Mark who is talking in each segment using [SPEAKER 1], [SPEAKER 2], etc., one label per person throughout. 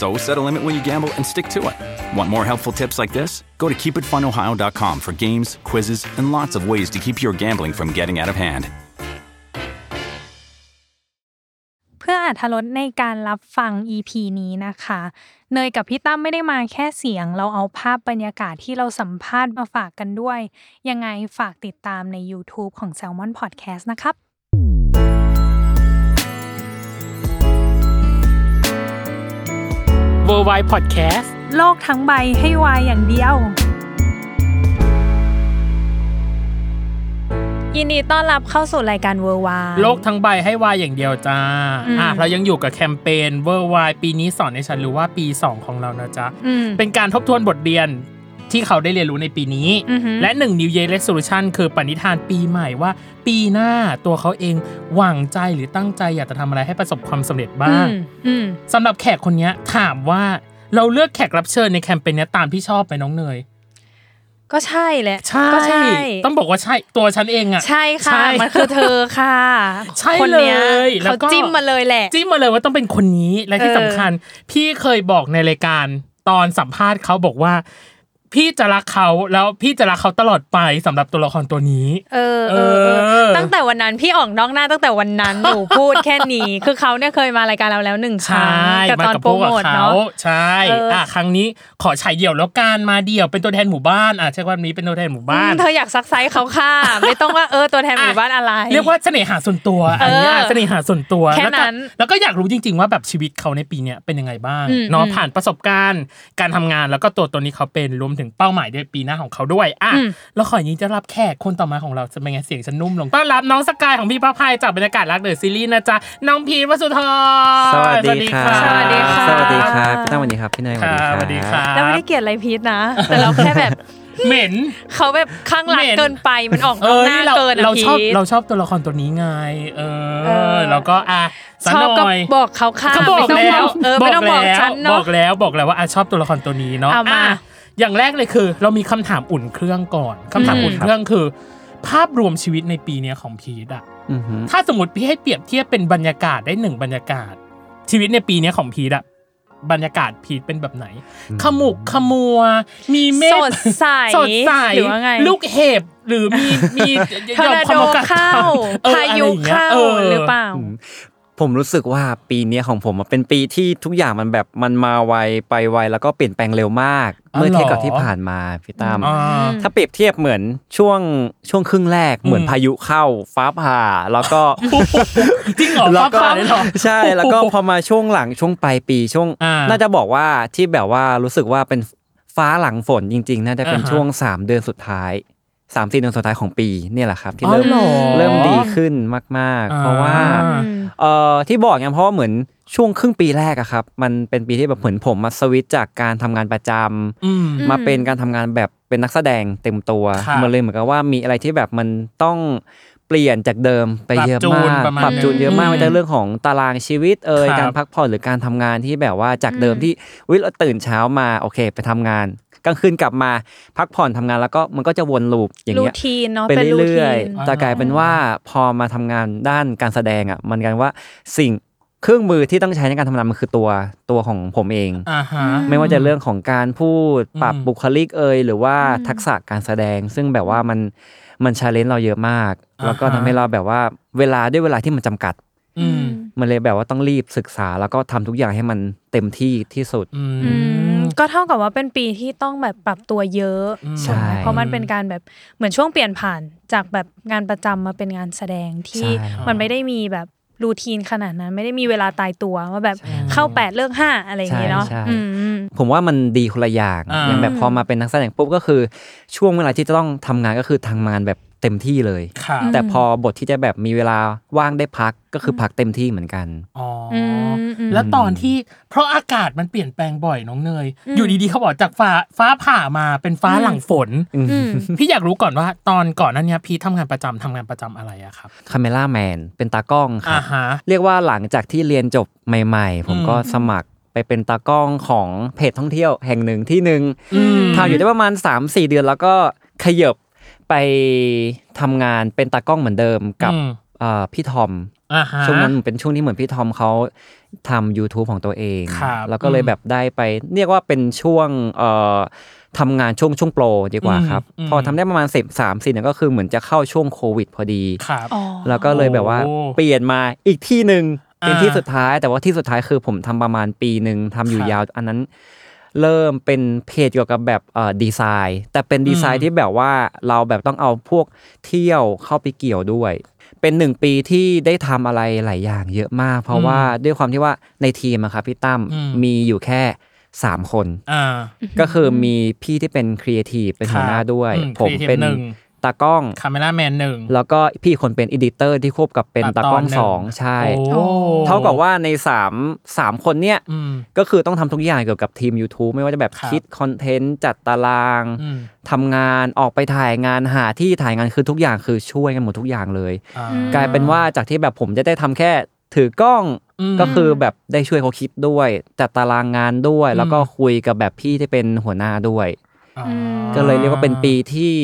[SPEAKER 1] So set a limit when you gamble and stick to it. Want more helpful tips like this? Go to keepitfunohio.com for games, quizzes, and lots of ways to keep your gambling from getting out of hand.
[SPEAKER 2] เพื่ออาธรสในการรับฟัง EP นี้นะคะ เนยกับพี่ตั้มไม่ได้มาแค่เสียง เราเอาภาพบรรยากาศที่เราสัมภาษณ์มาฝากกันด้วย ยังไงฝากติดตามใน YouTube ของ Salmon Podcast นะครับ
[SPEAKER 3] w o r l d w i d e Podcast
[SPEAKER 2] โลกทั้งใบให้วายอย่างเดียว ยินดีต้อนรับเข้าสู่รายการเวอร์วา
[SPEAKER 3] โลกทั้งใบให้วายอย่างเดียวจ้า
[SPEAKER 2] อืม
[SPEAKER 3] อ่ะเรายังอยู่กับแคมเปญเวอร์วายปีนี้สอนให้ฉันรู้ว่าปี 2 ของเรานะจ๊ะ
[SPEAKER 2] อืม
[SPEAKER 3] เป็นการทบทวนบทเรียนที่เขาได้เรียนรู้ในปีนี้
[SPEAKER 2] อือหือ
[SPEAKER 3] และ 1 New Year Resolution คือปณิธานปีใหม่ว่า ปีหน้าตัวเขาเองหวังใจหรือตั้งใจอยากจะทำอะไรให้ประสบความสำเร็จ
[SPEAKER 2] อื
[SPEAKER 3] บ้าง
[SPEAKER 2] มอืม
[SPEAKER 3] สำหรับแขกคนเนี้ยถามว่าเราเลือกแขกรับเชิญในแคมเปญเนี้ยตามที่ชอบไหมน้องเนย
[SPEAKER 2] ก็ใช่แหละ
[SPEAKER 3] ใช่
[SPEAKER 2] ก็ใช่
[SPEAKER 3] ต้องบอกว่าใช่ตัวฉันเองอะ
[SPEAKER 2] ใช่ค่ะ
[SPEAKER 3] ใช่
[SPEAKER 2] มันคือเธอค่ะ
[SPEAKER 3] ใช่
[SPEAKER 2] คนนี้ย
[SPEAKER 3] เลยแล้ว
[SPEAKER 2] เขา
[SPEAKER 3] ก็
[SPEAKER 2] จิ้มมาเลยแหละ
[SPEAKER 3] จิ้มมาเลยว่าต้องเป็นคนนี้และที่
[SPEAKER 2] เออ
[SPEAKER 3] สำคัญ พี่เคยบอกในรายการตอนสัมภาษณ์เขาบอกว่า พี่จะรักเขาแล้วพี่จะรักเขาตลอดไปสำหรับตัวละครตัวนี้
[SPEAKER 2] เออเออเออ
[SPEAKER 3] เออ
[SPEAKER 2] ตั้งแต่วันนั้นพี่ออกนอกหน้าตั้งแต่วันนั้น หนูพูดแค่นี้ คือเขาเนี่ยเคยมารายการเราแล้วหนึ่งค
[SPEAKER 3] ใช
[SPEAKER 2] รั้ง่กับ
[SPEAKER 3] มา
[SPEAKER 2] ตอน
[SPEAKER 3] กับ
[SPEAKER 2] โปร
[SPEAKER 3] พวกกับ
[SPEAKER 2] โมท
[SPEAKER 3] เขา
[SPEAKER 2] เนาะ
[SPEAKER 3] ใช่
[SPEAKER 2] เอออ่
[SPEAKER 3] ่ะครั้งนี้ขอฉายเดี่ยวแล้วกันมาเดี่ยวเป็นตัวแทนหมู่บ้านอ่ะใช่ว่านี้เป็นตัวแทนหมู่บ้าน
[SPEAKER 2] เธออยากซักไซส์เขาค่ะ ไม่ต้องว่าเออตัวแทนหมู่บ้านอะไร
[SPEAKER 3] เรียกว่าเสน่หาส่วนตัว อันเนี้ย
[SPEAKER 2] เออ
[SPEAKER 3] เสน่หาส่วนตัว
[SPEAKER 2] แค่
[SPEAKER 3] ล้วก็
[SPEAKER 2] นั้น
[SPEAKER 3] แล้วก็อยากรู้จริง ๆ ว่าแบบชีวิตเขาในปีเนี้ยเป็นยังไงบ้าง
[SPEAKER 2] อืม
[SPEAKER 3] เนาะ
[SPEAKER 2] อืม
[SPEAKER 3] ผ่านประสบการณ์ การทำงานแล้วก็ตัวตนนี้เขาเป็นรวมถึงเป้าหมายในปีหน้าของเขาด้วยอ่ะ
[SPEAKER 2] อืม
[SPEAKER 3] แล้วขออย่างนี้จะรับแขกคนต่อมาของเราจะเป็นไงเสียงฉันนุ่มลงต้อนรับน้องสกายของพี่พระพายจากบรรยากาศรักเดอะซีรีส์นะจ๊ะน้องพีทวสุธร
[SPEAKER 4] สวัสดีครับ
[SPEAKER 2] สวัสดีค่ะ
[SPEAKER 4] สวัสดีครับพี่ตั้งสวัสดีครับ พี่เนย
[SPEAKER 3] ค่ะสวั
[SPEAKER 4] ส
[SPEAKER 3] ส
[SPEAKER 4] วัส
[SPEAKER 3] ดี
[SPEAKER 4] ดี
[SPEAKER 3] ค
[SPEAKER 4] ครั
[SPEAKER 3] รั
[SPEAKER 4] บบ
[SPEAKER 2] เราไม่ได้เกลียดอะไรพีทนะ แต่เราแค่แบบ
[SPEAKER 3] เหม็น
[SPEAKER 2] เขาแบบข้างหลัง
[SPEAKER 3] เหม็น
[SPEAKER 2] เกินไปมันออกน
[SPEAKER 3] เอ
[SPEAKER 2] อก
[SPEAKER 3] อ
[SPEAKER 2] หน้า
[SPEAKER 3] นี่เรา
[SPEAKER 2] เกินอะ
[SPEAKER 3] เราชอบ
[SPEAKER 2] พีท
[SPEAKER 3] เราชอบตัวละครตัวนี้ไง เอ
[SPEAKER 2] เอ
[SPEAKER 3] อ
[SPEAKER 2] อ
[SPEAKER 3] แล้วก็อ่ะสัก
[SPEAKER 2] ชอบ
[SPEAKER 3] ห
[SPEAKER 2] ก็
[SPEAKER 3] น่อย
[SPEAKER 2] บอกเขาค่ะ
[SPEAKER 3] เขาบอก
[SPEAKER 2] ไม่ต้ง
[SPEAKER 3] แล้ว
[SPEAKER 2] เออไม่ต้องบอกฉันเนาะ
[SPEAKER 3] บอกแล้วบอกแล้วว่าอ่ะชอบตัวละครตัวนี้เนาะ
[SPEAKER 2] เอามา
[SPEAKER 3] อ่ะอย่างแรกเลยคือ เรามีคำถามอุ่นเครื่องก่อนคำถาม
[SPEAKER 2] อืม
[SPEAKER 3] อุ่นเครื่องคือ ภาพรวมชีวิตในปีเนี้ยของพีทอะ
[SPEAKER 4] อือหือ
[SPEAKER 3] ถ้าสมมติพี่ให้เปรียบเทียบเป็นบรรยากาศได้หนึ่งบรรยากาศ ชีวิตในปีเนี้ยของพีทอะบรรยากาศพีทเป็นแบบไหน ขมุกขมัว มีเมฆ
[SPEAKER 2] สดใส
[SPEAKER 3] สดใส
[SPEAKER 2] หรือว่าไง
[SPEAKER 3] ลูกเห็บหรือมีมี
[SPEAKER 2] ทอร์นาโด
[SPEAKER 3] หย่อมความกด
[SPEAKER 2] เข้า
[SPEAKER 3] ออ
[SPEAKER 2] พายุ
[SPEAKER 3] อะไรองงี้
[SPEAKER 2] เข้า
[SPEAKER 3] ออ
[SPEAKER 2] หรือเปล่า
[SPEAKER 4] ผมรู้สึกว่าปีเนี้ยของผมอะเป็นปีที่ทุกอย่างมันแบบมันมาไวไปไวแล้วก็เปลี่ยนแปลงเร็วมาก
[SPEAKER 3] อ๋อ
[SPEAKER 4] เมื่อเทียบ
[SPEAKER 3] เหรอ
[SPEAKER 4] กับที่ผ่านมาพี่ตั้ม
[SPEAKER 3] อ่า
[SPEAKER 4] ถ้าเปรียบเทียบเหมือนช่วงช่วงครึ่งแรกเหมือน
[SPEAKER 3] อืม
[SPEAKER 4] พายุเข้าฟ้าผ่าแล้วก็
[SPEAKER 3] จริงเหรอ
[SPEAKER 4] แล้วก็
[SPEAKER 3] ฟ้าผ่าเลยเหรอ
[SPEAKER 4] ใช่แล้วก็พอมาช่วงหลังช่วงปลายปีช่วง
[SPEAKER 3] อ่า
[SPEAKER 4] น่าจะบอกว่าที่แบบว่ารู้สึกว่าเป็นฟ้าหลังฝนจริง ๆ น่าจะเป็น
[SPEAKER 3] อ่าฮะ
[SPEAKER 4] ช่วง 3 เดือนสุดท้าย3ามสี่เดือนสุดท้ายของปีเนี่ยแหละครับ ที่เริ่ม
[SPEAKER 3] อ๋อหอ
[SPEAKER 4] เริ่มดีขึ้นมาก
[SPEAKER 3] อ่า
[SPEAKER 4] ๆ เพราะว่า
[SPEAKER 3] อ่า
[SPEAKER 4] เอ่อที่บอกเนี่ยเพราะว่าเหมือนช่วงครึ่งปีแรกอะครับ มันเป็นปีที่แบบเหมือนผมมาสวิตช์จากการทำงานประจำ
[SPEAKER 3] อืม
[SPEAKER 2] ม
[SPEAKER 4] มาเป็นการทำงานแบบเป็นนักแสดงเต็มตัว
[SPEAKER 3] ครับ
[SPEAKER 4] มันเลยเหมือนกับว่ามีอะไรที่แบบมันต้องเปลี่ยนจากเดิมไปเยอะมาก
[SPEAKER 3] ป
[SPEAKER 4] ป
[SPEAKER 3] รั
[SPEAKER 4] รั
[SPEAKER 3] บบ จู
[SPEAKER 4] จู
[SPEAKER 3] น
[SPEAKER 4] น
[SPEAKER 3] เย
[SPEAKER 4] เย
[SPEAKER 3] อะมาม
[SPEAKER 4] อะาก
[SPEAKER 3] มั
[SPEAKER 4] กมัน น
[SPEAKER 3] จะ
[SPEAKER 4] จะ
[SPEAKER 3] เลือก
[SPEAKER 4] เรื่องของตารางชีวิตเอ่ย
[SPEAKER 3] ครับ
[SPEAKER 4] การพักผ่อนหรือการทำงานที่แบบว่าจากเดิม
[SPEAKER 2] อืม
[SPEAKER 4] ที่วิเราตื่นเช้ามาโอเค ไปทำงานกลางคืนกลับมาพักผ่อนทำงานแล้วก็มันก็จะวนลูปอย่าง
[SPEAKER 2] รู
[SPEAKER 4] เงี้ย
[SPEAKER 2] ทีนเนาะ
[SPEAKER 4] ไป
[SPEAKER 2] เป็นรู
[SPEAKER 4] เรื่
[SPEAKER 2] ที
[SPEAKER 4] อย
[SPEAKER 2] น
[SPEAKER 4] ๆจะกลายเป็นว่าพอมาทำงานด้านการแสดงอ่ะมันกันว่าสิ่งเครื่องมือที่ต้องใช้ในการทำงานมันคือตัวตัวของผมเอง
[SPEAKER 3] ่าฮะ
[SPEAKER 4] ไม่ว่าจะเรื่องของการพูด
[SPEAKER 3] อืม
[SPEAKER 4] ปรับบุคลิกเอยหรือว่า
[SPEAKER 2] อืม
[SPEAKER 4] ทักษะการแสดง ซึ่งแบบว่ามันมันชาเลนจ์เราเยอะมาก แล้วก็ทำให้เราแบบว่าเวลาด้วยเวลาที่มันจำกัด
[SPEAKER 3] อืม
[SPEAKER 4] มันเลยแบบว่าต้องรีบศึกษาแล้วก็ทำทุกอย่างให้มันเต็มที่ที่สุด
[SPEAKER 3] อื
[SPEAKER 2] อืม
[SPEAKER 3] ม
[SPEAKER 2] ก็เท่ากับว่าเป็นปีที่ต้องแบบปรับตัวเยอะ
[SPEAKER 3] อืม
[SPEAKER 2] ใช่ไหม
[SPEAKER 4] ใช่
[SPEAKER 2] เพราะมันเป็นการแบบเหมือนช่วงเปลี่ยนผ่านจากแบบงานประจำมาเป็นงานแสดงที่
[SPEAKER 4] ใช่
[SPEAKER 2] มันไม่ได้มีแบบรูทีนขนาดนั้น ไม่ได้มีเวลาตายตัวว่าแบบเข้าแปดเลิกห้าอะไรอย่างงี้เนาะ
[SPEAKER 4] ใช่ใช่
[SPEAKER 2] อืม
[SPEAKER 4] ผมว่ามันดีคนละอย่าง
[SPEAKER 3] อ่า
[SPEAKER 4] อย่างแบบพอมาเป็นนักแสดงปุ๊บก็คือ ช่วงเวลาที่จะต้องทำงานก็คือทำงานแบบเต็มที่เลย
[SPEAKER 3] ครับ
[SPEAKER 4] แต่พอบทที่จะแบบมีเวลาว่างได้พักก็คือพักเต็มที่เหมือนกัน
[SPEAKER 3] อ๋ออ
[SPEAKER 2] มอืม
[SPEAKER 3] แล้วตอนที่เพราะอากาศมันเปลี่ยนแปลงบ่อยน้องเนย อยู่ดีๆเขาบอกจากฟ้าฟ้าผ่ามาเป็นฟ้าหลังฝน
[SPEAKER 2] อืม
[SPEAKER 3] พี่อยากรู้ก่อนว่าตอนก่อนหนั้นเนี้ยพี่ทำงานประจำทำงานประจำอะไรอะครับ
[SPEAKER 4] คาเมล่าแมนเป็นตากล้องครั
[SPEAKER 3] อ่า
[SPEAKER 4] บ
[SPEAKER 3] ฮะ
[SPEAKER 4] เรียกว่าหลังจากที่เรียนจบใหม่ ๆ ผมก็สมัครไปเป็นตากล้องของเพจท่องเที่ยวแห่งหนึ่งที่หนึ่ง
[SPEAKER 3] อืม
[SPEAKER 4] ทำอยู่ได้ประมาณ 3-4 เดือนแล้วก็ขยบไปทำงานเป็นตากล้องเหมือนเดิมกับ
[SPEAKER 3] อืม
[SPEAKER 4] เอ่อพี่ทอม
[SPEAKER 3] อ่าฮะ
[SPEAKER 4] ช่วงนั้นเป็นช่วงที่เหมือนพี่ทอมเขาทำ YouTube ของตัวเอง
[SPEAKER 3] ครับ
[SPEAKER 4] แล้วก็เลย
[SPEAKER 3] อืม
[SPEAKER 4] แบบได้ไป เรียกว่าเป็นช่วงเอ่อทำงานช่วงช่วงโปรดีกว่าครับ
[SPEAKER 3] อืม
[SPEAKER 4] พอทำได้ประมาณสิบสามสี่เนี่ยก็คือเหมือนจะเข้าช่วงโควิดพอดี
[SPEAKER 3] ครับ
[SPEAKER 2] อ๋อ
[SPEAKER 4] แล้วก็เลยแบบว่า
[SPEAKER 3] โอ้
[SPEAKER 4] เปลี่ยนมาอีกที่หนึ่งเป็น
[SPEAKER 3] อ่า
[SPEAKER 4] ที่สุดท้าย แต่ว่าที่สุดท้ายคือผมทำประมาณปีหนึ่งทำอยู่
[SPEAKER 3] ครับ
[SPEAKER 4] ยาว อันนั้นเริ่มเป็นเพจเกี่ยวกับแบบเอ่อดีไซน์ แต่เป็นดีไซ
[SPEAKER 3] อื
[SPEAKER 4] น์
[SPEAKER 3] ม
[SPEAKER 4] ที่แบบว่าเราแบบต้องเอาพวกเที่ยวเข้าไปเกี่ยวด้วย เป็นหนึ่งปีที่ได้ทำอะไรหลายอย่างเยอะมาก เพราะว่าด้วยความที่ว่าในทีมอะครับพี่ตั้ม
[SPEAKER 3] อืม
[SPEAKER 4] มีอยู่แค่สามคน
[SPEAKER 3] อ่า
[SPEAKER 4] ก็คือมีพี่ที่เป็นครีเอทีฟเป็นหัวหน้า
[SPEAKER 3] ครับ
[SPEAKER 4] ด้วย
[SPEAKER 3] อืม
[SPEAKER 4] ผมเป็น
[SPEAKER 3] creative หนึ่ง
[SPEAKER 4] ตากล้อง
[SPEAKER 3] คาเมล่าแมนหนึ่ง
[SPEAKER 4] แล้วก็พี่คนเป็นอดิเตอร์ที่ควบกับเป็นตากล้อง
[SPEAKER 3] ดหนึ่
[SPEAKER 4] สองใช่
[SPEAKER 3] โอ้
[SPEAKER 4] เท่ากับว่าใน3 3คนเนี่ย
[SPEAKER 3] อืม
[SPEAKER 4] ก็คือต้องทำทุกอย่างเกี่ยวกับทีม YouTube ไม่ว่าจะแบบ
[SPEAKER 3] ครับ
[SPEAKER 4] คิดคอนเทนต์จัดตาราง
[SPEAKER 3] อืม
[SPEAKER 4] ทำงานออกไปถ่ายงานหาที่ถ่ายงานคือทุกอย่างคือช่วยกันหมดทุกอย่างเลย
[SPEAKER 3] อ่า
[SPEAKER 4] กลายเป็นว่าจากที่แบบผมจะได้ทำแค่ถือกล้อง
[SPEAKER 3] อืม
[SPEAKER 4] ก็คือแบบได้ช่วยเขาคิดด้วย จัดตารางงานด้วย แล้วก็
[SPEAKER 3] อืม
[SPEAKER 4] คุยกับแบบพี่ที่เป็นหัวหน้าด้วย
[SPEAKER 3] อ่า
[SPEAKER 4] ก็เลยเรียกว่าเป็นปีที่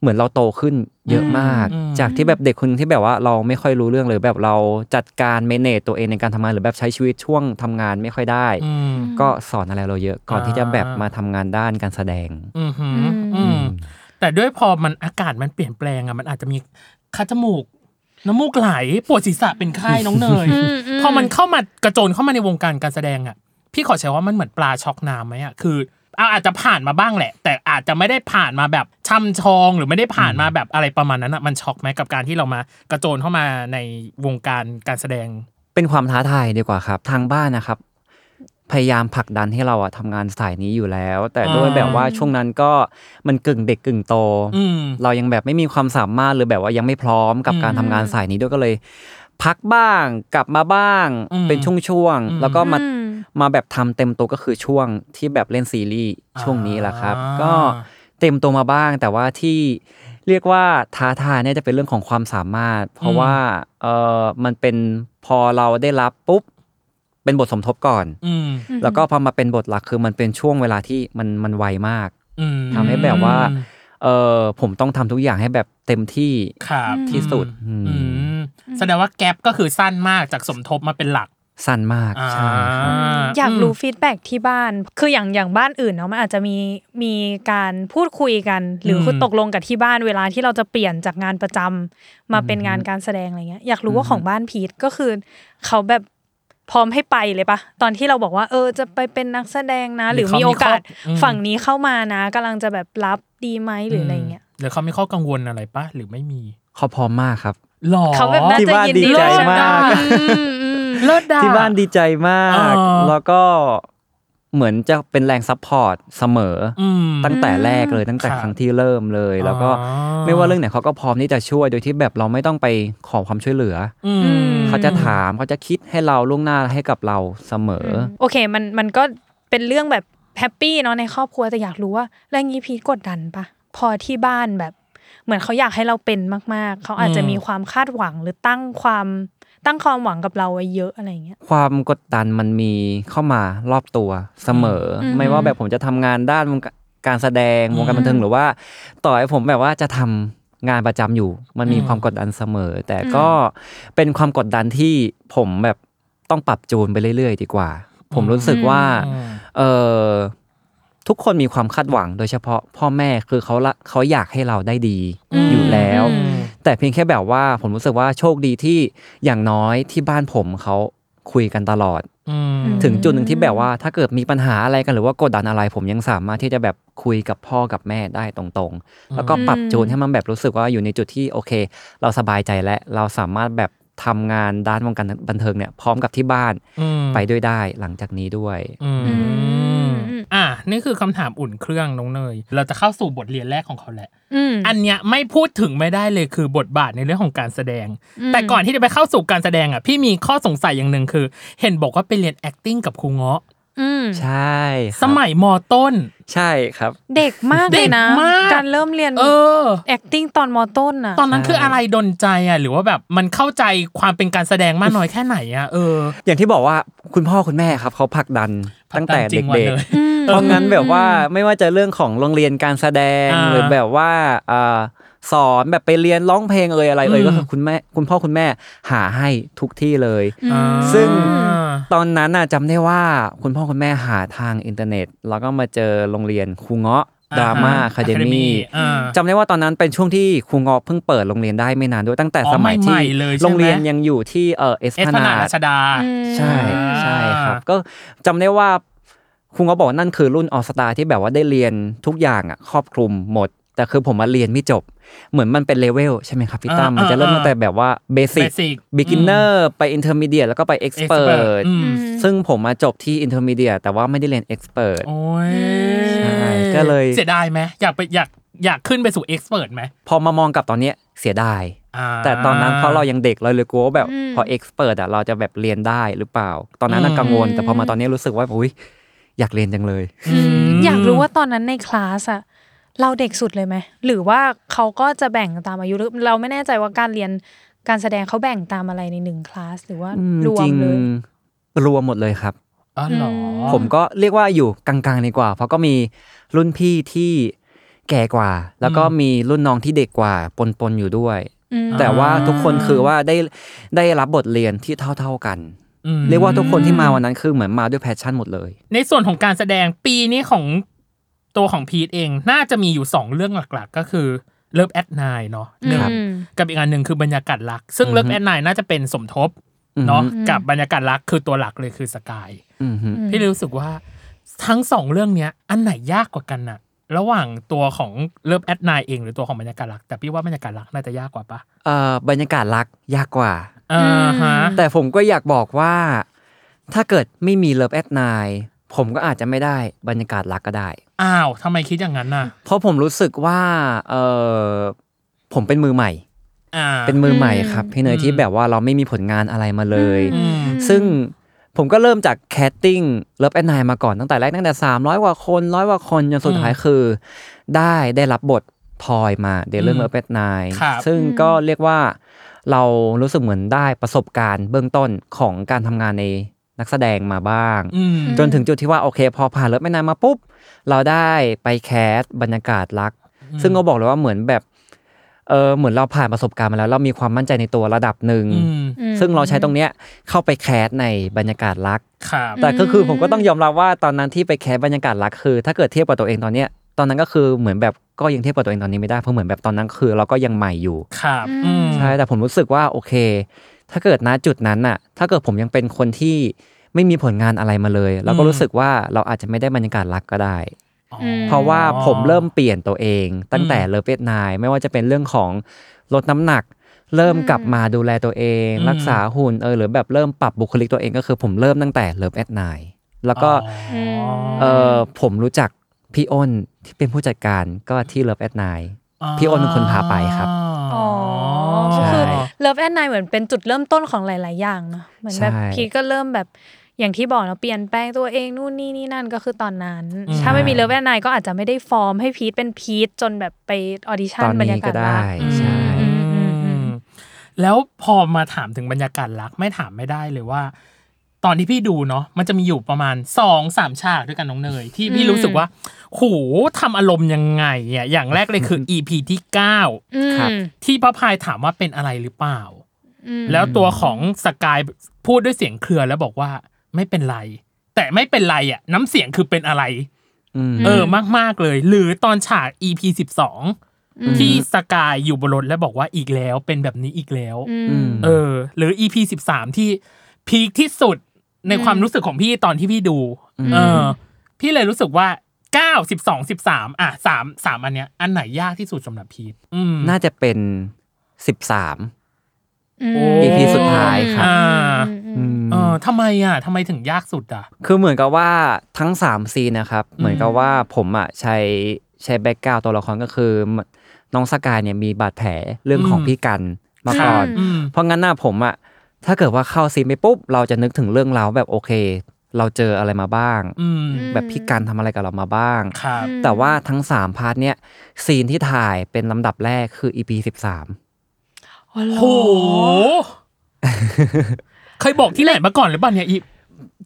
[SPEAKER 4] เหมือนเราโตขึ้นเยอะมาก
[SPEAKER 3] อืมอืม
[SPEAKER 4] จากที่แบบเด็กคนหนึงที่แบบว่าเราไม่ค่อยรู้เรื่องเลยแบบเราจัดการเมเนจตัวเองในการทำงานหรือแบบใช้ชีวิตช่วงทำงานไม่ค่อยได้
[SPEAKER 3] อืม
[SPEAKER 4] ก็สอนอะไรเราเยอะก่อนที่จะแบบ
[SPEAKER 3] อ่าม
[SPEAKER 4] มาทำงานด้านการแสดง
[SPEAKER 3] อืมหือ
[SPEAKER 2] ม
[SPEAKER 3] อืมแต่ด้วยพอมันอากาศมันเปลี่ยนแปลงอะมันอาจจะมีคัดจมูก น้ำมูกไหลปวดศีรษะเป็นไข้น้องเนย พอมันเข้ามากระโจนเข้ามาในวงการการแสดงอะพี่ขอใช้ว่ามันเหมือนปลาช็อกน้ำไหมอะคือเอาอาจจะผ่านมาบ้างแหละ แต่อาจจะไม่ได้ผ่านมาแบบช่ำชองหรือไม่ได้ผ่านมาแบบอะไรประมาณนั้นอะมันช็อกไหมกับการที่เรามากระโจนเข้ามาในวงการการแสดง
[SPEAKER 4] เป็นความท้าทายดีกว่าครับ ทางบ้านนะครับ พยายามผลักดันให้เราอะทำงานสายนี้อยู่แล้ว แต่ด้วย
[SPEAKER 3] อ่า
[SPEAKER 4] แบบว่าช่วงนั้นก็มันกึ่งเด็กกึ่งโต
[SPEAKER 3] อืม
[SPEAKER 4] เรายังแบบไม่มีความสามารถหรือแบบว่ายังไม่พร้อมกับ
[SPEAKER 3] อืม
[SPEAKER 4] การทำงานสายนี้ด้วยก็เลย พักบ้างกลับมาบ้าง
[SPEAKER 3] อืม
[SPEAKER 4] เป็นช่วง
[SPEAKER 3] อืม
[SPEAKER 4] ๆแล้วก็มา
[SPEAKER 2] อืม
[SPEAKER 4] มาแบบทำเต็มตัวก็คือช่วงที่แบบเล่นซีรีส์ช่วงนี้แหละครับ
[SPEAKER 3] อ่า
[SPEAKER 4] ก็เต็มตัวมาบ้าง แต่ว่าที่เรียกว่าท้าทายเนี่ยจะเป็นเรื่องของความสามารถ เพราะว่าเออมันเป็นพอเราได้รับปุ๊บเป็นบทสมทบก่อน
[SPEAKER 3] อืม
[SPEAKER 4] แล้วก็พอมาเป็นบทหลักคือมันเป็นช่วงเวลาที่มันมันไวมาก
[SPEAKER 3] อืม
[SPEAKER 4] ทำให้แบบว่า เออผมต้องทำทุกอย่างให้แบบเต็มที่
[SPEAKER 3] ครับ
[SPEAKER 4] ที่สุด
[SPEAKER 3] อืม
[SPEAKER 4] อืม
[SPEAKER 3] อืมแสดงว่าแกลบก็คือสั้นมากจากสมทบมาเป็นหลัก
[SPEAKER 4] สั้นมากใช่ครับ
[SPEAKER 2] อยากรู้ฟีดแบ็กที่บ้าน คืออย่างอย่างบ้านอื่นเนาะมันอาจจะมีมีการพูดคุยกัน หรืออ
[SPEAKER 3] ม
[SPEAKER 2] คุณตกลงกับที่บ้านเวลาที่เราจะเปลี่ยนจากงานประจำมาเป็นงานการแสดงอะไรเงี้ย อยากรู้ว่าของบ้านพีทก็คือเขาแบบพร้อมให้ไปเลยปะตอนที่เราบอกว่า เออจะไปเป็นนักแสดงนะ หรือมีโอกาสฝั่งนี้เข้ามานะกำลังจะแบบรับดีไหมหรืออะไรเงี้ย
[SPEAKER 3] หรือเขามีข้อกังวลอะไรปะหรือไม่มี
[SPEAKER 4] เขาพร้อมมากครับ
[SPEAKER 3] หรอ
[SPEAKER 2] เขาแบบน่า
[SPEAKER 4] ที่
[SPEAKER 2] จะ
[SPEAKER 4] บ้าน
[SPEAKER 2] ยิน
[SPEAKER 4] ดี
[SPEAKER 2] ดี
[SPEAKER 4] ใจ
[SPEAKER 2] เลิศอะ
[SPEAKER 4] มาก
[SPEAKER 2] อืมอืม
[SPEAKER 3] เลิศดา
[SPEAKER 4] ที่บ้านดีใจมาก
[SPEAKER 3] อ๋อ
[SPEAKER 4] แล้วก็เหมือนจะเป็นแรงซัพพอร์ตเสมออ
[SPEAKER 3] อืม
[SPEAKER 4] ตั้งแต่แรกเลยตั้งแต่
[SPEAKER 3] ครับ
[SPEAKER 4] ครั้งที่เริ่มเลย แล้วก็
[SPEAKER 3] อ๋อ
[SPEAKER 4] ไม่ว่าเรื่องไหนเขาก็พร้อมที่จะช่วยโดยที่แบบเราไม่ต้องไปขอความช่วยเหลืออ
[SPEAKER 3] อืม
[SPEAKER 2] ม
[SPEAKER 4] เขาจะถามเขาจะคิดให้เราล่วงหน้าให้กับเราเสมออ
[SPEAKER 2] โอเค มัน มันก็เป็นเรื่องแบบแฮปปี้เนาะในครอบครัว แต่อยากรู้ว่าแรงนี้พีทกดดันปะ พอที่บ้านแบบ เหมือนเขาอยากให้เราเป็นมาก ๆ เขาอาจจะ
[SPEAKER 3] อืม
[SPEAKER 2] มีความคาดหวังหรือตั้งความตั้งความหวังกับเราไว้เยอะอะไรอย่างเงี้ย
[SPEAKER 4] ความกดดันมันมีเข้ามารอบตัวเสมออ
[SPEAKER 2] ม
[SPEAKER 4] ไม่ว่าแบบผมจะทำงานด้านวงการแสดงวงการบันเทิงหรือว่า ต่อให้ผมแบบว่าจะทำงานประจำอยู่ มันมี
[SPEAKER 3] อืม
[SPEAKER 4] ความกดดันเสมอ แต่ก็เป็นความกดดันที่ผมแบบต้องปรับจูนไปเรื่อยๆ ดีกว่า ผมรู้สึกว่า
[SPEAKER 3] อืม
[SPEAKER 4] เออทุกคนมีความคาดหวังโดยเฉพาะพ่อแม่คือเขาละเขาอยากให้เราได้ดี
[SPEAKER 2] อืม
[SPEAKER 4] อยู่แล้ว
[SPEAKER 2] อืม
[SPEAKER 4] แต่เพียงแค่แบบว่าผมรู้สึกว่าโชคดีที่อย่างน้อยที่บ้านผมเขาคุยกันตลอด
[SPEAKER 3] อืม
[SPEAKER 2] อืม
[SPEAKER 4] ถึงจุดหนึ่งที่แบบว่าถ้าเกิดมีปัญหาอะไรกันหรือว่ากดดันอะไร ผมยังสามารถที่จะแบบคุยกับพ่อกับแม่ได้ตรงๆ แล้วก็ปรับจูนให้มันแบบรู้สึกว่าอยู่ในจุดที่โอเค เราสบายใจและเราสามารถแบบทำงานด้านวงการบันเทิงเนี่ยพร้อมกับที่บ้าน
[SPEAKER 3] อืม
[SPEAKER 4] ไปด้วยได้หลังจากนี้ด้วย
[SPEAKER 3] อืม
[SPEAKER 2] อืม
[SPEAKER 3] อ่ะนี่คือคำถามอุ่นเครื่องน้องเนย เราจะเข้าสู่บทเรียนแรกของเขาแหละ
[SPEAKER 2] อืม
[SPEAKER 3] อันเนี้ยไม่พูดถึงไม่ได้เลยคือบทบาทในเรื่องของการแสดง แต่ก่อนที่จะไปเข้าสู่การแสดงอ่ะพี่มีข้อสงสัยอย่างหนึ่งคือ เห็นบอกว่าไปเรียน acting กับครูเงาะ
[SPEAKER 2] อืม
[SPEAKER 4] ใช่ครับ
[SPEAKER 3] สมัยมต้น
[SPEAKER 4] ใช่ครับ
[SPEAKER 2] เด็กมากเลยนะ
[SPEAKER 3] เด็กมาก
[SPEAKER 2] การเริ่มเรียน
[SPEAKER 3] เออ
[SPEAKER 2] acting ตอนมต้นน่ะ
[SPEAKER 3] ตอนนั้น
[SPEAKER 4] ใช่
[SPEAKER 3] คืออะไรดนใจอ่ะหรือว่าแบบมันเข้าใจความเป็นการแสดงมากน้อยแค่ไหนอ่ะเออ
[SPEAKER 4] อย่างที่บอกว่าคุณพ่อคุณแม่ครับเขาผลักดัน
[SPEAKER 3] ผลักดัน
[SPEAKER 4] ตั้งแต่
[SPEAKER 3] จริงวัน
[SPEAKER 4] เด็ก
[SPEAKER 3] เลย
[SPEAKER 4] ๆ เพราะงั้นแบบว่าไม่ว่าจะเรื่องของโรงเรียนการแสดง
[SPEAKER 3] อ่า
[SPEAKER 4] หรือแบบว่าเอ่อสอนแบบไปเรียนร้องเพลงเอ่ยอะไรเอ่ย
[SPEAKER 3] อืม
[SPEAKER 4] ก็คือคุณแม่คุณพ่อคุณแม่หาให้ทุกที่เลย
[SPEAKER 2] อืม
[SPEAKER 3] อ่า
[SPEAKER 4] ซึ่ง ตอนนั้นน่ะจำได้ว่าคุณพ่อคุณแม่หาทางอินเทอร์เน็ต แล้วก็มาเจอโรงเรียนครูเงาะดราม่าคาเดมี่
[SPEAKER 3] อ่า
[SPEAKER 4] จำได้ว่าตอนนั้นเป็นช่วงที่ครูเงาะเพิ่งเปิดโรงเรียนได้ไม่นานด้วยตั้งแต่
[SPEAKER 3] อ๋อ
[SPEAKER 4] สมัยที่
[SPEAKER 3] ใหม่ๆเลยใช่ไหม
[SPEAKER 4] โรงเรียนยังอยู่ที่เออเอส
[SPEAKER 3] เอส
[SPEAKER 4] พ
[SPEAKER 3] พ
[SPEAKER 4] นา
[SPEAKER 3] นาด
[SPEAKER 4] ด
[SPEAKER 3] รัชดา
[SPEAKER 4] ใช่
[SPEAKER 3] อ่า
[SPEAKER 4] ใช่ครับ ก็จำได้ว่าคุณก็บอกว่านั่นคือรุ่นออสตาที่แบบว่าได้เรียนทุกอย่างอ่ะครอบคลุมหมด แต่คือผมมาเรียนไม่จบ เหมือนมันเป็นเลเวลใช่ไหมครับพี่ตั้
[SPEAKER 3] อ่า
[SPEAKER 4] ม
[SPEAKER 3] มั
[SPEAKER 4] มันจะเริ่ม
[SPEAKER 3] อ่า
[SPEAKER 4] ตั้งแต่แบบว่าเบสิก
[SPEAKER 3] Basic
[SPEAKER 4] บิ๊กินเนอร์ไปอินเ r อร์มีเดียแล้วก็ไปเอ็กซ์เพร
[SPEAKER 3] Expert
[SPEAKER 4] ส
[SPEAKER 3] อืม
[SPEAKER 4] ซึ่งผมมาจบที่อินเ r อร์มีเดียแต่ว่าไม่ได้เรียนเอ็กซ์เพรส
[SPEAKER 3] โอ้ย
[SPEAKER 4] ใช่ก็เลย
[SPEAKER 3] เสียดายไหมอยากไปอยากอยากขึ้นไปสู่เอ็กซ์เพรสไหม
[SPEAKER 4] พอมามองกลับตอนเนี้ยเสียดาย
[SPEAKER 3] อ่า
[SPEAKER 4] แต่ตอนนั้นเพราะเรายังเด็กเราเลยกลัวว่าแบบ
[SPEAKER 2] อืม
[SPEAKER 4] พอเอ็กซ์เพรสอะเราจะแบบเรียนได้หรือเปล่า ตอนนั้นน่ะ
[SPEAKER 3] อืม
[SPEAKER 4] กังวล แต่พอมาตอนนี้รู้สึกว่าอุ้ยอยากเรียนจังเลย
[SPEAKER 2] อืมอยากรู้ว่าตอนนั้นในคลาสอะเราเด็กสุดเลยไหมหรือว่าเขาก็จะแบ่งตามอายุหรือเราไม่แน่ใจว่าการเรียนการแสดงเขาแบ่งตามอะไรในหนึ่งคลาสหรือว่า
[SPEAKER 4] อืม
[SPEAKER 2] รว
[SPEAKER 4] จ
[SPEAKER 2] ม
[SPEAKER 4] ริง
[SPEAKER 2] เลย
[SPEAKER 4] รวมหมดเลยครับ
[SPEAKER 3] อ๋อเหรอ
[SPEAKER 2] อ๋อ
[SPEAKER 4] ผมก็เรียกว่าอยู่กลางๆดีกว่า เพราะก็มีรุ่นพี่ที่แก่กว่า แล้วก็มีรุ่นน้องที่เด็กกว่าปนๆอยู่ด้วย
[SPEAKER 2] อืม
[SPEAKER 4] แต่ว่าทุกคนคือว่าได้ได้รับบทเรียนที่เท่า ๆกัน
[SPEAKER 3] อืม
[SPEAKER 4] เรียกว่าทุกคนที่มาวันนั้นคือเหมือนมาด้วยแพชชั่นหมดเลย
[SPEAKER 3] ในส่วนของการแสดงปีนี้ของตัวของพีทเองน่าจะมีอยู่สองเรื่องหลักๆ ก็คือเลิฟแอดนายเนาะหนึ่ง
[SPEAKER 2] ครับ
[SPEAKER 3] กับอีกอันหนึ่งคือบรรยากาศรัก ซึ่ง
[SPEAKER 4] อือฮึ
[SPEAKER 3] เลิฟแอดนายน่าจะเป็นสมทบเนาะ
[SPEAKER 2] อืม
[SPEAKER 3] กับบรรยากาศรักคือตัวหลักเลยคือสกาย
[SPEAKER 4] อือฮึ
[SPEAKER 2] อืม
[SPEAKER 3] พี่รู้สึกว่าทั้งสองเรื่องเนี้ย อันไหนยากกว่ากันน่ะ ระหว่างตัวของเลิฟแอดนายเองหรือตัวของบรรยากาศรัก แต่พี่ว่าบรรยากาศรักน่าจะยากกว่าปะ
[SPEAKER 4] เอ่อบรรยากาศรักยากกว่า
[SPEAKER 3] อ่าฮะ
[SPEAKER 4] แต่ผมก็อยากบอกว่า ถ้าเกิดไม่มีเลิฟแอดนายผมก็อาจจะไม่ได้บรรยากาศรักก็ได้
[SPEAKER 3] อ้าวทำไมคิดอย่างนั้นน่ะ
[SPEAKER 4] เพราะผมรู้สึกว่าเออผมเป็นมือใหม่
[SPEAKER 3] อ่า
[SPEAKER 4] เป็นมือใหม่ครับพี่เนย
[SPEAKER 3] อืม
[SPEAKER 4] ที่แบบว่าเราไม่มีผลงานอะไรมาเลย
[SPEAKER 2] อืม
[SPEAKER 4] ซึ่งผมก็เริ่มจากแคสติ้งเลิฟแอนนมาก่อนตั้งแต่แรกตั้งแต่ 300 กว่าคนร้อยกว่าคนจนสุดท้ายคือ ได้ได้รับบทพลอยมาเดเรื่อง
[SPEAKER 3] อืม
[SPEAKER 4] เลิฟแอนน
[SPEAKER 3] ครับ
[SPEAKER 4] ซึ่งก็เรียกว่าเรารู้สึกเหมือนได้ประสบการณ์เบื้องต้นของการทำงานในนักแสดงมาบ้าง
[SPEAKER 3] อืม
[SPEAKER 4] จนถึงจุดที่ว่าโอเค พอผ่านเลิฟแอนนมาปุ๊บ เราได้ไปแคสบรรยากาศรัก ซึ่งก็บอกเลยว่าเหมือนแบบเออเหมือนเราผ่านประสบการณ์มาแล้ว เรามีความมั่นใจในตัวระดับหนึ่ง
[SPEAKER 3] อืม
[SPEAKER 2] อืม
[SPEAKER 4] ซึ่งเราใช้ตรงเนี้ยเข้าไปแคสในบรรยากาศรัก
[SPEAKER 3] ครับ
[SPEAKER 4] แต่ก็คืออ
[SPEAKER 2] ม
[SPEAKER 4] ผมก็ต้องยอมรับว่าตอนนั้นที่ไปแคสบรรยากาศรักคือ ถ้าเกิดเทียบกับตัวเองตอนเนี้ยตอนนั้นก็คือเหมือนแบบก็ยังเทียบกับตัวเองตอนนี้ไม่ได้เพราะเหมือนแบบตอนนั้นคือเราก็ยังใหม่อยู่
[SPEAKER 3] ครับอืม
[SPEAKER 4] ใช่แต่ผมรู้สึกว่าโอเค ถ้าเกิดณจุดนั้นน่ะ ถ้าเกิดผมยังเป็นคนที่ไม่มีผลงานอะไรมาเลยเราก็รู้สึกว่าเราอาจจะไม่ได้บรรยากาศรักก็ได้
[SPEAKER 3] อ๋อ
[SPEAKER 2] ม
[SPEAKER 4] เพราะว่าผมเริ่มเปลี่ยนตัวเอง ตั้งแต่
[SPEAKER 3] อืม
[SPEAKER 4] เลิฟเวทนายไม่ว่าจะเป็นเรื่องของลดน้ำหนัก เริ่มกลับมาดูแลตัวเอง
[SPEAKER 3] อืม
[SPEAKER 4] รักษาหุ่นเออหรือแบบเริ่มปรับบุคลิกตัวเองก็คือผมเริ่มตั้งแต่เลิฟแอดนายแล้วก็
[SPEAKER 3] อ๋อ
[SPEAKER 4] เออผมรู้จักพี่อ้นที่เป็นผู้จัดการก็ที่เลิฟแอดนาย พี่อ้นเป็นคนพาไปครับ
[SPEAKER 2] อ๋อ
[SPEAKER 4] ใช่
[SPEAKER 2] ก็คือเลิฟแอนนเหมือนเป็นจุดเริ่มต้นของหลาย ๆ อย่างเนาะเหมือนแบบ
[SPEAKER 4] ใช่
[SPEAKER 2] พีทก็เริ่มแบบอย่างที่บอกเนาะเปลี่ยนแปลงตัวเองนู่นนี่นี่นั่นก็คือตอนนั้น
[SPEAKER 3] อืม
[SPEAKER 2] ถ้าไม่มีเลิฟแอนนก็อาจจะไม่ได้ฟอร์มให้พีทเป็นพีทจนแบบไปออดิชั่น
[SPEAKER 4] ตอน
[SPEAKER 2] บ
[SPEAKER 4] นี้
[SPEAKER 2] รรยากาศ
[SPEAKER 4] ก็ได้
[SPEAKER 2] รัก
[SPEAKER 4] ใช่
[SPEAKER 3] อืมอืมอืมแล้วพอมาถามถึงบรรยากาศรักไม่ถามไม่ได้เลยว่า ตอนที่พี่ดูเนาะมันจะมีอยู่ประมาณสองสามฉากด้วยกันน้องเนย ที่พี่
[SPEAKER 2] อืม
[SPEAKER 3] รู้สึกว่าโหทำอารมณ์ยังไงอ่ะอย่างแรกเลยคือ EP ที่
[SPEAKER 2] อืม
[SPEAKER 4] ครับ
[SPEAKER 3] 9 ที่พระพายถามว่าเป็นอะไรหรือเปล่า
[SPEAKER 2] อืม
[SPEAKER 3] แล้วตัวของสกายพูดด้วยเสียงเครือแล้วบอกว่าไม่เป็นไร แต่ไม่เป็นไรอ่ะน้ำเสียงคือเป็นอะไร
[SPEAKER 4] อืม
[SPEAKER 3] เออมาก ๆ เลย หรือตอนฉาก EP 12
[SPEAKER 2] อืม
[SPEAKER 3] ที่สกายอยู่บนรถแล้วบอกว่าอีกแล้วเป็นแบบนี้อีกแล้ว
[SPEAKER 2] อื
[SPEAKER 4] อื
[SPEAKER 2] ม
[SPEAKER 4] ม
[SPEAKER 3] เออ หรือ EP สิบสามที่พีคที่สุดใน
[SPEAKER 2] อืม
[SPEAKER 3] ความรู้สึกของพี่ตอนที่พี่ดู
[SPEAKER 4] อืม
[SPEAKER 3] เออ พี่เลยรู้สึกว่าเก้าสิบสองสิบสามอ่ะสามสามอันเนี้ย อันไหนยากที่สุดสำหรับพีทอืม
[SPEAKER 4] น่าจะเป็นสิบสาม
[SPEAKER 2] ม
[SPEAKER 4] EP สุดท้ายครับ
[SPEAKER 3] อ่า
[SPEAKER 2] อืม
[SPEAKER 3] เออทำไมอ่ะทำไมถึงยากสุดอ่ะ
[SPEAKER 4] คือเหมือนกับว่าทั้งสามซีนนะครับ เหมือนกับว่าผมอ่ะใช้ใช้แบ็กกราวตัวละครก็คือ น้องสกายเนี่ยมีบาดแผลเรื่องของ
[SPEAKER 3] อืม
[SPEAKER 4] พี่กันมาก่อน
[SPEAKER 2] อื
[SPEAKER 3] อืม
[SPEAKER 4] เพราะงั้นหน้าผมอะถ้าเกิดว่าเข้าซีนไปปุ๊บ เราจะนึกถึงเรื่องราวแบบโอเค เราเจออะไรมาบ้าง
[SPEAKER 3] อืม
[SPEAKER 4] แบบพี่การทำอะไรกับเรามาบ้าง
[SPEAKER 3] ครับ
[SPEAKER 2] อืม
[SPEAKER 4] แต่ว่าทั้ง 3 พาร์ทเนี่ยซีนที่ถ่ายเป็นลำดับแรกคือ EP 13
[SPEAKER 2] อ๋อเหรอ
[SPEAKER 3] โห เคยบอกที่ไหนมาก่อนหรือเปล่าเนี่ยอี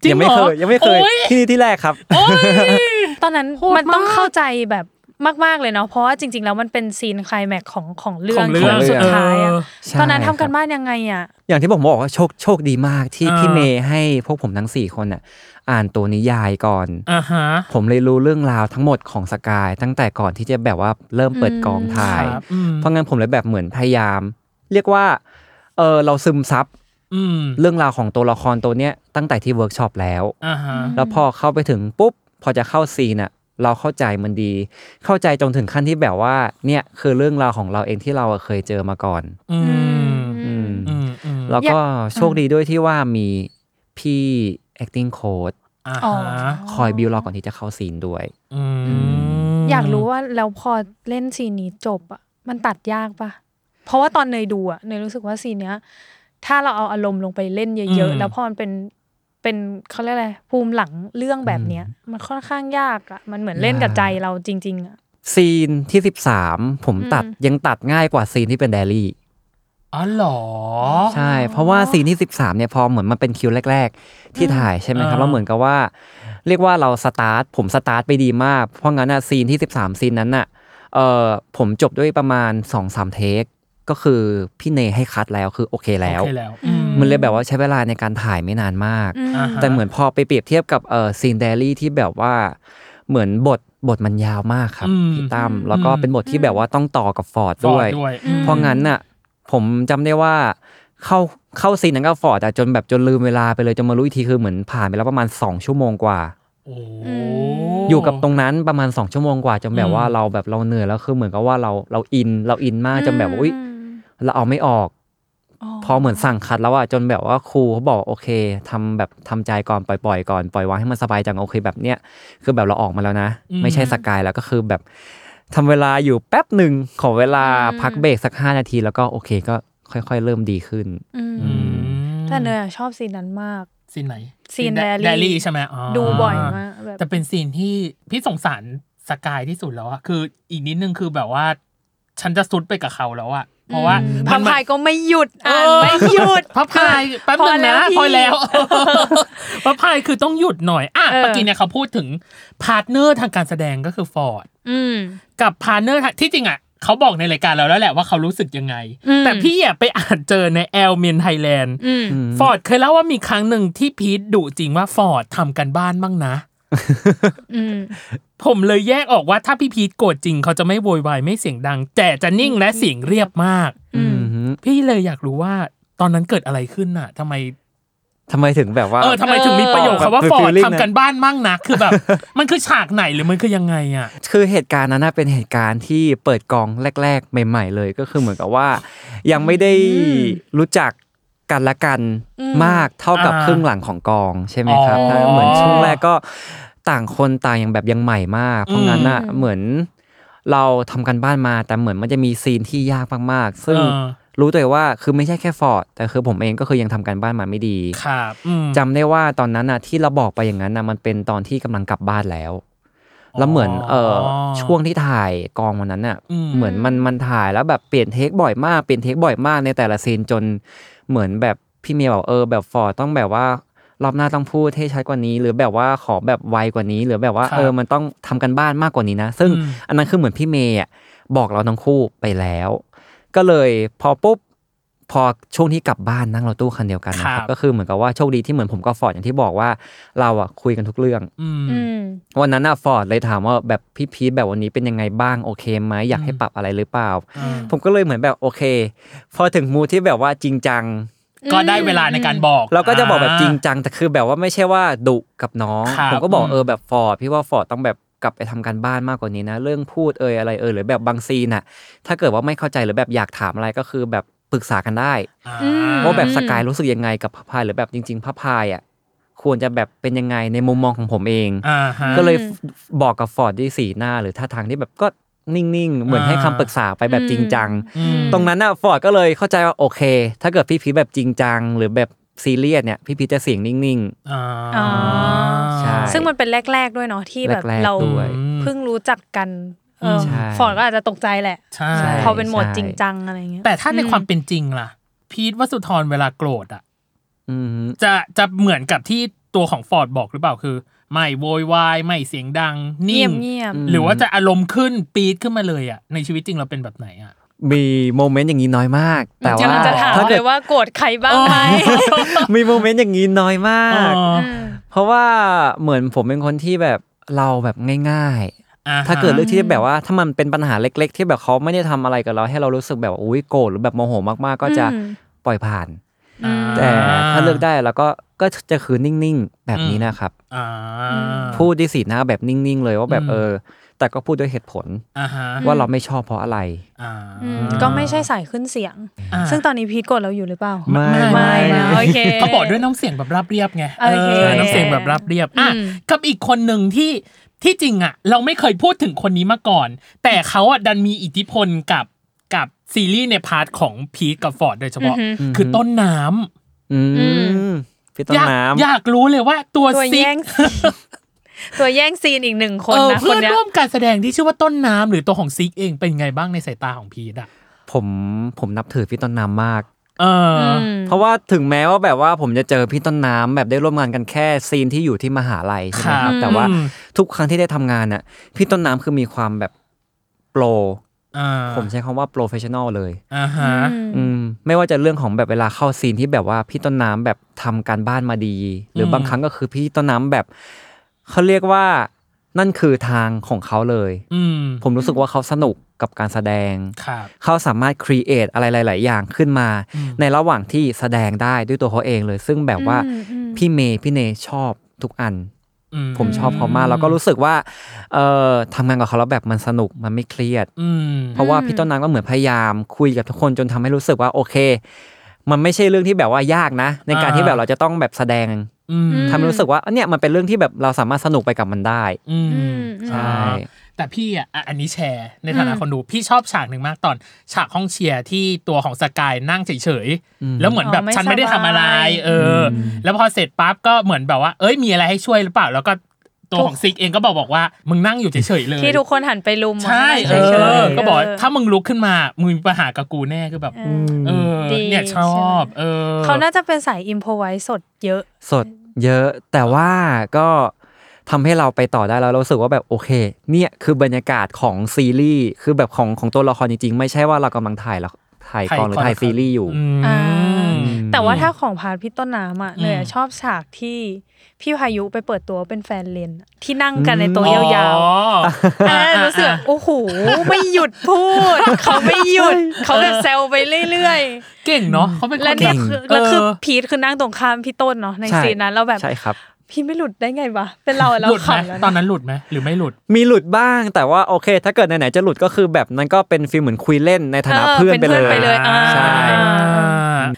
[SPEAKER 3] จริ
[SPEAKER 4] ยัง ง
[SPEAKER 3] เห
[SPEAKER 4] ไม่
[SPEAKER 3] รอ
[SPEAKER 4] เคยยังไม่เคย
[SPEAKER 3] โอ๊
[SPEAKER 4] ที่นี่ที่แรกครับ
[SPEAKER 3] โอ๊ย
[SPEAKER 2] ตอนนั้น
[SPEAKER 3] โหด
[SPEAKER 2] มันต้อง
[SPEAKER 3] มาก
[SPEAKER 2] เข้าใจแบบมาก ๆ เลยเนาะเพราะว่าจริง ๆ แล้วมันเป็นซีนไคลแม็กซ์ของของเรื่อง
[SPEAKER 3] ของเรื่อง
[SPEAKER 2] สุดท้ายอะ
[SPEAKER 3] เออ
[SPEAKER 4] ใช่
[SPEAKER 2] ตอนนั้น
[SPEAKER 4] ครั
[SPEAKER 2] ทำ
[SPEAKER 4] บ
[SPEAKER 2] กันบ้านยังไงอ่ะ
[SPEAKER 4] อย่างที่ผมบอกว่าโชคโชคดีมากที่
[SPEAKER 3] อ่า
[SPEAKER 4] พี่เมย์ให้พวกผมทั้ง 4 คนอ่ะอ่านตัวนิยายก่อน
[SPEAKER 3] อ่าฮะ
[SPEAKER 4] ผมเลยรู้เรื่องราวทั้งหมดของสกาย ตั้งแต่ก่อนที่จะแบบว่าเริ่มเปิดกองถ่าย
[SPEAKER 3] ครับอืม
[SPEAKER 4] เพราะงั้นผมเลยแบบเหมือนพยายาม เรียกว่าเออเราซึมซับ
[SPEAKER 3] อืม
[SPEAKER 4] เรื่องราวของตัวละครตัวเนี้ยตั้งแต่ที่เวิร์กช็อปแล้ว
[SPEAKER 3] อ่าฮะ
[SPEAKER 4] แล้วพอเข้าไปถึงปุ๊บ พอจะเข้าซีนอะเราเข้าใจมันดี เข้าใจจนถึงขั้นที่แบบว่า เนี่ยคือเรื่องราวของเราเองที่เราอะเคยเจอมาก่อน
[SPEAKER 3] อืม
[SPEAKER 4] อืม
[SPEAKER 3] อืมอืม
[SPEAKER 4] แล้วก็โชคดีด้วยที่ว่ามีพี่ acting coach
[SPEAKER 3] อ่า
[SPEAKER 2] อ๋อ
[SPEAKER 3] ฮะ
[SPEAKER 4] คอยบิวเราก่อนที่จะเข้าซีนด้วย
[SPEAKER 3] อืม
[SPEAKER 2] อยากรู้ว่าแล้วพอเล่นซีนนี้จบอ่ะมันตัดยากปะเพราะว่าตอนเนยดูอ่ะเนยรู้สึกว่าซีนเนี้ย ถ้าเราเอาอารมณ์ลงไปเล่นเยอะ ๆ แล้วพอมันเป็นเป็นเขาเรียกอะไรภูมิหลังเรื่องแบบเนี้ย มันค่อนข้างยากอ่ะมันเหมือนเล่นกับใจเราจริง ๆอ่ะ
[SPEAKER 4] ซีนที่ 13 ผมตัดยังตัดง่ายกว่าซีนที่เป็นแดรี่
[SPEAKER 3] อ๋อเหรอ
[SPEAKER 4] ใช่ เพราะว่าซีนที่ 13เนี่ยพอเหมือนมันเป็นคิวแรก ๆ ที่ถ่ายใช่ไหมครับ
[SPEAKER 3] อ่า
[SPEAKER 4] แล้วเหมือนกับว่า เรียกว่าเราสตาร์ทผมสตาร์ทไปดีมาก เพราะงั้นอะซีนที่ 13 ซีนนั้นอะเออผมจบด้วยประมาณ2อสามเทค ก็คือพี่เนยให้คัดแล้วคือโอเคแล้ว
[SPEAKER 3] โอเคแล้วอืม
[SPEAKER 4] มันเลยแบบว่าใช้เวลาในการถ่ายไม่นานมาก
[SPEAKER 2] อืม
[SPEAKER 3] อ่าฮะ
[SPEAKER 4] แต่เหมือนพอไปเปรียบเทียบกับเออซีนเดลี่ที่แบบว่าเหมือนบทบทมันยาวมากครับ
[SPEAKER 3] อืม
[SPEAKER 4] พี่ตั้มแล้วก็เป็นบทที่แบบว่าต้องต่อกับฟอร์ด
[SPEAKER 3] ฟอ
[SPEAKER 4] ด้ว
[SPEAKER 3] ร์
[SPEAKER 4] ย
[SPEAKER 3] ดด้วย
[SPEAKER 2] อืม
[SPEAKER 4] เพราะงั้นน่ะผมจำได้ว่าเข้าเข้าซีนนั้นก็ฟอร์ดอะจนแบบจนลืมเวลาไปเลยจนมารู้อีกทีคือเหมือนผ่านไปแล้วประมาณ 2 ชั่วโมงกว่า
[SPEAKER 3] โอ้
[SPEAKER 4] อยู่กับตรงนั้นประมาณ 2 ชั่วโมงกว่าจนแบ
[SPEAKER 3] อื
[SPEAKER 4] บ
[SPEAKER 3] ม
[SPEAKER 4] ว่าเราแบบเราเหนื่อยแล้วคือเหมือนกับว่าเราเราอินเราอินมากจนแบบว่าอุ้ยเราเอาไม่ออก
[SPEAKER 2] อ๋อ
[SPEAKER 4] พอเหมือนสั่งคัดแล้วอะจนแบบว่าครูเขาบอกว่าโอเคทำแบบทำใจก่อนปล่อยปล่อยก่อนปล่อยวางให้มันสบายจังโอเคแบบเนี้ยคือแบบเราออกมาแล้วนะ
[SPEAKER 3] อืม
[SPEAKER 4] ไม่ใช่สกายแล้วก็คือแบบทำเวลาอยู่แป๊บหนึ่งขอเวลา
[SPEAKER 2] อืม
[SPEAKER 4] พักเบรกสักห้านาที แล้วก็โอเคก็ค่อยๆ เริ่มดีขึ้น
[SPEAKER 2] อืม
[SPEAKER 4] อืม
[SPEAKER 2] แต่เนยอะชอบซีนนั้นมาก
[SPEAKER 3] ซีนไหน
[SPEAKER 2] ซีนแดรี่
[SPEAKER 3] แดรี่ใช่ไหมอ๋อ
[SPEAKER 2] ดูบ่อยมากแบบ
[SPEAKER 3] แต่เป็นซีนที่พี่สงสารสกายที่สุดแล้วอะคืออีกนิดนึงคือแบบว่า ฉันจะซุดไปกับเขาแล้วอะเพราะว่า
[SPEAKER 2] พับพายก็ไม่หยุดอ่านไม่หยุด
[SPEAKER 3] พับพายแป๊บนึงนะพอแล้ว พับพายคือต้องหยุดหน่อยอ่ะ
[SPEAKER 2] เออ
[SPEAKER 3] เมื่อกี้เนี่ยเขาพูดถึงพาร์ทเนอร์ทางการแสดงก็คือฟอร์ด
[SPEAKER 2] อืม
[SPEAKER 3] กับพาร์ทเนอร์ทางที่จริงอะเขาบอกในรายการเราแล้วแหละว่าเขารู้สึกยังไง
[SPEAKER 2] อืม
[SPEAKER 3] แต่พี่อะไปอ่านเจอในแอลเมนไทยแลนด์
[SPEAKER 2] อืม
[SPEAKER 3] ฟอร์ดเคยเล่าว่ามีครั้งหนึ่งที่พีทดุจริงว่าฟอร์ดทำกันบ้านบ้างนะ
[SPEAKER 2] อืม
[SPEAKER 3] ผมเลยแยกออกว่าถ้าพี่พีทโกรธจริงเขาจะไม่โวยวายไม่เสียงดัง แต่จะนิ่งและเสียงเรียบมาก
[SPEAKER 2] อืม
[SPEAKER 4] อืม
[SPEAKER 3] พี่เลยอยากรู้ว่าตอนนั้นเกิดอะไรขึ้นน่ะทำไม
[SPEAKER 4] ทำไมถึงแบบว่า
[SPEAKER 3] เออทำไมถึงมีประโยคคำว่า
[SPEAKER 4] แบบ
[SPEAKER 3] ฟอร์ด
[SPEAKER 4] feeling นะ
[SPEAKER 3] ทำกันบ้านมั่งนะคือ แบบ มันคือฉากไหนหรือมันคือยังไงอ่ะ
[SPEAKER 4] คือเหตุการณ์นั้นน่ะเป็นเหตุการณ์ที่เปิดกองแรก ๆ ใหม่ ๆ เลยก็คือเหมือนกับว่า ยังไม่ได้รู้จักกันและกัน
[SPEAKER 2] อืม
[SPEAKER 4] มากเท่ากับ
[SPEAKER 3] อ่า
[SPEAKER 4] ครึ่งหลังของกองใช่ไหมครับ
[SPEAKER 3] อ๋อ
[SPEAKER 4] ถ้าเหมือนช่วงแรกก็ต่างคนต่างยังแบบยังใหม่มาก เพราะงั้นน่ะ
[SPEAKER 2] อืม
[SPEAKER 4] เหมือนเราทำกันบ้านมาแต่เหมือนมันจะมีซีนที่ยากมากๆ ซึ่ง
[SPEAKER 3] อ่า
[SPEAKER 4] รู้ตัวเองว่าคือไม่ใช่แค่ฟอร์ดแต่คือผมเองก็คือยังทำกันบ้านมาไม่ดี
[SPEAKER 3] ครับอืม
[SPEAKER 4] จำได้ว่าตอนนั้นน่ะที่เราบอกไปอย่างนั้นน่ะมันเป็นตอนที่กำลังกลับบ้านแล้ว แล้วเหมือนเออช่วงที่ถ่ายกองวันนั้นน่ะ
[SPEAKER 3] อืม
[SPEAKER 4] เหมือนมันมันถ่ายแล้วแบบเปลี่ยนเทคบ่อยมากเปลี่ยนเทคบ่อยมากในแต่ละซีนจนเหมือนแบบพี่เมย์บอกเออแบบฟอร์ดต้องแบบว่ารอบหน้าต้องพูดให้ชัดกว่านี้ หรือแบบว่าขอแบบไวกว่านี้ หรือแบบว่าเออมันต้องทำกันบ้านมากกว่านี้นะ ซึ่งอันนั้นคือเหมือนพี่เมย์อ่ะบอกเราทั้งคู่ไปแล้ว ก็เลยพอปุ๊บ พอช่วงที่กลับบ้านนั่งรถตู้คันเดียวกันนะ
[SPEAKER 3] ค
[SPEAKER 4] ค
[SPEAKER 3] รั
[SPEAKER 4] รับบ ก็คือเหมือนกับว่าโชคดีที่เหมือนผมกับฟอร์ดอย่างที่บอกว่าเราอะคุยกันทุกเรื่อง
[SPEAKER 3] อืม
[SPEAKER 2] อืม
[SPEAKER 4] วันนั้นอะฟอร์ดเลยถามว่าแบบพี่พีทแบบวันนี้เป็นยังไงบ้างโอเคไหมอยากให้
[SPEAKER 3] อืม
[SPEAKER 4] ปรับอะไรหรือเปล่า
[SPEAKER 3] อ่า
[SPEAKER 4] ผมก็เลยเหมือนแบบโอเค พอถึงมูดที่แบบว่าจริงจัง
[SPEAKER 3] ก็ได้เวลาในการบอก
[SPEAKER 4] เราก็จะบอกแบบจริงจังแต่คือแบบว่าไม่ใช่ว่าดุกับน้อง
[SPEAKER 3] ครับ
[SPEAKER 4] ผมก็บอก
[SPEAKER 3] อืม
[SPEAKER 4] เออแบบฟอร์ดพี่ว่าฟอร์ดต้องแบบกลับไปทำการบ้านมากกว่านี้นะ เรื่องพูดเอยอะไรเอยหรือแบบบางซีนน่ะ ถ้าเกิดว่าไม่เข้าใจหรือแบบอยากถามอะไรก็คือแบบปรึกษากันได้
[SPEAKER 3] อ่า
[SPEAKER 2] อืม
[SPEAKER 4] ว่าแบบสกายรู้สึกยังไงกับพระพายหรือแบบจริงๆพระพายอ่ะควรจะแบบเป็นยังไงในมุมมองของผมเอง
[SPEAKER 3] อ่าฮะ
[SPEAKER 4] ก็เลยบอกกับฟอร์ดด้วยสีหน้าหรือท่าทางที่แบบก็นิ่งๆเหมือนให้คำปรึกษาไปแบบจริงจัง
[SPEAKER 3] อืม
[SPEAKER 4] ตรงนั้นน่ะฟอร์ดก็เลยเข้าใจว่าโอเค ถ้าเกิดพี่พีชแบบจริงจัง หรือแบบซีเรียสเนี่ยพี่พีชจะเสียงนิ่ง
[SPEAKER 3] อ่า
[SPEAKER 2] อ๋อ
[SPEAKER 4] ใช่
[SPEAKER 2] ซึ่งมันเป็นแรก ๆด้วยเนาะที่แบบ
[SPEAKER 4] แรกๆ
[SPEAKER 2] เรา
[SPEAKER 4] ด้วย
[SPEAKER 2] เพิ่งรู้จักกันเออ
[SPEAKER 4] ใช่
[SPEAKER 2] ฟอร์ดก็อาจจะตกใจแหละ
[SPEAKER 3] ใช่
[SPEAKER 4] ใช่
[SPEAKER 2] พอเป็นโหมดจริงจังอะไรเงี้ย
[SPEAKER 3] แต่ถ้าใน
[SPEAKER 2] อืม
[SPEAKER 3] ความเป็นจริงล่ะ พีทวสุธรเวลาโกรธอ่ะ
[SPEAKER 4] ๆอืม
[SPEAKER 3] จะจะเหมือนกับที่ตัวของฟอร์ดบอกหรือเปล่าคือ ไม่โวยวายไม่เสียงดัง
[SPEAKER 2] เงี
[SPEAKER 3] นิ่
[SPEAKER 2] ย
[SPEAKER 3] ง
[SPEAKER 2] บเงียบ
[SPEAKER 3] หรือว่าจะอารมณ์ขึ้นปี๊ดขึ้นมาเลยอ่ะในชีวิตจริงเราเป็นแบบไหนอ่ะ
[SPEAKER 4] มีโมเมนต์อย่างนี้น้อยมาก แต่
[SPEAKER 2] จะ
[SPEAKER 4] ว่า
[SPEAKER 2] จะถาม
[SPEAKER 4] ถ้า
[SPEAKER 2] เล
[SPEAKER 4] เกิด
[SPEAKER 2] ยว่าโกรธใครบ้างไหม
[SPEAKER 4] มีโมเมนต์อย่างนี้น้อยมาก
[SPEAKER 3] อ๋อ
[SPEAKER 2] ม
[SPEAKER 4] เพราะว่าเหมือนผมเป็นคนที่แบบเราแบบง่าย
[SPEAKER 3] อ่ฮะ
[SPEAKER 4] ๆ ถ้าเกิดเรื่องที่แบบว่าถ้ามันเป็นปัญหาเล็ก ๆ ที่แบบเขาไม่ได้ทำอะไรกับเราให้เรารู้สึกแบบอุ้ยโกรธหรือแบบโมโหมากๆ ก็จะ
[SPEAKER 2] อืม
[SPEAKER 4] ปล่อยผ่าน
[SPEAKER 2] อืม
[SPEAKER 4] แต่ถ้าเลือกได้เราก็ก็จะคือนิ่งๆ แบบนี้นะครับ
[SPEAKER 3] อ่า
[SPEAKER 4] พูดด้วยสีหน้าแบบนิ่ง ๆ เลยว่าแบบเออ แต่ก็พูดด้วยเหตุผล
[SPEAKER 3] อ่าฮะ
[SPEAKER 4] ว่าเราไม่ชอบเพราะอะไร
[SPEAKER 3] อ่า
[SPEAKER 2] อืมก็ไม่ใช่สายขึ้นเสียง
[SPEAKER 3] อ่า
[SPEAKER 2] ซึ่งตอนนี้พีทโกรธเราอยู่หรือเปล่า
[SPEAKER 4] ไม่
[SPEAKER 2] ไม่นะโอเค
[SPEAKER 3] เขาบอกด้วยน้ำเสียงแบบราบเรียบไง
[SPEAKER 2] โอเค
[SPEAKER 3] น้ำเสียงแบบราบเรียบอ่ะ
[SPEAKER 2] อืม
[SPEAKER 3] กับอีกคนหนึ่งที่ที่จริงอ่ะ เราไม่เคยพูดถึงคนนี้มาก่อน แต่เขาอ่ะดันมีอิทธิพลกับกับซีรีส์ในพาร์ทของพีทกับฟอร์ดโดยเฉพาะ คือต้นน้ำ
[SPEAKER 4] อืมพี่ต้น
[SPEAKER 3] อยาก
[SPEAKER 4] น้
[SPEAKER 3] อยากรู้เลยว่าตัว
[SPEAKER 2] ตัว
[SPEAKER 3] ซิก
[SPEAKER 2] แย่ง ตัวแย่งซีนอีกหนึ่งคน
[SPEAKER 3] เออ
[SPEAKER 2] นะค
[SPEAKER 3] เพื่
[SPEAKER 2] น
[SPEAKER 3] อน
[SPEAKER 2] เนี้ย
[SPEAKER 3] ร่วมการแสดงที่ชื่อว่าต้นน้ำหรือตัวของซิกเองเป็นไงบ้างในสายตาของพีทอ่ะ
[SPEAKER 4] ำผมผมนับถือพี่ต้นน้ำมาก
[SPEAKER 3] เอออ
[SPEAKER 4] เพราะว่าถึงแม้ว่าแบบว่าผมจะเจอพี่ต้นน้ำแบบได้ร่วมงานกันแค่ซีนที่อยู่ที่มหาลัยใช่ไหมค
[SPEAKER 3] ครั
[SPEAKER 4] รั
[SPEAKER 3] บบ
[SPEAKER 4] แต่ว่า
[SPEAKER 3] อืม
[SPEAKER 4] ทุกครั้งที่ได้ทำงานน่ะพี่ต้นน้ำคือมีความแบบโปร
[SPEAKER 3] อ่า
[SPEAKER 4] ผมใช้คำว่าโปรเฟชชั่นอลเลย
[SPEAKER 3] อ่าฮะ
[SPEAKER 4] อืมไม่ว่าจะเรื่องของแบบเวลาเข้าซีนที่แบบว่าพี่ต้นน้ำแบบทำการบ้านมาดี หรืออ
[SPEAKER 3] ม
[SPEAKER 4] บางครั้งก็คือพี่ต้นน้ำแบบเขาเรียกว่านั่นคือทางของเขาเลย
[SPEAKER 3] อืม
[SPEAKER 4] ผมรู้สึกว่าเขาสนุกกับการแสดง
[SPEAKER 3] ครับ
[SPEAKER 4] เขาสามารถครีเอทอะไรหลาย ๆ อย่างขึ้นมา
[SPEAKER 3] อืม
[SPEAKER 4] ในระหว่างที่แสดงได้ด้วยตัวเขาเองเลย ซึ่งแบบว่า
[SPEAKER 2] อืมอืม
[SPEAKER 4] พี่เมย์พี่เนยชอบทุกอัน
[SPEAKER 3] อื
[SPEAKER 4] ผมชอบเขามากแล้วก็รู้สึกว่าเอ่อทำงานกับเขาแล้วแบบมันสนุกมันไม่เครียด
[SPEAKER 3] อืม
[SPEAKER 4] เพราะว่าพี่ต้นน้ำก็เหมือนพยายามคุยกับทุกคนจนทำให้รู้สึกว่าโอเค มันไม่ใช่เรื่องที่แบบว่ายากนะ ในการ
[SPEAKER 3] อ่า
[SPEAKER 4] ที่แบบเราจะต้องแบบแสดง
[SPEAKER 3] อืม
[SPEAKER 4] ทำให้รู้สึกว่าเนี่ยมันเป็นเรื่องที่แบบเราสามารถสนุกไปกับมันได้
[SPEAKER 3] อืม
[SPEAKER 2] อืม
[SPEAKER 4] ใช่
[SPEAKER 3] แต่พี่อ่ะอ่ะอันนี้แชร์ ในฐานะ
[SPEAKER 2] อืม
[SPEAKER 3] คนดู พี่ชอบฉากหนึ่งมากตอน ฉากห้องเชียร์ที่ตัวของสกายนั่งเฉยๆ แล้วเหมือนแบบ
[SPEAKER 2] อ๋อไม่
[SPEAKER 3] ฉันไม่ได้ทำอะไร
[SPEAKER 2] สบาย
[SPEAKER 3] เอออแล้วพอเสร็จปั๊บก็เหมือนแบบว่า เอ้ยมีอะไรให้ช่วยหรือเปล่า แล้วก็ตัวของซิกเองก็บอกบอกว่ามึงนั่งอยู่เฉยๆเลย
[SPEAKER 2] ที่ทุกคนหันไปลุม
[SPEAKER 3] ใช่
[SPEAKER 2] เฉ
[SPEAKER 3] เอย
[SPEAKER 2] ๆ
[SPEAKER 3] อ ก็บอก
[SPEAKER 2] เ
[SPEAKER 3] ถ้ามึงลุกขึ้นมามึงมีปัญหากับกูแน่คือแบบ
[SPEAKER 2] เออ
[SPEAKER 3] เออ
[SPEAKER 2] ดี
[SPEAKER 3] เนี่ยชอบ
[SPEAKER 2] ใช่
[SPEAKER 3] เออ
[SPEAKER 2] เขาน่าจะเป็นสายอิมพอไว้สดเยอะ
[SPEAKER 4] สดเยอะแต่ว่าก็ทำให้เราไปต่อได้แล้วเรารู้สึกว่าแบบโอเค เนี่ยคือบรรยากาศของซีรีส์คือแบบของของตัวละครจริงๆ ไม่ใช่ว่าเรากำลังถ่ายละถ่ายกองหรือถ่ายซีรีส์อยู่
[SPEAKER 3] อืม
[SPEAKER 2] อ่า แต่ว่า
[SPEAKER 4] อืม
[SPEAKER 2] ถ้าของพาร์ทพี่ต้นน้ำอ่ะ
[SPEAKER 3] อืม
[SPEAKER 2] เนยอะชอบฉากที่พี่พายุไปเปิดตัวเป็นแฟนเลนอะที่นั่งกันในโต๊ะยาวๆ
[SPEAKER 3] อ๋อ
[SPEAKER 2] อันนั้นรู้สึกโอ้โหไม่หยุดพูด เขาไม่หยุด เขาแบบแซวไปเรื่อย
[SPEAKER 3] เก่งเนาะเขาเป็น
[SPEAKER 2] ๆ
[SPEAKER 3] ค
[SPEAKER 2] และ
[SPEAKER 3] น
[SPEAKER 2] เนี่ย
[SPEAKER 3] เก่ง
[SPEAKER 2] คือแล้วคือ
[SPEAKER 3] เอ
[SPEAKER 2] พีทคือนั่งตรงข้ามพี่ต้นเนาะใน
[SPEAKER 4] ใช่
[SPEAKER 2] ซีนนั้นเราแบบ
[SPEAKER 4] ใช่ครับ
[SPEAKER 2] พี่ไม่หลุดได้ไงวะเป็นเราอะเรา
[SPEAKER 3] หลุดไหม
[SPEAKER 2] ขำแล้ว
[SPEAKER 3] ตอน
[SPEAKER 2] นะ
[SPEAKER 3] นั้นหลุดไหมหรือไม่หลุด
[SPEAKER 4] มีหลุดบ้างแต่ว่าโอเค ถ้าเกิดไหนๆจะหลุดก็คือแบบนั้นก็เป็นฟีลเหมือนคุยเล่นในฐานะ
[SPEAKER 2] เออ
[SPEAKER 4] เพื่อนไป
[SPEAKER 2] เป็นเพื่อย น
[SPEAKER 4] เล
[SPEAKER 2] ไปเลยอ่า
[SPEAKER 4] ใช่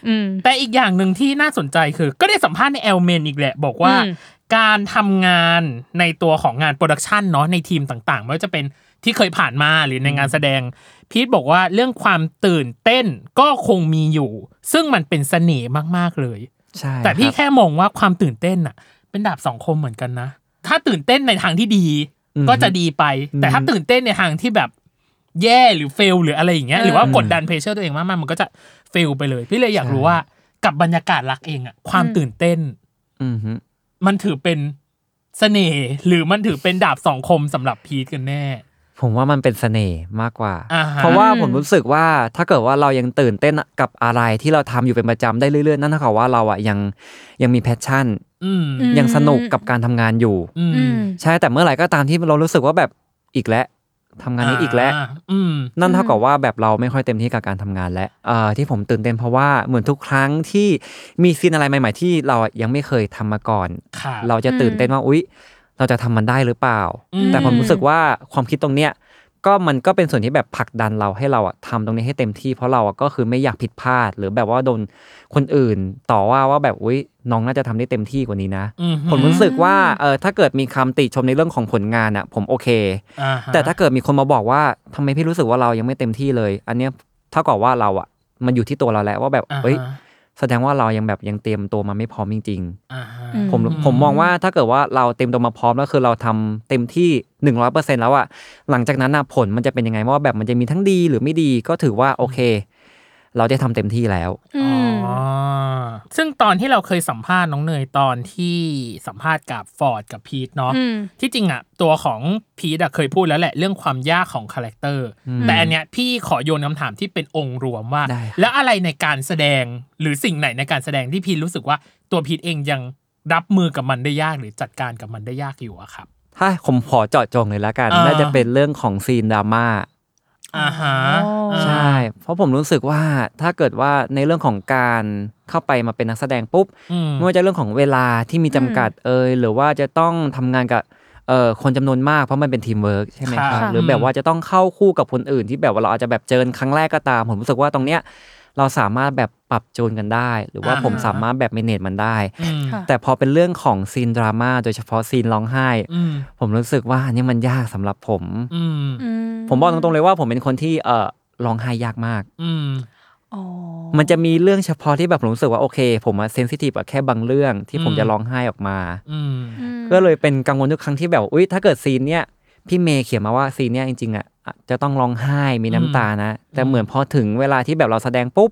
[SPEAKER 2] อืม
[SPEAKER 3] แต่อีกอย่างหนึ่งที่น่าสนใจคือ ก็ได้สัมภาษณ์ในแอลเมนอีกแหละ บอกว่า
[SPEAKER 2] อืม
[SPEAKER 3] การทำงานในตัวของงานโปรดักชันเนาะในทีมต่างๆ ไม่ว่าจะเป็นที่เคยผ่านมาหรือในงานแสดง พีทบอกว่าเรื่องความตื่นเต้นก็คงมีอยู่ ซึ่งมันเป็นเสน่ห์มากๆเลย
[SPEAKER 4] ใช่
[SPEAKER 3] แต่พี่
[SPEAKER 4] ครับ
[SPEAKER 3] แค่มองว่าความตื่นเต้นน่ะ เป็นดาบสองคมเหมือนกันนะ ถ้าตื่นเต้นในทางที่ดี
[SPEAKER 4] อืม
[SPEAKER 3] ก็จะดีไป
[SPEAKER 4] อืม
[SPEAKER 3] แต่ถ้าตื่นเต้นในทางที่แบบแย่หรือเฟลหรืออะไรอย่างเงี้ย
[SPEAKER 2] เออ
[SPEAKER 3] หรือว่ากดดันเพรสเชอร์ตัวเองมากๆมันก็จะเฟลไปเลย พี่เลยอยากรู้ว่ากับบรรยากาศรักเองอะความตื่นเต้น
[SPEAKER 4] อือฮึ
[SPEAKER 3] มันถือเป็นเสน่ห์หรือมันถือเป็นดาบสองคมสำหรับพีทกันแน่
[SPEAKER 4] ผมว่ามันเป็นเสน่ห์มากกว่า
[SPEAKER 3] อ่าฮะ
[SPEAKER 4] เพราะว่า
[SPEAKER 2] อืม
[SPEAKER 4] ผมรู้สึกว่าถ้าเกิดว่าเรายังตื่นเต้นกับอะไรที่เราทำอยู่เป็นประจำได้เรื่อยๆ นั่นเท่ากับว่าเราอ่ะยังยังมีแพชชั่น
[SPEAKER 3] อืม
[SPEAKER 2] อืม
[SPEAKER 4] ยังสนุกกับการทำงานอยู่
[SPEAKER 3] อื
[SPEAKER 2] อืม
[SPEAKER 4] ใช่แต่เมื่อไหร่ก็ตามที่เรารู้สึกว่าแบบอีกแล้วทำงานนี้อีกแล้ว
[SPEAKER 3] าอืม
[SPEAKER 4] นั่นเท่า
[SPEAKER 2] อืม
[SPEAKER 4] กับว่าแบบเราไม่ค่อยเต็มที่กับการทำงานและเอ่อที่ผมตื่นเต้นเพราะว่าเหมือนทุกครั้งที่มีซีนอะไรใหม่ ๆ ที่เรายังไม่เคยทำมาก่อน
[SPEAKER 3] ค่ะ
[SPEAKER 4] เราจะตื่นเต้นว่าอุ๊ย เราจะทำมันได้หรือเปล่า
[SPEAKER 3] อืม
[SPEAKER 4] แต่ผมรู้สึกว่าความคิดตรงเนี้ยก็มันก็เป็นส่วนที่แบบผลักดันเราให้เราอะทำตรงนี้ให้เต็มที่ เพราะเราอะก็คือไม่อยากผิดพลาด หรือแบบว่าโดนคนอื่น ต่อว่าว่าแบบอุ๊ยน้องน่าจะทำได้เต็มที่กว่านี้นะ
[SPEAKER 3] อืม
[SPEAKER 4] ผมรู้สึกว่าเออถ้าเกิดมีคำติชมในเรื่องของผลงานอะผมโอเค
[SPEAKER 3] อ่ฮะ
[SPEAKER 4] แต่ถ้าเกิดมีคนมาบอกว่าทำไมพี่รู้สึกว่าเรายังไม่เต็มที่เลย อันเนี้ยเท่ากับว่าเราอะมันอยู่ที่ตัวเราแล้วว่าแบบ
[SPEAKER 3] อ่าฮะ
[SPEAKER 4] เอ้ยแสดงว่าเรายังแบบยังเตรียมตัวมาไม่พร้อมจริง
[SPEAKER 3] อ่าฮะ
[SPEAKER 2] อืม
[SPEAKER 4] ๆ ผมผมมองว่าถ้าเกิดว่าเราเต็มตัวมาพร้อมแล้วคือเราทำเต็มที่หนึ่งร้อยเปอร์เซ็นแล้วอะหลังจากนั้นอะผลมันจะเป็นยังไงเพราะว่าแบบมันจะมีทั้งดีหรือไม่ดีก็ถือว่าโอเค เราได้ทำเต็มที่แล้ว
[SPEAKER 2] อืม
[SPEAKER 3] อ๋อซึ่งตอนที่เราเคยสัมภาษณ์น้องเนยตอนที่สัมภาษณ์กับฟอร์ดกับพีทเนาะ
[SPEAKER 2] อืม
[SPEAKER 3] ที่จริงอะตัวของพีทอะเคยพูดแล้วแหละเรื่องความยากของคาแรคเตอร์แต่อันเนี้ยพี่ขอโยนคำถามที่เป็นองค์รวมว่า
[SPEAKER 4] ได้ครับ
[SPEAKER 3] แล้วอะไรในการแสดงหรือสิ่งไหนในการแสดงที่พีทรู้สึกว่าตัวพีทเองยังรับมือกับมันได้ยากหรือจัดการกับมันได้ยากอยู่อะครับ
[SPEAKER 4] ถ้าผมขอเจาะจงเลยละกัน
[SPEAKER 3] อ่า
[SPEAKER 4] น่าจะเป็นเรื่องของซีนดราม่า
[SPEAKER 3] อ่าฮะ
[SPEAKER 2] อ๋ออ่
[SPEAKER 4] ใช่ เพราะผมรู้สึกว่าถ้าเกิดว่าในเรื่องของการเข้าไปมาเป็นนักแสดงปุ๊บ
[SPEAKER 3] อืม
[SPEAKER 4] ไม่ว่าจะเรื่องของเวลาที่มีจำกัดเอยหรือว่าจะต้องทำงานกับเอ่อคนจำนวนมากเพราะมันเป็นทีมเวิร์กใช่ไหมครับ
[SPEAKER 2] ค่ะ
[SPEAKER 4] หรือแบบว่าจะต้องเข้าคู่กับคนอื่น ที่แบบว่าเราอาจจะแบบเจอกันครั้งแรกก็ตาม ผมรู้สึกว่าตรงเนี้ยเราสามารถแบบปรับจูนกันได้ หรือว่าผมสามารถแบบเมเนจมันได้
[SPEAKER 3] อืม
[SPEAKER 2] ค่ะ
[SPEAKER 4] แต่พอเป็นเรื่องของซีนดราม่าโดยเฉพาะซีนร้องไห้
[SPEAKER 3] อืม
[SPEAKER 4] ผมรู้สึกว่าอันนี้มันยากสำหรับผม
[SPEAKER 3] อืม
[SPEAKER 2] อื
[SPEAKER 4] ผมบอกตรงๆเลยว่าผมเป็นคนที่เอ่อร้องไห้ยากมาก
[SPEAKER 3] อืม
[SPEAKER 2] อ๋อ
[SPEAKER 4] มันจะมีเรื่องเฉพาะที่แบบผมรู้สึกว่าโอเค ผมเซนซิทีฟกับแค่บางเรื่องที่ผมจะร้องไห้ออกมา
[SPEAKER 3] อืม
[SPEAKER 4] ก็เลยเป็นกังวลทุกครั้งที่แบบอุ้ยถ้าเกิดซีนเนี้ยพี่เมย์เขียนมาว่าซีนเนี้ยจริงๆอ่ะจะต้องร้องไห้มีน้ำตานะ แต่เหมือนพอถึงเวลาที่แบบเราแสดงปุ๊บ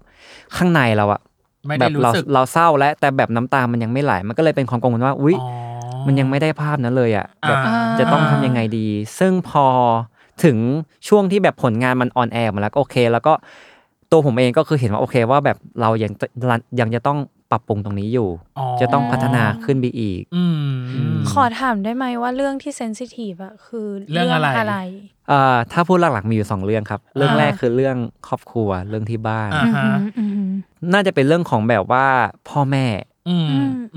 [SPEAKER 4] ข้างในเราอะ
[SPEAKER 3] ไม่
[SPEAKER 4] แบ
[SPEAKER 3] ได้
[SPEAKER 4] บ
[SPEAKER 3] รู้
[SPEAKER 4] เรา
[SPEAKER 3] สึก
[SPEAKER 4] เราเศร้าแล้วแต่แบบน้ำตามันยังไม่ไหลมันก็เลยเป็นความกังวลว่าอุ้ย
[SPEAKER 3] อ๋อ
[SPEAKER 4] มันยังไม่ได้ภาพนั้นเลยอ่ะแบบ
[SPEAKER 3] อ่า
[SPEAKER 4] จะต้องทำยังไงดี ซึ่งพอถึงช่วงที่แบบผลงานมันออนแอร์มาแล้วก็โอเค แล้วก็ตัวผมเองก็คือเห็นว่าโอเคว่าแบบเรายังจะยังจะต้องปรับปรุงตรงนี้อยู่
[SPEAKER 3] อ๋อ
[SPEAKER 4] จะต้องพัฒนาขึ้นไปอีก
[SPEAKER 3] อืม
[SPEAKER 2] ขอถามได้ไหมว่าเรื่องที่เซนซิทีฟอะคือ
[SPEAKER 3] เรื่องอะไร
[SPEAKER 4] เอ่อถ้าพูดหลักๆมีอยู่สองเรื่องครับ เรื่อง
[SPEAKER 3] อ่า
[SPEAKER 4] แรกคือเรื่องครอบครัวเรื่องที่บ้าน
[SPEAKER 3] อ่า
[SPEAKER 2] อืม
[SPEAKER 3] ฮะ
[SPEAKER 2] อืม
[SPEAKER 4] น่าจะเป็นเรื่องของแบบว่าพ่อแม่
[SPEAKER 3] อืม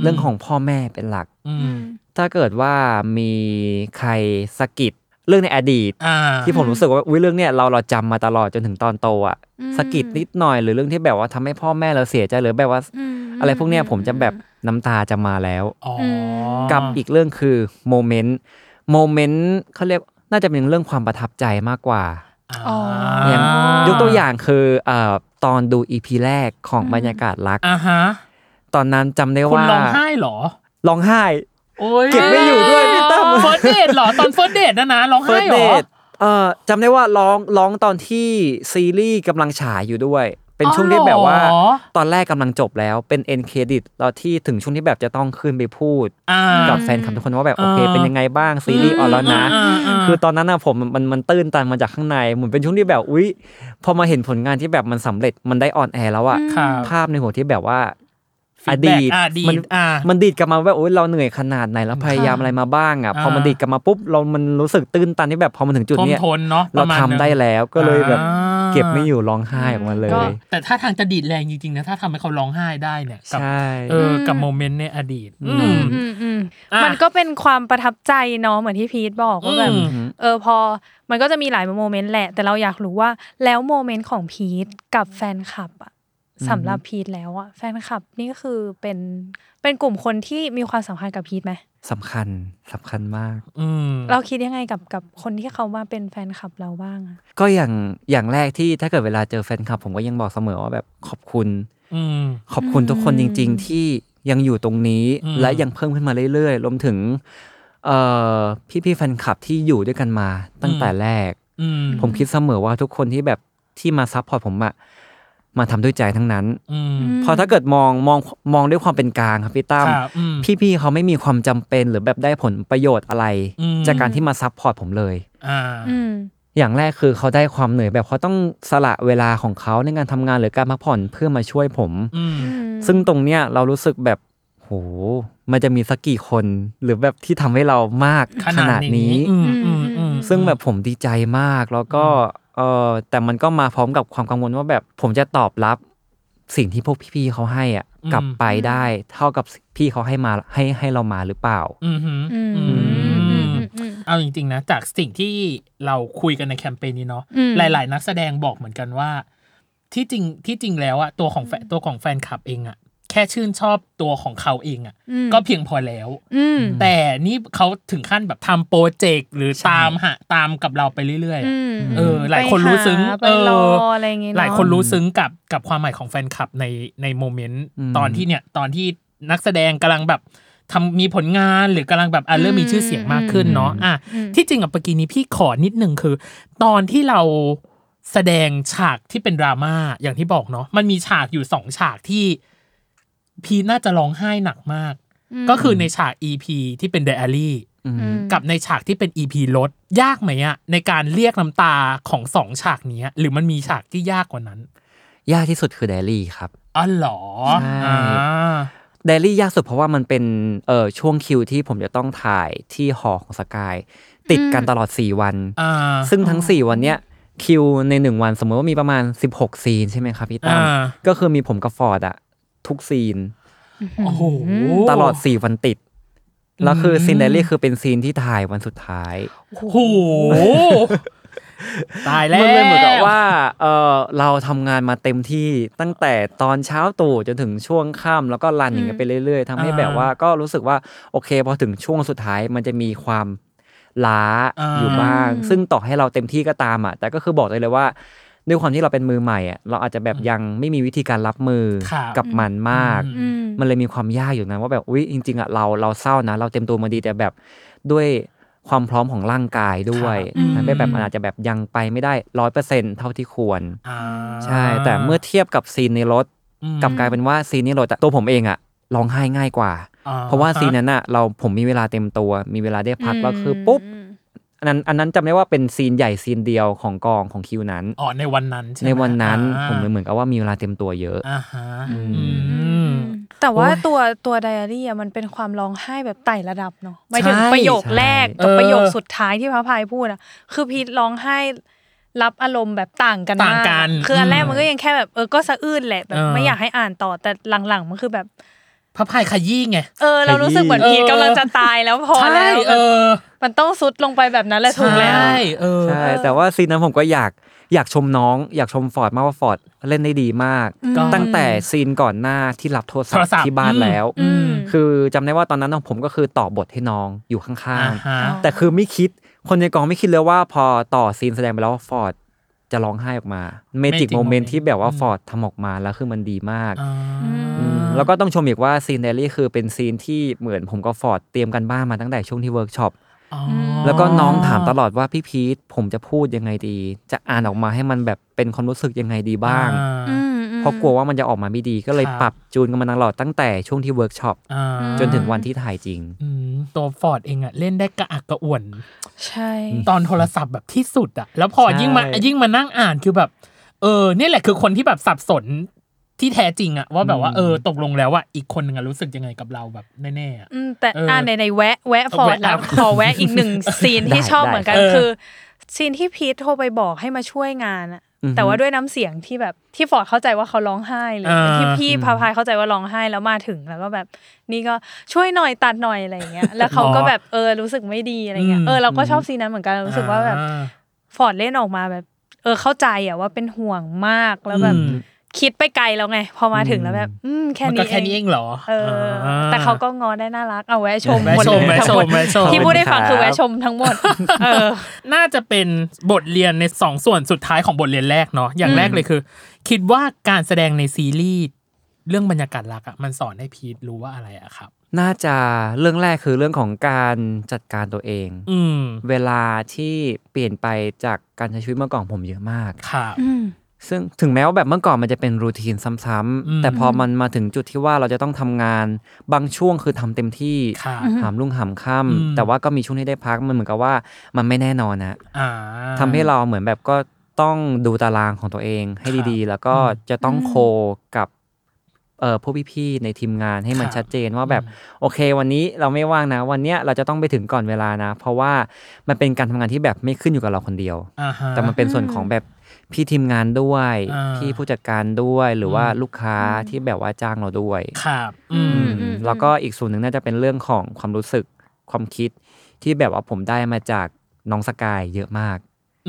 [SPEAKER 4] เรื่องของพ่อแม่เป็นหลัก
[SPEAKER 3] อื
[SPEAKER 2] อื
[SPEAKER 3] ม
[SPEAKER 2] ม
[SPEAKER 4] ถ้าเกิดว่ามีใครสะกิดเรื่องในอดีต
[SPEAKER 3] อ่า
[SPEAKER 4] ที่ผมรู้สึกว่าอุ้ยเรื่องเนี้ยเราเราจำมาตลอดจนถึงตอนโตอ่ะ
[SPEAKER 2] อืม
[SPEAKER 4] สะกิดนิดหน่อยหรือเรื่องที่แบบว่าทำให้พ่อแม่เราเสียใจหรือแบบว่า
[SPEAKER 2] ม
[SPEAKER 4] อะไรพวกเนี้ยผมจะแบบน้ำตาจะมาแล้ว
[SPEAKER 3] อ๋อ
[SPEAKER 4] กับอีกเรื่องคือโมเมนต์โมเมนต์เขาเรียกน่าจะเป็นเรื่องความประทับใจมากกว่า
[SPEAKER 2] อ๋อ
[SPEAKER 4] อย่าง
[SPEAKER 2] อ่าย
[SPEAKER 4] กตัวอย่างคือเอ่อตอนดูอีพีแรกของ
[SPEAKER 2] อืม
[SPEAKER 4] บรรยากาศรัก
[SPEAKER 3] อ่าฮะ
[SPEAKER 4] ตอนนั้นจำได้
[SPEAKER 3] คุณ
[SPEAKER 4] ว่า
[SPEAKER 3] ร้องไห้เหรอ
[SPEAKER 4] ร้องไห้
[SPEAKER 3] โอ้ย
[SPEAKER 4] เก็บไม่อยู่ด้วยพี่ตั้ม
[SPEAKER 3] เฟิร์สเดทเหรอ ตอนเฟิร์สเดทนะนะร้องไห้
[SPEAKER 4] เฟิร์ส
[SPEAKER 3] เหร
[SPEAKER 4] เด
[SPEAKER 3] อ
[SPEAKER 4] ทเอ่อจำได้ว่าร้องร้องตอนที่ซีรีส์กำลังฉายอยู่ด้วย เป็นช่วงที่แบบว่า
[SPEAKER 3] อ๋อเหรอ
[SPEAKER 4] ตอนแรกกำลังจบแล้วเป็นเอ็นเครดิตตอนที่ถึงช่วงที่แบบจะต้องขึ้นไปพูด
[SPEAKER 3] อ่า
[SPEAKER 4] กับแฟนคลับทุกคนว่าแบบ
[SPEAKER 3] อ่า
[SPEAKER 4] โอเค เป็นยังไงบ้างซีรีส์ออนแล้วนะ
[SPEAKER 3] อ่าา
[SPEAKER 4] คือตอนนั้นอะผมมันมันมันตื้นตันมาจากข้างในเหมือนเป็นช่วงที่แบบอุ๊ยพอมาเห็นผลงานที่แบบมันสำเร็จมันได้ออนแอร์แล้วอะ
[SPEAKER 3] ครับ
[SPEAKER 4] ภาพในหัวที่แบบว่า อ
[SPEAKER 3] Feedback
[SPEAKER 4] ดีต
[SPEAKER 3] อ่ะอดีต
[SPEAKER 4] มัน
[SPEAKER 3] อ่ะ
[SPEAKER 4] มันดีดกลับมาว่าโอ๊ยเราเหนื่อยขนาดไหนแล้วพยายามอะไรมาบ้างอ่ะพอมันดีดกลับมาปุ๊บเรามันรู้สึกตื้นตันที่แบบพอมันถึงจุด
[SPEAKER 3] ท่วม
[SPEAKER 4] เนี้ย
[SPEAKER 3] ทนเนาะป
[SPEAKER 4] เรา
[SPEAKER 3] ระมณ
[SPEAKER 4] ทำได้
[SPEAKER 3] หนึ่ง
[SPEAKER 4] แล้วก็เลยแบบ
[SPEAKER 3] อ่า
[SPEAKER 4] เก็บไม่อยู่ร้องไห้ออกมาเล
[SPEAKER 3] ก็
[SPEAKER 4] ย
[SPEAKER 3] แต่ถ้าทางจะดีดแรงจริงๆนะถ้าทำให้เขาร้องไห้ได้เนี่ยกับ
[SPEAKER 4] ใช่
[SPEAKER 3] เออกับโมเมนต์ในอดีต อืม
[SPEAKER 2] อืมอืม
[SPEAKER 3] อ่ะ
[SPEAKER 2] มันก็เป็นความประทับใจเนาะเหมือนที่พีทบอกว่าแบบ
[SPEAKER 3] อืม
[SPEAKER 2] เออพอมันก็จะมีหลายโมเมนต์แหละ แต่เราอยากรู้ว่าแล้วโมเมนต์ของพีทกับแฟนคลับอะสำหรับพีทแล้วอะแฟนคลับนี่คือเป็นเป็นกลุ่มคนที่มีความสำคัญกับพีทไหม
[SPEAKER 4] สำคัญสำคัญมาก
[SPEAKER 3] อืม
[SPEAKER 2] เราคิดยังไงกับกับคนที่เขามาเป็นแฟนคลับเราบ้างอะ
[SPEAKER 4] ก็อย่างอย่างแรกที่ถ้าเกิดเวลาเจอแฟนคลับ ผมก็ยังบอกเสมอว่าแบบขอบคุณ
[SPEAKER 3] อืม
[SPEAKER 4] ขอบคุณทุกคนจริง ๆ ที่ยังอยู่ตรงนี้
[SPEAKER 3] อืม
[SPEAKER 4] และยังเพิ่มขึ้นมาเรื่อยๆรวมถึงเอ่อพี่ๆแฟนคลับที่อยู่ด้วยกันมาตั้งแต่แรก
[SPEAKER 3] อืม
[SPEAKER 4] ผมคิดเสมอว่าทุกคนที่แบบที่มาซัพพอร์ตผมอะ มาทำด้วยใจทั้งนั้น
[SPEAKER 3] อืม
[SPEAKER 4] พอถ้าเกิดมองมองมองด้วยความเป็นกลางครับพี่ตั้ม
[SPEAKER 3] ครับอืม
[SPEAKER 4] พี่ๆเขาไม่มีความจำเป็นหรือแบบได้ผลประโยชน์อะไร
[SPEAKER 3] อืม
[SPEAKER 4] จากการที่มาซัพพอร์ตผมเลย
[SPEAKER 3] อ่า
[SPEAKER 2] อืม
[SPEAKER 4] อย่างแรกคือเขาได้ความเหนื่อยแบบเขาต้องสละเวลาของเขาในการทำงานหรือการพักผ่อนเพื่อมาช่วยผม
[SPEAKER 3] อืม
[SPEAKER 4] ซึ่งตรงเนี้ยเรารู้สึกแบบโหมันจะมีสักกี่คนหรือแบบที่ทำให้เรามาก
[SPEAKER 3] ขนาดนี้ อืมอืมอืม
[SPEAKER 4] ซึ่งแบบผมดีใจมากแล้วก็เออแต่มันก็มาพร้อมกับความกังวลว่าแบบผมจะตอบรับสิ่งที่พวกพี่ๆเขาให้อ่ะ
[SPEAKER 3] อืม
[SPEAKER 4] กลับไปได้ เท่ากับพี่เขาให้มาให้ให้เรามาหรือเปล่า
[SPEAKER 3] อืมหืม
[SPEAKER 2] อืม
[SPEAKER 3] อื
[SPEAKER 2] อื
[SPEAKER 3] ม
[SPEAKER 2] มอืม
[SPEAKER 3] เอาจริง ๆ นะ จากสิ่งที่เราคุยกันในแคมเปญนี้เนาะ
[SPEAKER 2] อืม
[SPEAKER 3] หลาย ๆ นักแสดงบอกเหมือนกันว่า ที่จริงที่จริงแล้วอะตัวของแฟนตัวของแฟนคลับเองอะแค่ชื่นชอบตัวของเขาเองอะ
[SPEAKER 2] อืม
[SPEAKER 3] ก็เพียงพอแล้ว
[SPEAKER 2] อืม
[SPEAKER 3] แต่นี่เขาถึงขั้นแบบทำโปรเจกต์หรือตามหาตามกับเราไปเรื่อยๆอะ
[SPEAKER 2] อืม
[SPEAKER 3] เออหลายคนรู้ซึ้ง
[SPEAKER 2] ไปรออะไรอย่างเงี้ยเอะ
[SPEAKER 3] หลายคนรู้ซึ้งกับกับความหมายของแฟนคลับในในโมเมนต์
[SPEAKER 4] อืม
[SPEAKER 3] ตอนที่เนี่ยตอนที่นักแสดงกำลังแบบทำมีผลงานหรือกำลังแบบอ่ะเริ่มมีชื่อเสียงมากขึ้นเนาะอ่ะ
[SPEAKER 2] อืม
[SPEAKER 3] ที่จริงอ่ะปกีนี้พี่ขอนิดนึงคือ ตอนที่เราแสดงฉากที่เป็นดราม่าอย่างที่บอกเนาะมันมีฉากอยู่สองฉากที่พีทน่าจะร้องไห้หนักมาก ก็คือในฉาก EP ที่เป็นไดอารี่
[SPEAKER 4] อืม
[SPEAKER 2] อืม
[SPEAKER 3] กับในฉากที่เป็น EP ลดยากไหมอะในการเรียกน้ำตาของสองฉากเนี้ย หรือมันมีฉากที่ยากกว่านั้น
[SPEAKER 4] ยากที่สุดคือไดอารี่ครับ
[SPEAKER 3] อ๋อเหรอ
[SPEAKER 4] ใช่
[SPEAKER 3] อ่า
[SPEAKER 4] ไดอารี่ยากสุดเพราะว่ามันเป็นเอ่อช่วงคิวที่ผมจะต้องถ่ายที่หอของสกาย ติดกันตลอด 4 วัน
[SPEAKER 3] อ่า
[SPEAKER 4] ซึ่งทั้ง 4 วันเนี้ยคิวใน 1 วันสมมติว่ามีประมาณ 16 ซีนใช่ไหมครับพี่ตั้ม
[SPEAKER 3] อ่า
[SPEAKER 4] ก็คือมีผมกับฟอร์ดอะทุกซีน
[SPEAKER 3] โอ้โห
[SPEAKER 4] ตลอด 4 วันติด แล้วคืออ
[SPEAKER 3] ม
[SPEAKER 4] ซีนไดอารี่คือเป็นซีนที่ถ่ายวันสุดท้าย
[SPEAKER 3] โอ้โหตายแล้ว
[SPEAKER 4] มันเลยเหมือนกับว่าเออเราทำงานมาเต็มที่ตั้งแต่ตอนเช้าตรู่จนถึงช่วงค่ำแล้วก็รันอย่างเงี้ยไปเรื่อยๆทำให้แบบว่าก็รู้สึกว่าโอเคพอถึงช่วงสุดท้ายมันจะมีความล้า
[SPEAKER 3] อ่า
[SPEAKER 4] อยู่บ้าง ซึ่งต่อให้เราเต็มที่ก็ตามอ่ะแต่ก็คือบอกได้เลยว่าด้วยความที่เราเป็นมือใหม่อ่ะเราอาจจะแบบยังไม่มีวิธีการรับมือ
[SPEAKER 3] ครับ
[SPEAKER 4] กับมันมาก
[SPEAKER 2] อืม
[SPEAKER 4] มันเลยมีความยากอยู่นะว่าแบบอุ๊ยจริง ๆอ่ะเราเราเศร้านะ เราเต็มตัวมาดีแต่แบบด้วยความพร้อมของร่างกายด้วย
[SPEAKER 3] ครับอืม
[SPEAKER 4] ทำให้แบบมันอาจจะแบบยังไปไม่ได้ร้อยเปอร์เซ็นเท่าที่ควร
[SPEAKER 3] อ่า
[SPEAKER 4] ใช่ แต่เมื่อเทียบกับซีนในรถ
[SPEAKER 3] อืม
[SPEAKER 4] กลับกลายเป็นว่าซีนในรถอะตัวผมเองอะร้องไห้ง่ายกว่า
[SPEAKER 3] อ่
[SPEAKER 4] เพราะว่าซีนนั้นอะเราผมมีเวลาเต็มตัว มีเวลาได้พักแล้วคือปุ๊บอันนั้นอันนั้นจำได้ว่าเป็นซีนใหญ่ซีนเดียวของกองของคิวนั้น
[SPEAKER 3] อ๋อในวันนั้นช่ไหม
[SPEAKER 4] ในวันนั้น
[SPEAKER 3] อ่า
[SPEAKER 4] ผมเลยเหมือนกับว่ามีเวลาเต็มตัวเยอะ
[SPEAKER 3] อ่าฮะ
[SPEAKER 4] อืม
[SPEAKER 3] อืม
[SPEAKER 2] แต่ว่า
[SPEAKER 3] โอ้ย
[SPEAKER 2] ตัวตัวไดอารี่อะมันเป็นความร้องไห้แบบไต่ระดับเนาะหมายถึง
[SPEAKER 3] ใช่
[SPEAKER 2] ประโยคแรก
[SPEAKER 3] ใช่
[SPEAKER 2] กับประโยค
[SPEAKER 3] เออ
[SPEAKER 2] สุดท้ายที่พระพายพูดอะคือพีทร้องไห้รับอารมณ์แบบต่างกัน
[SPEAKER 3] ต่าง
[SPEAKER 2] ม
[SPEAKER 3] กัน
[SPEAKER 2] คืออันแรก
[SPEAKER 3] อืม
[SPEAKER 2] มันก็ยังแค่แบบเออก็สะอื้นแหละแบบ
[SPEAKER 3] เออ
[SPEAKER 2] ไม่อยากให้อ่านต่อแต่หลังๆมันคือแบบ
[SPEAKER 3] พระพายขยี้ไง
[SPEAKER 2] เออ เรารู้สึกเหมือน
[SPEAKER 3] เออ
[SPEAKER 2] พีทกำลังจะตายแล้วพอแล้
[SPEAKER 3] ใช่
[SPEAKER 2] ว
[SPEAKER 3] เออ
[SPEAKER 2] มันต้องซุดลงไปแบบนั้นแหละถูกแล้ว
[SPEAKER 3] ใช่เออ
[SPEAKER 4] ใช่แต่ว่าซีนนั้นผมก็อยากอยากชมน้อง อยากชมฟอร์ดมากว่าฟอร์ดเล่นได้ดีมาก
[SPEAKER 3] ก็
[SPEAKER 4] ตั้งแต่ซีนก่อนหน้าที่รับโทรศัพ
[SPEAKER 3] โทร
[SPEAKER 4] ท์
[SPEAKER 3] ศัพท์
[SPEAKER 4] ที่บ้า
[SPEAKER 3] อื
[SPEAKER 4] น
[SPEAKER 3] ม
[SPEAKER 4] แล้ว
[SPEAKER 2] อืม
[SPEAKER 4] คือจำได้ว่าตอนนั้นผมก็คือต่อบทให้น้องอยู่ข้าง
[SPEAKER 3] อ่าฮะ
[SPEAKER 4] ๆ แต่คือไม่คิดคนในกองไม่คิดเลยว่าพอต่อซีนแสดงไปแล้วว่าฟอร์ดจะร้องไห้ออกมาเมจิ
[SPEAKER 3] Magic
[SPEAKER 4] กโมเมน
[SPEAKER 3] moment
[SPEAKER 4] ต์ที่แบบว่า
[SPEAKER 3] อืม
[SPEAKER 4] ฟอร์ดทำออกมาแล้วคือมันดีมาก
[SPEAKER 3] อ่า
[SPEAKER 4] อืมแล้วก็ต้องชมอีกว่าซีนเดลี่คือเป็นซีนที่เหมือนผมกับฟอร์ดเตรียมกันบ้านมาตั้งแต่ช่วงที่เวิร์กช็อป
[SPEAKER 3] อ๋อ
[SPEAKER 4] แล้วก็น้องถามตลอดว่าพี่พีทผมจะพูดยังไงดี จะอ่านออกมาให้มันแบบเป็นความรู้สึกยังไงดีบ้าง
[SPEAKER 2] ม
[SPEAKER 3] อ่า
[SPEAKER 2] อืม
[SPEAKER 4] เพราะกลัวว่ามันจะออกมาไม่ดีก็เลย
[SPEAKER 3] ครับ
[SPEAKER 4] ปรับจูนกันมาตลอดตั้งแต่ช่วงที่เวิร์กช็อป
[SPEAKER 3] อ่า
[SPEAKER 4] จนถึงวันที่ถ่ายจริง
[SPEAKER 3] อืมตัวฟอร์ดเองอะเล่นได้กระอักกระอ่วน
[SPEAKER 2] ใช่
[SPEAKER 3] ตอนโทรศัพท์แบบที่สุดอะแล้วพอ
[SPEAKER 4] ใช่
[SPEAKER 3] ยิ่งมายิ่งมานั่งอ่านคือแบบ เออเนี่ยแหละคือคนที่แบบสับสนที่แท้จริงอะว่าแบบว่าเออตกลงแล้วอะอีกคนหนึงอะรู้สึกยังไงกับเราแบบแน่ๆอะ
[SPEAKER 2] อืมแต่
[SPEAKER 3] เอออ่
[SPEAKER 2] อ่านในในแวะแวะฟอร์ด
[SPEAKER 3] แวะ
[SPEAKER 2] แล้ว
[SPEAKER 3] อ่ะ
[SPEAKER 2] ขอแวะอีกห นึ่ง ซีนที่
[SPEAKER 4] ได้
[SPEAKER 2] ชอบเหมือนกัน
[SPEAKER 3] ได้
[SPEAKER 2] คือซีนที่พีทโทรไปบอกให้มาช่วยงานอะ
[SPEAKER 4] อือฮึ
[SPEAKER 2] แต่ว่าด้วยน้ำเสียงที่แบบที่ฟอร์ดเข้าใจว่าเขาร้องไห้เลย
[SPEAKER 3] อ่า
[SPEAKER 2] ที่พี่พาพายเข้าใจว่าร้องไห้แล้วมาถึงแล้วก็แบบ นี่ก็ช่วยหน่อยตัดหน่อยอะไรอย่างเงี้ ยแล้วเขาก็แบบเออรู้สึกไม่ดีอะไรเงี้ยเออเราก็ชอบซีนนั้นเหมือนกันเรารู้สึกว่าแบบ
[SPEAKER 3] อ่
[SPEAKER 2] ฟอร์ดเล่นออกมาแบบ เออเข้าใจอะว่าเป็นห่วงมากแล้วแบบ
[SPEAKER 3] อืม
[SPEAKER 2] คิดไปไกลแล้วไง พอมาถึงแล้วแบบ อืมแค่
[SPEAKER 3] มันก็
[SPEAKER 2] นี้
[SPEAKER 3] แค่นี้เองเหรอ
[SPEAKER 2] เอออ
[SPEAKER 3] า
[SPEAKER 2] แต่เขาก็งอได้น่ารัก เอาแวะชม
[SPEAKER 3] แวะชม
[SPEAKER 2] หด
[SPEAKER 3] แวะชมแวะชม
[SPEAKER 2] ที่พูดได้ฟังคือแวะชมทั้งหมด เออ
[SPEAKER 3] น่าจะเป็นบทเรียนในสองส่วนสุดท้ายของบทเรียนแรกเนาะอย่างแรกเลยคือ คิดว่าการแสดงในซีรีส์เรื่องบรรยากาศรักอะมันสอนให้พีทรู้ว่าอะไรอะครับ
[SPEAKER 4] น่าจะเรื่องแรกคือเรื่องของการจัดการตัวเอง
[SPEAKER 3] อืม
[SPEAKER 4] เวลาที่เปลี่ยนไปจากการใช้ชีวิตเมื่อก่อนผมเยอะมาก
[SPEAKER 3] ครับ
[SPEAKER 4] ซึ่งถึงแม้ว่าแบบเมื่อก่อนมันจะเป็นรูทีนซ้ำ
[SPEAKER 3] อื
[SPEAKER 4] ๆ
[SPEAKER 3] ม
[SPEAKER 4] แต่พอมันมาถึงจุดที่ว่าเราจะต้องทำงานบางช่วงคือทำเต็มที่
[SPEAKER 3] ค่ะ
[SPEAKER 4] หามรุ่งหามค่
[SPEAKER 3] อืม
[SPEAKER 4] ำแต่ว่าก็มีช่วงที่ได้พักมันเหมือนกับว่ามันไม่แน่นอนนะ
[SPEAKER 3] อ่า
[SPEAKER 4] ทำให้เราเหมือนแบบก็ต้องดูตารางของตัวเองให้
[SPEAKER 3] ครับ
[SPEAKER 4] ดีๆ แล้วก็
[SPEAKER 3] อืม
[SPEAKER 4] จะต้อง
[SPEAKER 2] อืม
[SPEAKER 4] โคกับเอ่อผู้พี่ๆในทีมงานให้มัน
[SPEAKER 3] ครับ
[SPEAKER 4] ชัดเจนว่าแบบ
[SPEAKER 3] อืม
[SPEAKER 4] โอเค วันนี้เราไม่ว่างนะ วันเนี้ยเราจะต้องไปถึงก่อนเวลานะ เพราะว่ามันเป็นการทำงานที่แบบไม่ขึ้นอยู่กับเราคนเดียว
[SPEAKER 3] อ่าฮะ
[SPEAKER 4] แต่มันเป็นส่วนของแบบพี่ทีมงานด้วย
[SPEAKER 3] อ่า
[SPEAKER 4] พี่ผู้จัดการด้วยหรือว่า
[SPEAKER 3] อืม
[SPEAKER 4] ลูกค้าที่แบบว่าจ้างเราด้วย
[SPEAKER 3] ครับอืม
[SPEAKER 2] อืม
[SPEAKER 4] อืมแล้วก็อีกส่วนหนึ่งน่าจะเป็นเรื่องของความรู้สึกความคิดที่แบบว่าผมได้มาจากน้องสกายเยอะมาก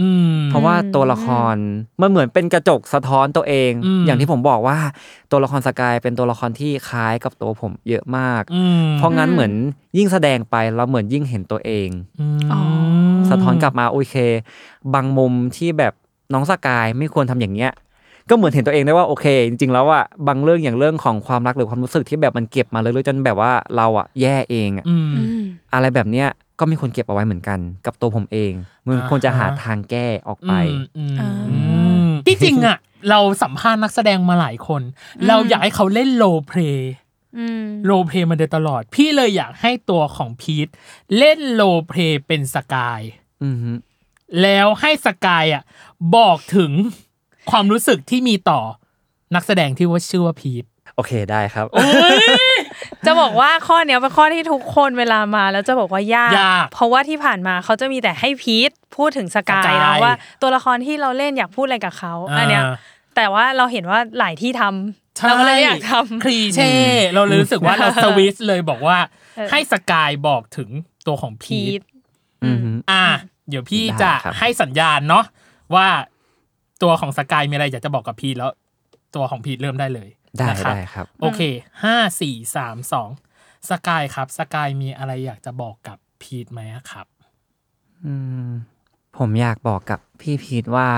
[SPEAKER 3] อืม
[SPEAKER 4] เพราะว่าตัวละครมันเหมือนเป็นกระจกสะท้อนตัวเอง
[SPEAKER 3] อืม
[SPEAKER 4] อย่างที่ผมบอกว่าตัวละครสกายเป็นตัวละครที่คล้ายกับตัวผมเยอะมาก
[SPEAKER 3] อืม
[SPEAKER 4] เพราะงั้นเหมือนยิ่งแสดงไปเราเหมือนยิ่งเห็นตัวเอง
[SPEAKER 3] อืม
[SPEAKER 2] อ๋อ
[SPEAKER 4] สะท้อนกลับมาโอเค บางมุมที่แบบน้องสกายไม่ควรทำอย่างเงี้ย ก็เหมือนเห็นตัวเองได้ว่าโอเค จริงๆแล้วอะบางเรื่องอย่างเรื่องของความรักหรือความรู้สึกที่แบบมันเก็บมาเรื่อยๆจนแบบว่าเราอะแย่เองอะ
[SPEAKER 3] อืม
[SPEAKER 2] อืม
[SPEAKER 4] อะไรแบบเนี้ยก็มีคนเก็บเอาไว้เหมือนกัน กับตัวผมเองมัน
[SPEAKER 3] อ่า
[SPEAKER 4] ควรจะหาทางแก้ออกไป
[SPEAKER 3] อืม
[SPEAKER 2] อ่า
[SPEAKER 3] อืมที่จริงอ่ะ เราสัมภาษณ์นักแสดงมาหลายคน
[SPEAKER 2] อืม
[SPEAKER 3] เราอยากให้เขาเล่นโลเพล
[SPEAKER 2] อืม
[SPEAKER 3] โลเพลมันโดยตลอด พี่เลยอยากให้ตัวของพีทเล่นโลเพลเป็นสกาย
[SPEAKER 4] อือฮึ
[SPEAKER 3] แล้วให้สกายอ่ะ บอกถึงความรู้สึกที่มีต่อนักแสดงที่ว่าชื่อว่าพีท
[SPEAKER 4] โอเคได้ครับ
[SPEAKER 2] จะบอกว่าข้อเนี้ยเป็นข้อที่ทุกคนเวลามาแล้วจะบอกว่ายาก
[SPEAKER 3] ยาก
[SPEAKER 2] เพราะว่าที่ผ่านมาเขาจะมีแต่ให้พีทพูดถึงสกา
[SPEAKER 3] ส
[SPEAKER 2] ย
[SPEAKER 3] กาย
[SPEAKER 2] แล้วว่า ตัวละครที่เราเล่นอยากพูดอะไรกับเขา
[SPEAKER 3] อ่า
[SPEAKER 2] อันเนี้ยแต่ว่าเราเห็นว่าหลายที่ทำเราก็เลยอยากทำ
[SPEAKER 3] คลี เช่เราเลยรู้สึกว่าเราสวิสเลยบอกว่า
[SPEAKER 2] เออ
[SPEAKER 3] ให้สกายบอกถึงตัวของพี
[SPEAKER 2] พี
[SPEAKER 3] ท
[SPEAKER 2] ท
[SPEAKER 4] อือฮึ
[SPEAKER 3] อ่ะเดี๋ยวพี่
[SPEAKER 4] ได้
[SPEAKER 3] จะ
[SPEAKER 4] ครับ
[SPEAKER 3] ให้สัญญาณเนาะว่าตัวของสกายมีอะไรอยากจะบอกกับพีทแล้ว ตัวของพีทเริ่มได้เลย
[SPEAKER 4] ได้
[SPEAKER 3] นะครับ
[SPEAKER 4] ได้ครับ
[SPEAKER 3] โอเคห้าสี่สามสองสกายครับสกายมีอะไรอยากจะบอกกับพีทไหมอะครับ
[SPEAKER 4] อืมผมอยากบอกกับพี่พีทว่า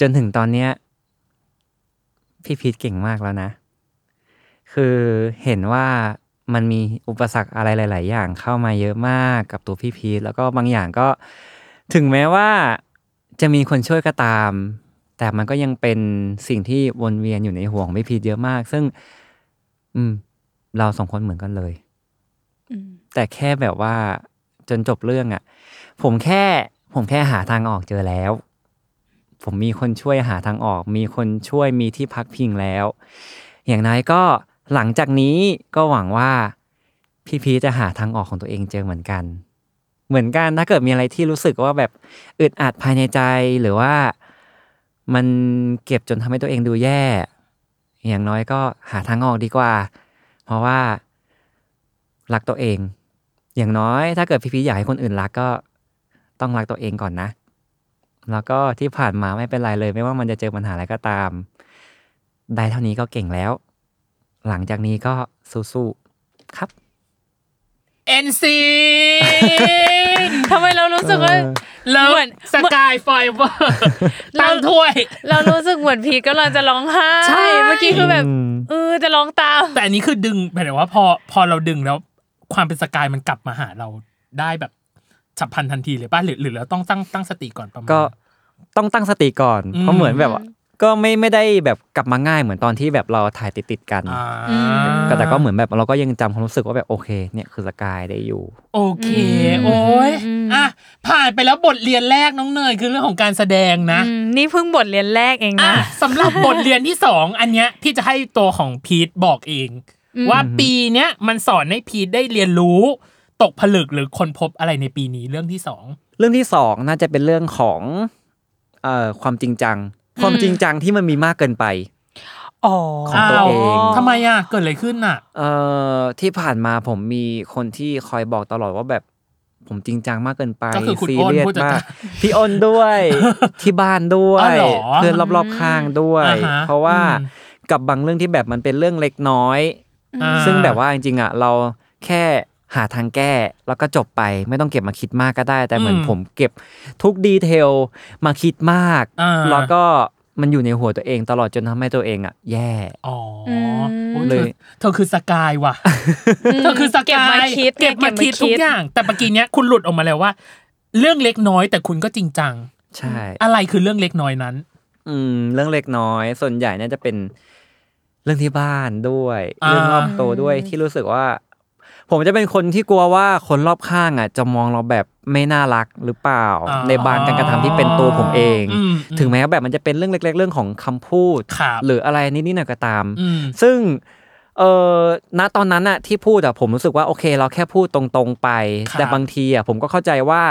[SPEAKER 4] จนถึงตอนเนี้ย พี่พีทเก่งมากแล้วนะ คือเห็นว่ามันมีอุปสรรคอะไรหลาย ๆ อย่างเข้ามาเยอะมากกับตัวพี่พีทแล้วก็บางอย่างก็ ถึงแม้ว่าจะมีคนช่วยก็ตาม แต่มันก็ยังเป็นสิ่งที่วนเวียนอยู่ในหัวของพี่พีทเยอะมาก ซึ่ง อืม เราสองคนเหมือนกันเลย แต่แค่แบบว่าจนจบเรื่องอะ่ะ ผมแค่ผมแค่หาทางออกเจอแล้ว ผมมีคนช่วยหาทางออก มีคนช่วยมีที่พักพิงแล้ว อย่างน้อยก็หลังจากนี้ก็หวังว่า พี่พีชจะหาทางออกของตัวเองเจอเหมือนกัน เหมือนกันถ้าเกิดมีอะไรที่รู้สึกว่าแบบอึดอัดภายในใจหรือว่ามันเก็บจนทำให้ตัวเองดูแย่ อย่างน้อยก็หาทางออกดีกว่า เพราะว่า รักตัวเอง อย่างน้อยถ้าเกิดพี่พีชอยากให้คนอื่นรักก็ต้องรักตัวเองก่อนนะ แล้วก็ที่ผ่านมาไม่เป็นไรเลย ไม่ว่ามันจะเจอปัญหาอะไรก็ตาม ได้เท่านี้ก็เก่งแล้ว หลังจากนี้ก็สู้ๆครับ
[SPEAKER 3] NC
[SPEAKER 2] ทำไมเรารู้สึกว่า
[SPEAKER 3] เลิ
[SPEAKER 2] เหมื
[SPEAKER 3] ฟ
[SPEAKER 2] อน
[SPEAKER 3] สกายไฟเวอร์ตั้งถ้วย
[SPEAKER 2] เรารู้สึกเหมือนพีทกำลังจะร้องไห้
[SPEAKER 3] ใช่
[SPEAKER 2] เมื่อกี้คือแบบ
[SPEAKER 4] อืม
[SPEAKER 2] เออจะร้องตาม
[SPEAKER 3] แต่อันนี้คือดึงหมายถึงว่าพอพอเราดึงแล้ว ความเป็นสกายมันกลับมาหาเราได้แบบฉับพลันทันทีเลยป่ะหรือหรือเราต้องตั้งตั้งสติก่อนประมาณ
[SPEAKER 4] ก็ต้องตั้งสติก่อน
[SPEAKER 3] อืม
[SPEAKER 4] เพราะเหมือนแบบว่าก็ไม่ไม่ได้แบบกลับมาง่ายเหมือนตอนที่แบบเราถ่ายติดติดๆกัน
[SPEAKER 3] อ่า
[SPEAKER 2] อืม
[SPEAKER 4] ก็แต่ก็เหมือนแบบเราก็ยังจำความรู้สึกว่าแบบโอเค เนี่ยคือสกายได้อยู่
[SPEAKER 3] โอเค
[SPEAKER 2] อืม
[SPEAKER 3] โอ้ย
[SPEAKER 2] อืม
[SPEAKER 3] อ่ะ ผ่านไปแล้วบทเรียนแรกน้องเนยคือเรื่องของการแสดงนะ
[SPEAKER 2] อืมนี่เพิ่งบทเรียนแรกเอง
[SPEAKER 3] อ่ะ
[SPEAKER 2] นะ
[SPEAKER 3] สำหรับบทเรียนที่สองอันเนี้ยพี่จะให้ตัวของพีทบอกเอง
[SPEAKER 2] อืม
[SPEAKER 3] ว่าปีเนี้ยมันสอนให้พีทได้เรียนรู้ ตกผลึกหรือคนพบอะไรในปีนี้เรื่องที่สอง
[SPEAKER 4] เรื่องที่สองน่าจะเป็นเรื่องของเอ่อความจริงจัง ความจริงจังที่มันมีมากเกินไป
[SPEAKER 2] อ๋อ
[SPEAKER 4] ของตัวเอง
[SPEAKER 3] ทำไมอ่ะ เกิดอะไรขึ้นอ่ะ
[SPEAKER 4] เอ่อที่ผ่านมาผมมีคนที่คอยบอกตลอดว่าแบบผมจริงจังมากเกินไป
[SPEAKER 3] ก็คือคุณ
[SPEAKER 4] ซี
[SPEAKER 3] อ้น
[SPEAKER 4] เรียส
[SPEAKER 3] ผู้จัด
[SPEAKER 4] มา
[SPEAKER 3] การ
[SPEAKER 4] ก พี่อ้นด้วย ที่บ้านด้วย
[SPEAKER 3] อ๋อเหรอ
[SPEAKER 4] เพื่อนรอบๆข้างด้วย
[SPEAKER 3] อ่าฮะ
[SPEAKER 4] เพราะว่า
[SPEAKER 3] อืม
[SPEAKER 4] กับบางเรื่องที่แบบมันเป็นเรื่องเล็กน้อย
[SPEAKER 3] อ่า
[SPEAKER 4] ซึ่งแบบว่าจริงๆอ่ะเราแค่หาทางแก้แล้วก็จบไปไม่ต้องเก็บมาคิดมากก็ได้ แต่เหมือนผมเก็บทุกดีเทลมาคิดมาก
[SPEAKER 3] อ่า
[SPEAKER 4] แล้วก็มันอยู่ในหัวตัวเองตลอดจนทำให้ตัวเองอ่ะ แย่
[SPEAKER 3] อ๋ออ
[SPEAKER 2] ม
[SPEAKER 3] โอ้ย
[SPEAKER 4] เล
[SPEAKER 3] เธอย เธอคือสกายว่ะ
[SPEAKER 2] ม
[SPEAKER 3] เธอคือส
[SPEAKER 2] เก็บ
[SPEAKER 3] กาย
[SPEAKER 2] มาคิด
[SPEAKER 3] เก็บมาคิดทุกอย่าง แต่เมื่อกี้เนี้ยคุณหลุดออกมาแล้วว่า เรื่องเล็กน้อยแต่คุณก็จริงจัง
[SPEAKER 4] ใช่
[SPEAKER 3] อะไรคือเรื่องเล็กน้อยนั้น
[SPEAKER 4] อืม เรื่องเล็กน้อย ส่วนใหญ่น่าจะเป็นเรื่องที่บ้านด้วย เรื่องรอบตัวด้วยที่รู้สึกว่า ผมจะเป็นคนที่กลัวว่าคนรอบข้างอ่ะ จะมองเราแบบไม่น่ารักหรือเปล่า
[SPEAKER 3] อ๋อ
[SPEAKER 4] ในบางการกระทำที่เป็นตัวผมเอง
[SPEAKER 3] อืมอืม
[SPEAKER 4] ถึงแม้ว่าแบบมันจะเป็นเรื่องเล็ก ๆ เรื่องของคำพูด
[SPEAKER 3] ครับ
[SPEAKER 4] หรืออะไรนิดๆหน่อยๆก็ตาม
[SPEAKER 3] อืม
[SPEAKER 4] ซึ่งเออณตอนนั้นอะที่พูดอะผมรู้สึกว่าโอเคเราแค่พูดตรงๆไป
[SPEAKER 3] ครับ
[SPEAKER 4] แต่บางทีอะผมก็เข้าใจว่า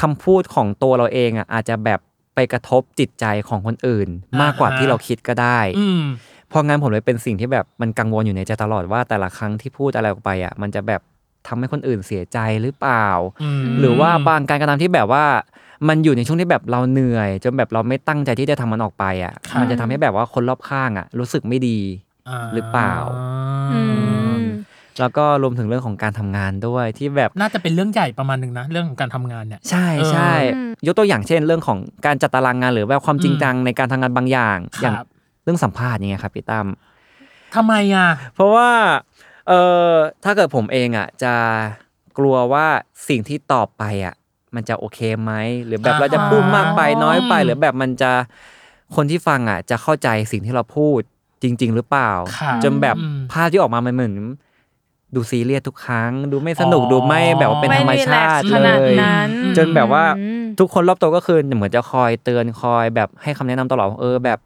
[SPEAKER 4] คำพูดของตัวเราเองอะอาจจะแบบไปกระทบจิตใจของคนอื่น มากกว่า
[SPEAKER 3] อ่าฮะ
[SPEAKER 4] ที่เราคิดก็ได้
[SPEAKER 3] อืม
[SPEAKER 4] เพราะงั้นผมเลยเป็นสิ่งที่แบบมันกังวลอยู่ในใจตลอดว่าแต่ละครั้งที่พูดอะไรออกไปอะมันจะแบบทำให้คนอื่นเสียใจหรือเปล่า
[SPEAKER 3] อืม
[SPEAKER 4] หรือว่าบางการกระทำที่แบบว่า มันอยู่ในช่วงที่แบบเราเหนื่อย จนแบบเราไม่ตั้งใจที่จะทำมันออกไปอะ
[SPEAKER 3] ครับ
[SPEAKER 4] มันจะทำให้แบบว่าคนรอบข้างอะรู้สึกไม่ดี หรือเปล่า
[SPEAKER 2] อืม
[SPEAKER 4] แล้วก็รวมถึงเรื่องของการทำงานด้วยที่แบบ
[SPEAKER 3] น่าจะเป็นเรื่องใหญ่ประมาณหนึ่งนะ เรื่องของการทำงานเนี่ย
[SPEAKER 4] ใช่ใช่
[SPEAKER 2] อืม
[SPEAKER 4] ยกตัวอย่างเช่น เรื่องของการจัดตารางงานหรือแบบความจริงจังในการทำงานบางอย่าง
[SPEAKER 3] ครับ
[SPEAKER 4] อย่างเรื่องสัมภาษณ์อย่างเงี้ยครับพี่ตั้ม
[SPEAKER 3] ทำไมอ่ะ
[SPEAKER 4] เพราะว่าเออถ้าเกิดผมเองอ่ะจะกลัวว่าสิ่งที่ตอบไปอ่ะมันจะโอเคไหมหรือแบบ
[SPEAKER 3] อ่า
[SPEAKER 4] เราจะพูดมากไปน้อยไป
[SPEAKER 3] อืม
[SPEAKER 4] หรือแบบมันจะคนที่ฟังอ่ะจะเข้าใจสิ่งที่เราพูดจริง ๆ หรือเปล่า
[SPEAKER 3] ครับ
[SPEAKER 4] จนแบบ
[SPEAKER 3] อืม
[SPEAKER 4] ภาพที่ออกมามันเหมือน ดูซีเรียสทุกครั้ง ดูไม่สนุก
[SPEAKER 3] อ๋อ
[SPEAKER 4] ดูไม่แบบว่าเป็นธรรม
[SPEAKER 2] ไรีแล
[SPEAKER 4] ชาก
[SPEAKER 2] ซ์
[SPEAKER 4] ติ
[SPEAKER 2] ข
[SPEAKER 4] เล
[SPEAKER 2] นาด
[SPEAKER 4] ย
[SPEAKER 2] นั้น
[SPEAKER 4] จนแบบว่า
[SPEAKER 2] อืม
[SPEAKER 4] ทุกคนรอบตัวก็คือเหมือนจะคอยเตือนคอยแบบให้คำแนะนำตลอดว่าเออแบบ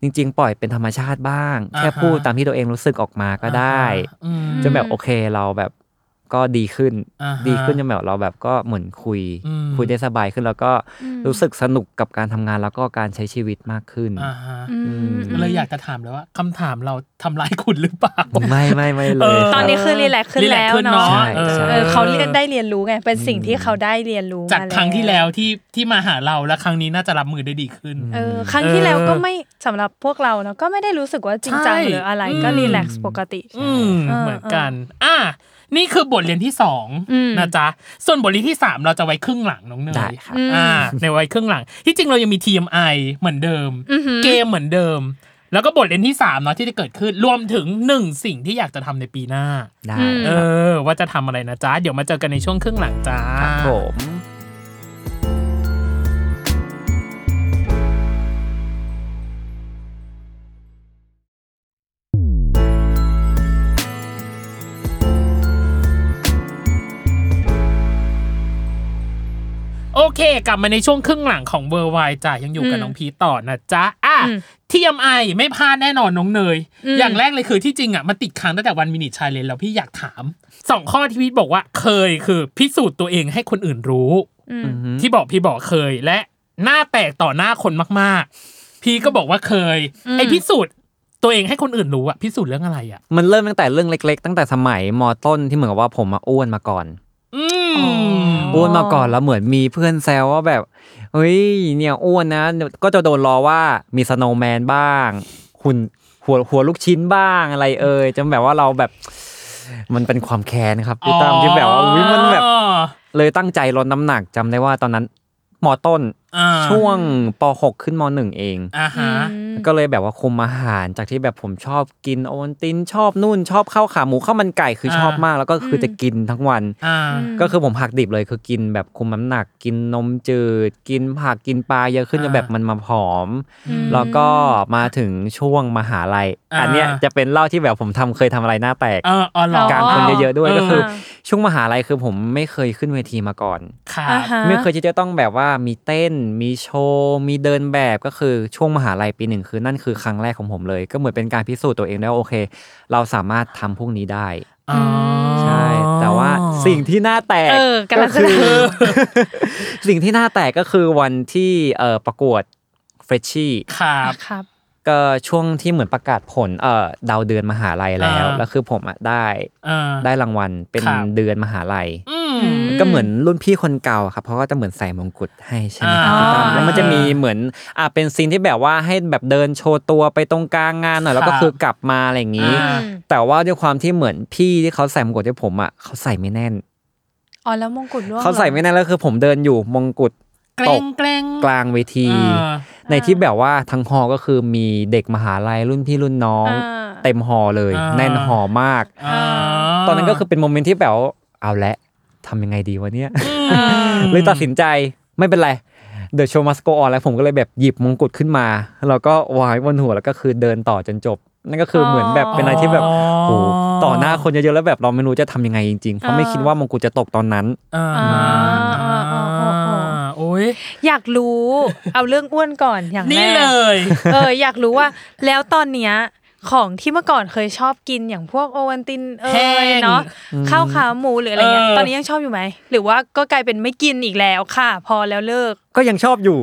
[SPEAKER 4] จริง ๆ ปล่อยเป็นธรรมชาติบ้าง แค่
[SPEAKER 3] อ่าฮะ
[SPEAKER 4] พูดตามที่ตัวเองรู้สึกออกมาก็ได้
[SPEAKER 3] อืม
[SPEAKER 4] จนแบบโอเคเราแบบก็ดีขึ้น
[SPEAKER 3] อ่าฮะ
[SPEAKER 4] ดีขึ้นจนแบบเราแบบก็เหมือนคุย
[SPEAKER 3] อืม
[SPEAKER 4] คุยได้สบายขึ้นแล้วก็
[SPEAKER 2] อืม
[SPEAKER 4] รู้สึกสนุกกับการทำงานแล้วก็การใช้ชีวิตมากขึ้น
[SPEAKER 3] อ่าฮะ
[SPEAKER 2] อืม
[SPEAKER 4] อืม
[SPEAKER 3] เลยอยากจะถามเลยว่าคำถามเราทำร้ายคุณหรือเปล่า
[SPEAKER 4] ไม่ไม่ไม่เล
[SPEAKER 3] เอย อ
[SPEAKER 4] ครับ
[SPEAKER 2] ตอนนี้คือรีแลกซ์ขึ้นแล้วเนาะ
[SPEAKER 3] รีแลกซ์ขึ้
[SPEAKER 4] เนอะใช่
[SPEAKER 2] เออเขาเรียนได้เรียนรู้ไง เป็นสิ่งที่เขาได้เรียนรู้ม
[SPEAKER 3] จากครั้งที่แล้วที่ที่มาหาเราและครั้งนี้น่าจะรับมือได้ดีขึ้น
[SPEAKER 2] เออครั้งที่แล้วก็ไม่สำหรับพวกเราเนาะก็ไม่ได้รู้สึกว่าจริงจัง
[SPEAKER 3] ใช่
[SPEAKER 2] หรืออะไร
[SPEAKER 3] อืม
[SPEAKER 2] ก็รีแลกซ์ปกติ
[SPEAKER 3] อืม
[SPEAKER 2] เออ
[SPEAKER 3] เหมือนกัน อ่ะนี่คือบทเรียนที่สอง
[SPEAKER 2] อืม
[SPEAKER 3] นะจ๊ะ ส่วนบทเรียนที่สามเราจะไว้ครึ่งหลังน้องเนย
[SPEAKER 4] ได้ครับ
[SPEAKER 2] อืม
[SPEAKER 3] อ่าในวัยเครื่องหลัง ที่จริงเรายังมี TMI เหมือนเดิม
[SPEAKER 2] อือหือ
[SPEAKER 3] เกมเหมือนเดิม แล้วก็บทเรียนที่3เนาะที่จะเกิดขึ้นรวมถึงหนึ่งสิ่งที่อยากจะทำในปีหน้า
[SPEAKER 4] ได้
[SPEAKER 2] อืม
[SPEAKER 3] เออ ว่าจะทำอะไรนะจ๊ะ เดี๋ยวมาเจอกันในช่วงครึ่งหลังจ้า
[SPEAKER 4] ครับผม
[SPEAKER 3] โอเค กลับมาในช่วงครึ่งหลังของเวอร์ไวจ้ะยังอยู่กับ
[SPEAKER 2] อืม
[SPEAKER 3] น้องพีทต่อนะจ๊ะอ่ะ
[SPEAKER 2] อืม
[SPEAKER 3] TMI ไม่พลาดแน่นอนน้องเนย
[SPEAKER 2] อืม
[SPEAKER 3] อย่างแรกเลยคือที่จริงอ่ะมันติดค้างตั้งแต่วันมินิชาเลนแล้วพี่อยากถามสองข้อที่พีทบอกว่าเคยคือพิสูจน์ตัวเองให้คนอื่นรู้
[SPEAKER 2] อืม
[SPEAKER 3] ที่บอกพี่บอกเคยและหน้าแตกต่อหน้าคนมากๆ พี่ก็บอกว่าเคย
[SPEAKER 2] อืม
[SPEAKER 3] ไอพิสูจน์ตัวเองให้คนอื่นรู้อะพิสูจน์เรื่องอะไรอะ
[SPEAKER 4] มันเริ่มตั้งแต่เรื่องเล็ก ๆ ตั้งแต่สมัยมต้นที่เหมือนกับว่าผมมาอ้วนมาก่อน
[SPEAKER 3] อืม
[SPEAKER 2] อ๋อ
[SPEAKER 4] อ้วนมาก่อนแล้วเหมือนมีเพื่อนแซวว่าแบบเฮ้ยเนี่ยอ้วนนะก็จะโดนล้อว่ามีสโนว์แมนบ้าง หุ่นหัวหัวลูกชิ้นบ้างอะไรเอ่ยจนแบบว่าเราแบบ มันเป็นความแค้นครับพี่ตั้มที่แบบว่าอุ๊ยมันแบบเลยตั้งใจลดน้ำหนักจำได้ว่าตอนนั้นมต้น
[SPEAKER 3] อ่า
[SPEAKER 4] ช่วงป .6 ขึ้นม .1 เอง
[SPEAKER 3] อ่าฮะ
[SPEAKER 4] ก็เลยแบบว่าคุมอาหารจากที่แบบผมชอบกินโอวัลตินชอบนู่นชอบข้าวขาหมูข้าวมันไก่คืออา ชอบมาก แล้วก็คือจะกินทั้งวัน
[SPEAKER 3] อ่า
[SPEAKER 4] ก็คือผมหักดิบเลยคือกินแบบคุมน้ำหนัก กินนมจืด กินผักกินปลาเยอะขึ้น
[SPEAKER 3] อ่า
[SPEAKER 4] จนแบบมันมาผอม
[SPEAKER 2] อืม
[SPEAKER 4] แล้วก็มาถึงช่วงมหาลัย
[SPEAKER 3] อ่า
[SPEAKER 4] อันเนี้ยจะเป็นเล่าที่แบบผมทำเคยทำอะไรหน้าแตก
[SPEAKER 3] เอออ๋อเหรอ
[SPEAKER 2] ก
[SPEAKER 4] กลางคนเยอะๆด้วย
[SPEAKER 3] เออ
[SPEAKER 4] ก็คือช่วงมหาลัยคือผมไม่เคยขึ้นเวทีมาก่อน
[SPEAKER 3] ค่ะ
[SPEAKER 2] อ่าฮะ
[SPEAKER 4] ไม่เคยที่จะต้องแบบว่ามีเต้น มีโชว์ มีเดินแบบก็คือช่วงมหาลัยปีหนึ่งคือนั่นคือครั้งแรกของผมเลย ก็เหมือนเป็นการพิสูจน์ตัวเองได้ว่าโอเค เราสามารถทำพวกนี้ได้
[SPEAKER 3] อ๋อ
[SPEAKER 4] ใช่ แต่ว่าสิ่งที่น่าแตก
[SPEAKER 2] เออกำลังจะ
[SPEAKER 4] สิ่งที่น่าแตกก็คือวันที่เอ่อประกวดเฟรชชี่
[SPEAKER 3] ครับ
[SPEAKER 2] ครับ
[SPEAKER 4] ก็ช่วงที่เหมือนประกาศผลเอ่อดาวเดือนมหาลัยแล้ว
[SPEAKER 3] อ่า
[SPEAKER 4] แล้วคือผมอะได้
[SPEAKER 3] อ่า
[SPEAKER 4] ได้รางวัลเป็น
[SPEAKER 3] ครับ
[SPEAKER 4] เดือนมหาลัย
[SPEAKER 3] อืม
[SPEAKER 4] ก็เหมือนรุ่นพี่คนเก่าอะครับเพราะก็จะเหมือนใส่มงกุฎให้ใช่ไหมครับ
[SPEAKER 3] อ่า
[SPEAKER 4] พี่ตั้มแล้วมันจะมี
[SPEAKER 3] อ่า
[SPEAKER 4] เหมือนอ่าเป็นซีนที่แบบว่าให้แบบเดินโชว์ตัวไปตรงกลางงานหน่อยแล้วก็
[SPEAKER 3] ครับ
[SPEAKER 4] คือกลับมาอะไรอย่างนี้
[SPEAKER 3] อ่า
[SPEAKER 4] แต่ว่าด้วยความที่เหมือนพี่ที่เขาใส่มงกุฎให้ผมอ่ะเขาใส่ไม่แน่น
[SPEAKER 2] อ๋อแล้วมงกุฎร่วง
[SPEAKER 4] เขาใส่
[SPEAKER 2] ห
[SPEAKER 4] ไม่
[SPEAKER 2] รอ
[SPEAKER 4] แน่นแล้วคือผมเดินอยู่มงกุฎ
[SPEAKER 3] เกร
[SPEAKER 4] ต
[SPEAKER 3] ง
[SPEAKER 4] ก
[SPEAKER 3] เกรง
[SPEAKER 4] กลางเวที
[SPEAKER 3] อ่า
[SPEAKER 4] ในที่แบบว่าทั้งหอก็คือมีเด็กมหาลัยรุ่นพี่รุ่นน้อง
[SPEAKER 2] อ่า
[SPEAKER 4] เต็มหอเลย
[SPEAKER 3] อ่า
[SPEAKER 4] แน่นหอมาก
[SPEAKER 3] อ่า
[SPEAKER 4] ตอนนั้นก็คือเป็นโมเมนต์ที่แบบ ว่าเอาละทำยังไงดีวะเนี่ย
[SPEAKER 3] อืม
[SPEAKER 4] เลยตัดสินใจไม่เป็นไร The Show Must Go On แล้วผมก็เลยแบบหยิบมงกุฎขึ้นมา แล้วก็วางไว้บนหัวแล้วก็คือเดินต่อจนจบ นั่นก็คือเหมือนแบบเป็นอะไรที่แบบ
[SPEAKER 3] อ๋อ
[SPEAKER 4] โหต่อหน้าคนเยอะๆแล้วแบบเราไม่รู้จะทำยังไงจริงๆเพราะไม่คิดว่ามงกุฎจะตกตอนนั้น
[SPEAKER 3] อ่า
[SPEAKER 2] อ่าอ่าอ่าอ่าอ่า
[SPEAKER 3] โอ้ย
[SPEAKER 2] อยากรู้ เอาเรื่องอ้วนก่อนอย่างแรก
[SPEAKER 3] นี่เลย
[SPEAKER 2] เอออยากรู้ว่า แล้วตอนเนี้ยของที่เมื่อก่อนเคยชอบกินอย่างพวกโอวันตินเอ
[SPEAKER 3] แห้
[SPEAKER 2] ย
[SPEAKER 3] ง
[SPEAKER 2] เนาะข้าวขาหมูหรืออะไรเงี้ย
[SPEAKER 3] เออ
[SPEAKER 2] ตอนนี้ยังชอบอยู่ไหม หรือว่าก็กลายเป็นไม่กินอีกแล้วค่ะ พอแล้วเลิก
[SPEAKER 4] ก็ยังชอบอยู่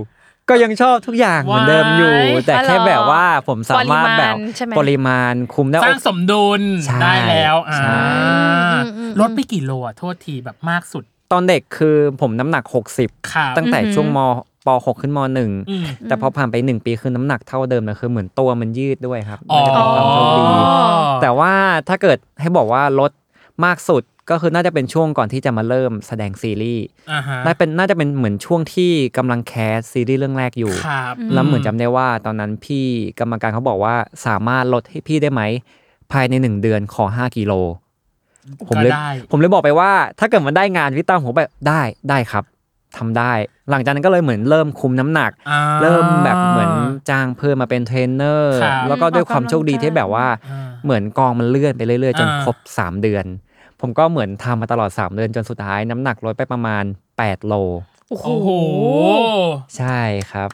[SPEAKER 4] ก็ยังชอบทุกอย่างเหมือนเดิมอยู่
[SPEAKER 3] ว้าย
[SPEAKER 4] แต่แค่แบบว่าผมสามารถแบบ
[SPEAKER 2] ปริมาณใช่ไหม
[SPEAKER 4] ปริมาณคุมได้
[SPEAKER 3] สร้างสมดุล
[SPEAKER 4] ใช่
[SPEAKER 3] ได้แล้วอ่า
[SPEAKER 4] ใช่
[SPEAKER 2] อืมอืมอืม
[SPEAKER 3] ลดไปกี่โลอ่ะโทษทีแบบมากสุด
[SPEAKER 4] ตอนเด็กคือผมน้ำหนัก 60
[SPEAKER 3] ครับ
[SPEAKER 4] ตั้งแต่ช่วงมป .6 ขึ้นม
[SPEAKER 3] อืม
[SPEAKER 4] .1 แต่พอผ่านไป 1 ปีคือน้ำหนักเท่าเดิมเลยคือเหมือนตัวมันยืดด้วยครับ
[SPEAKER 3] อ๋อ
[SPEAKER 4] น่าจะเป็นความโชคดีแต่ว่าถ้าเกิดให้บอกว่าลดมากสุดก็คือน่าจะเป็นช่วงก่อนที่จะมาเริ่มแสดงซีรีส์
[SPEAKER 3] อ่าฮะ
[SPEAKER 4] น่าเป็นน่าจะเป็นเหมือนช่วงที่กำลังแคสซีรีส์เรื่องแรกอยู่
[SPEAKER 3] ครับ
[SPEAKER 4] แล้วเหมือนจำได้ว่าตอนนั้นพี่กรรมการเขาบอกว่าสามารถลดให้พี่ได้ไหม ภายในหนึ่งเดือนขอห้ากิโล ผมเลย
[SPEAKER 3] ก็ได้
[SPEAKER 4] ผมเลยบอกไปว่า ถ้าเกิดมันได้งานพี่ตั้มผมแบบได้ได้ครับทำได้ หลังจากนั้นก็เลยเหมือนเริ่มคุมน้ำหนัก
[SPEAKER 3] อ่า
[SPEAKER 4] เริ่มแบบเหมือนจ้างเพิ่มมาเป็นเทรนเนอร์
[SPEAKER 3] ครับ
[SPEAKER 4] แล้วก็ด้วยความโชคดีที่แบบว่า
[SPEAKER 3] อ่า
[SPEAKER 4] เหมือนกองมันเลื่อนไปเรื่อยๆ จน
[SPEAKER 3] อ่า
[SPEAKER 4] ครบ 3 เดือน ผมก็เหมือนทำมาตลอด 3 เดือนจนสุดท้ายน้ำหนักลดไปประมาณ 8 โล
[SPEAKER 2] โอ้โห
[SPEAKER 3] โอ้โห
[SPEAKER 4] ใช่ครับ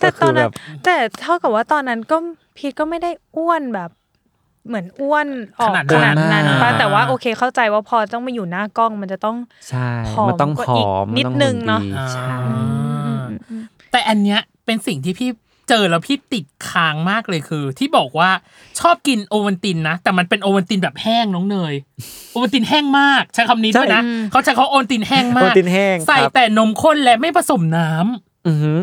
[SPEAKER 2] แต่ต
[SPEAKER 4] ก็
[SPEAKER 2] อ
[SPEAKER 4] คื
[SPEAKER 2] น
[SPEAKER 4] แบ
[SPEAKER 2] นั้น
[SPEAKER 4] บ
[SPEAKER 2] แต่เท่ากับว่าตอนนั้นก็พีทก็ไม่ได้อ้วนแบบ เหมือนอ้วนออก
[SPEAKER 3] ขนาด
[SPEAKER 2] ข
[SPEAKER 3] นั้น
[SPEAKER 2] นาดนั้น
[SPEAKER 3] อ่า
[SPEAKER 2] ป่ะแต่ว่าโอเคเข้าใจว่าพอต้องมาอยู่หน้ากล้องมันจะต้อง
[SPEAKER 4] ใช่
[SPEAKER 2] ผอม
[SPEAKER 4] มันต้อง
[SPEAKER 2] กว่า
[SPEAKER 4] ผอม
[SPEAKER 2] อีกนิดนึงเนอะ
[SPEAKER 4] มัต้องหุ่ดีใช่
[SPEAKER 3] แต่อันเนี้ยเป็นสิ่งที่พี่เจอแล้วพี่ติดค้างมากเลยคือ ที่บอกว่าชอบกินโอวัลตินนะ แต่มันเป็นโอวัลตินแบบแห้งน้องเนยโอวัลตินแห้งมาก ใช้คำนี้ด้วยนะ
[SPEAKER 2] ใช่
[SPEAKER 3] เขาใช้คำว่าโอวัลตินแห้งมาก
[SPEAKER 4] โอวัลตินแห้ง
[SPEAKER 3] ใส่
[SPEAKER 4] ครับ
[SPEAKER 3] แต่นมข้นและไม่ผสมน้ำ
[SPEAKER 4] อือหือ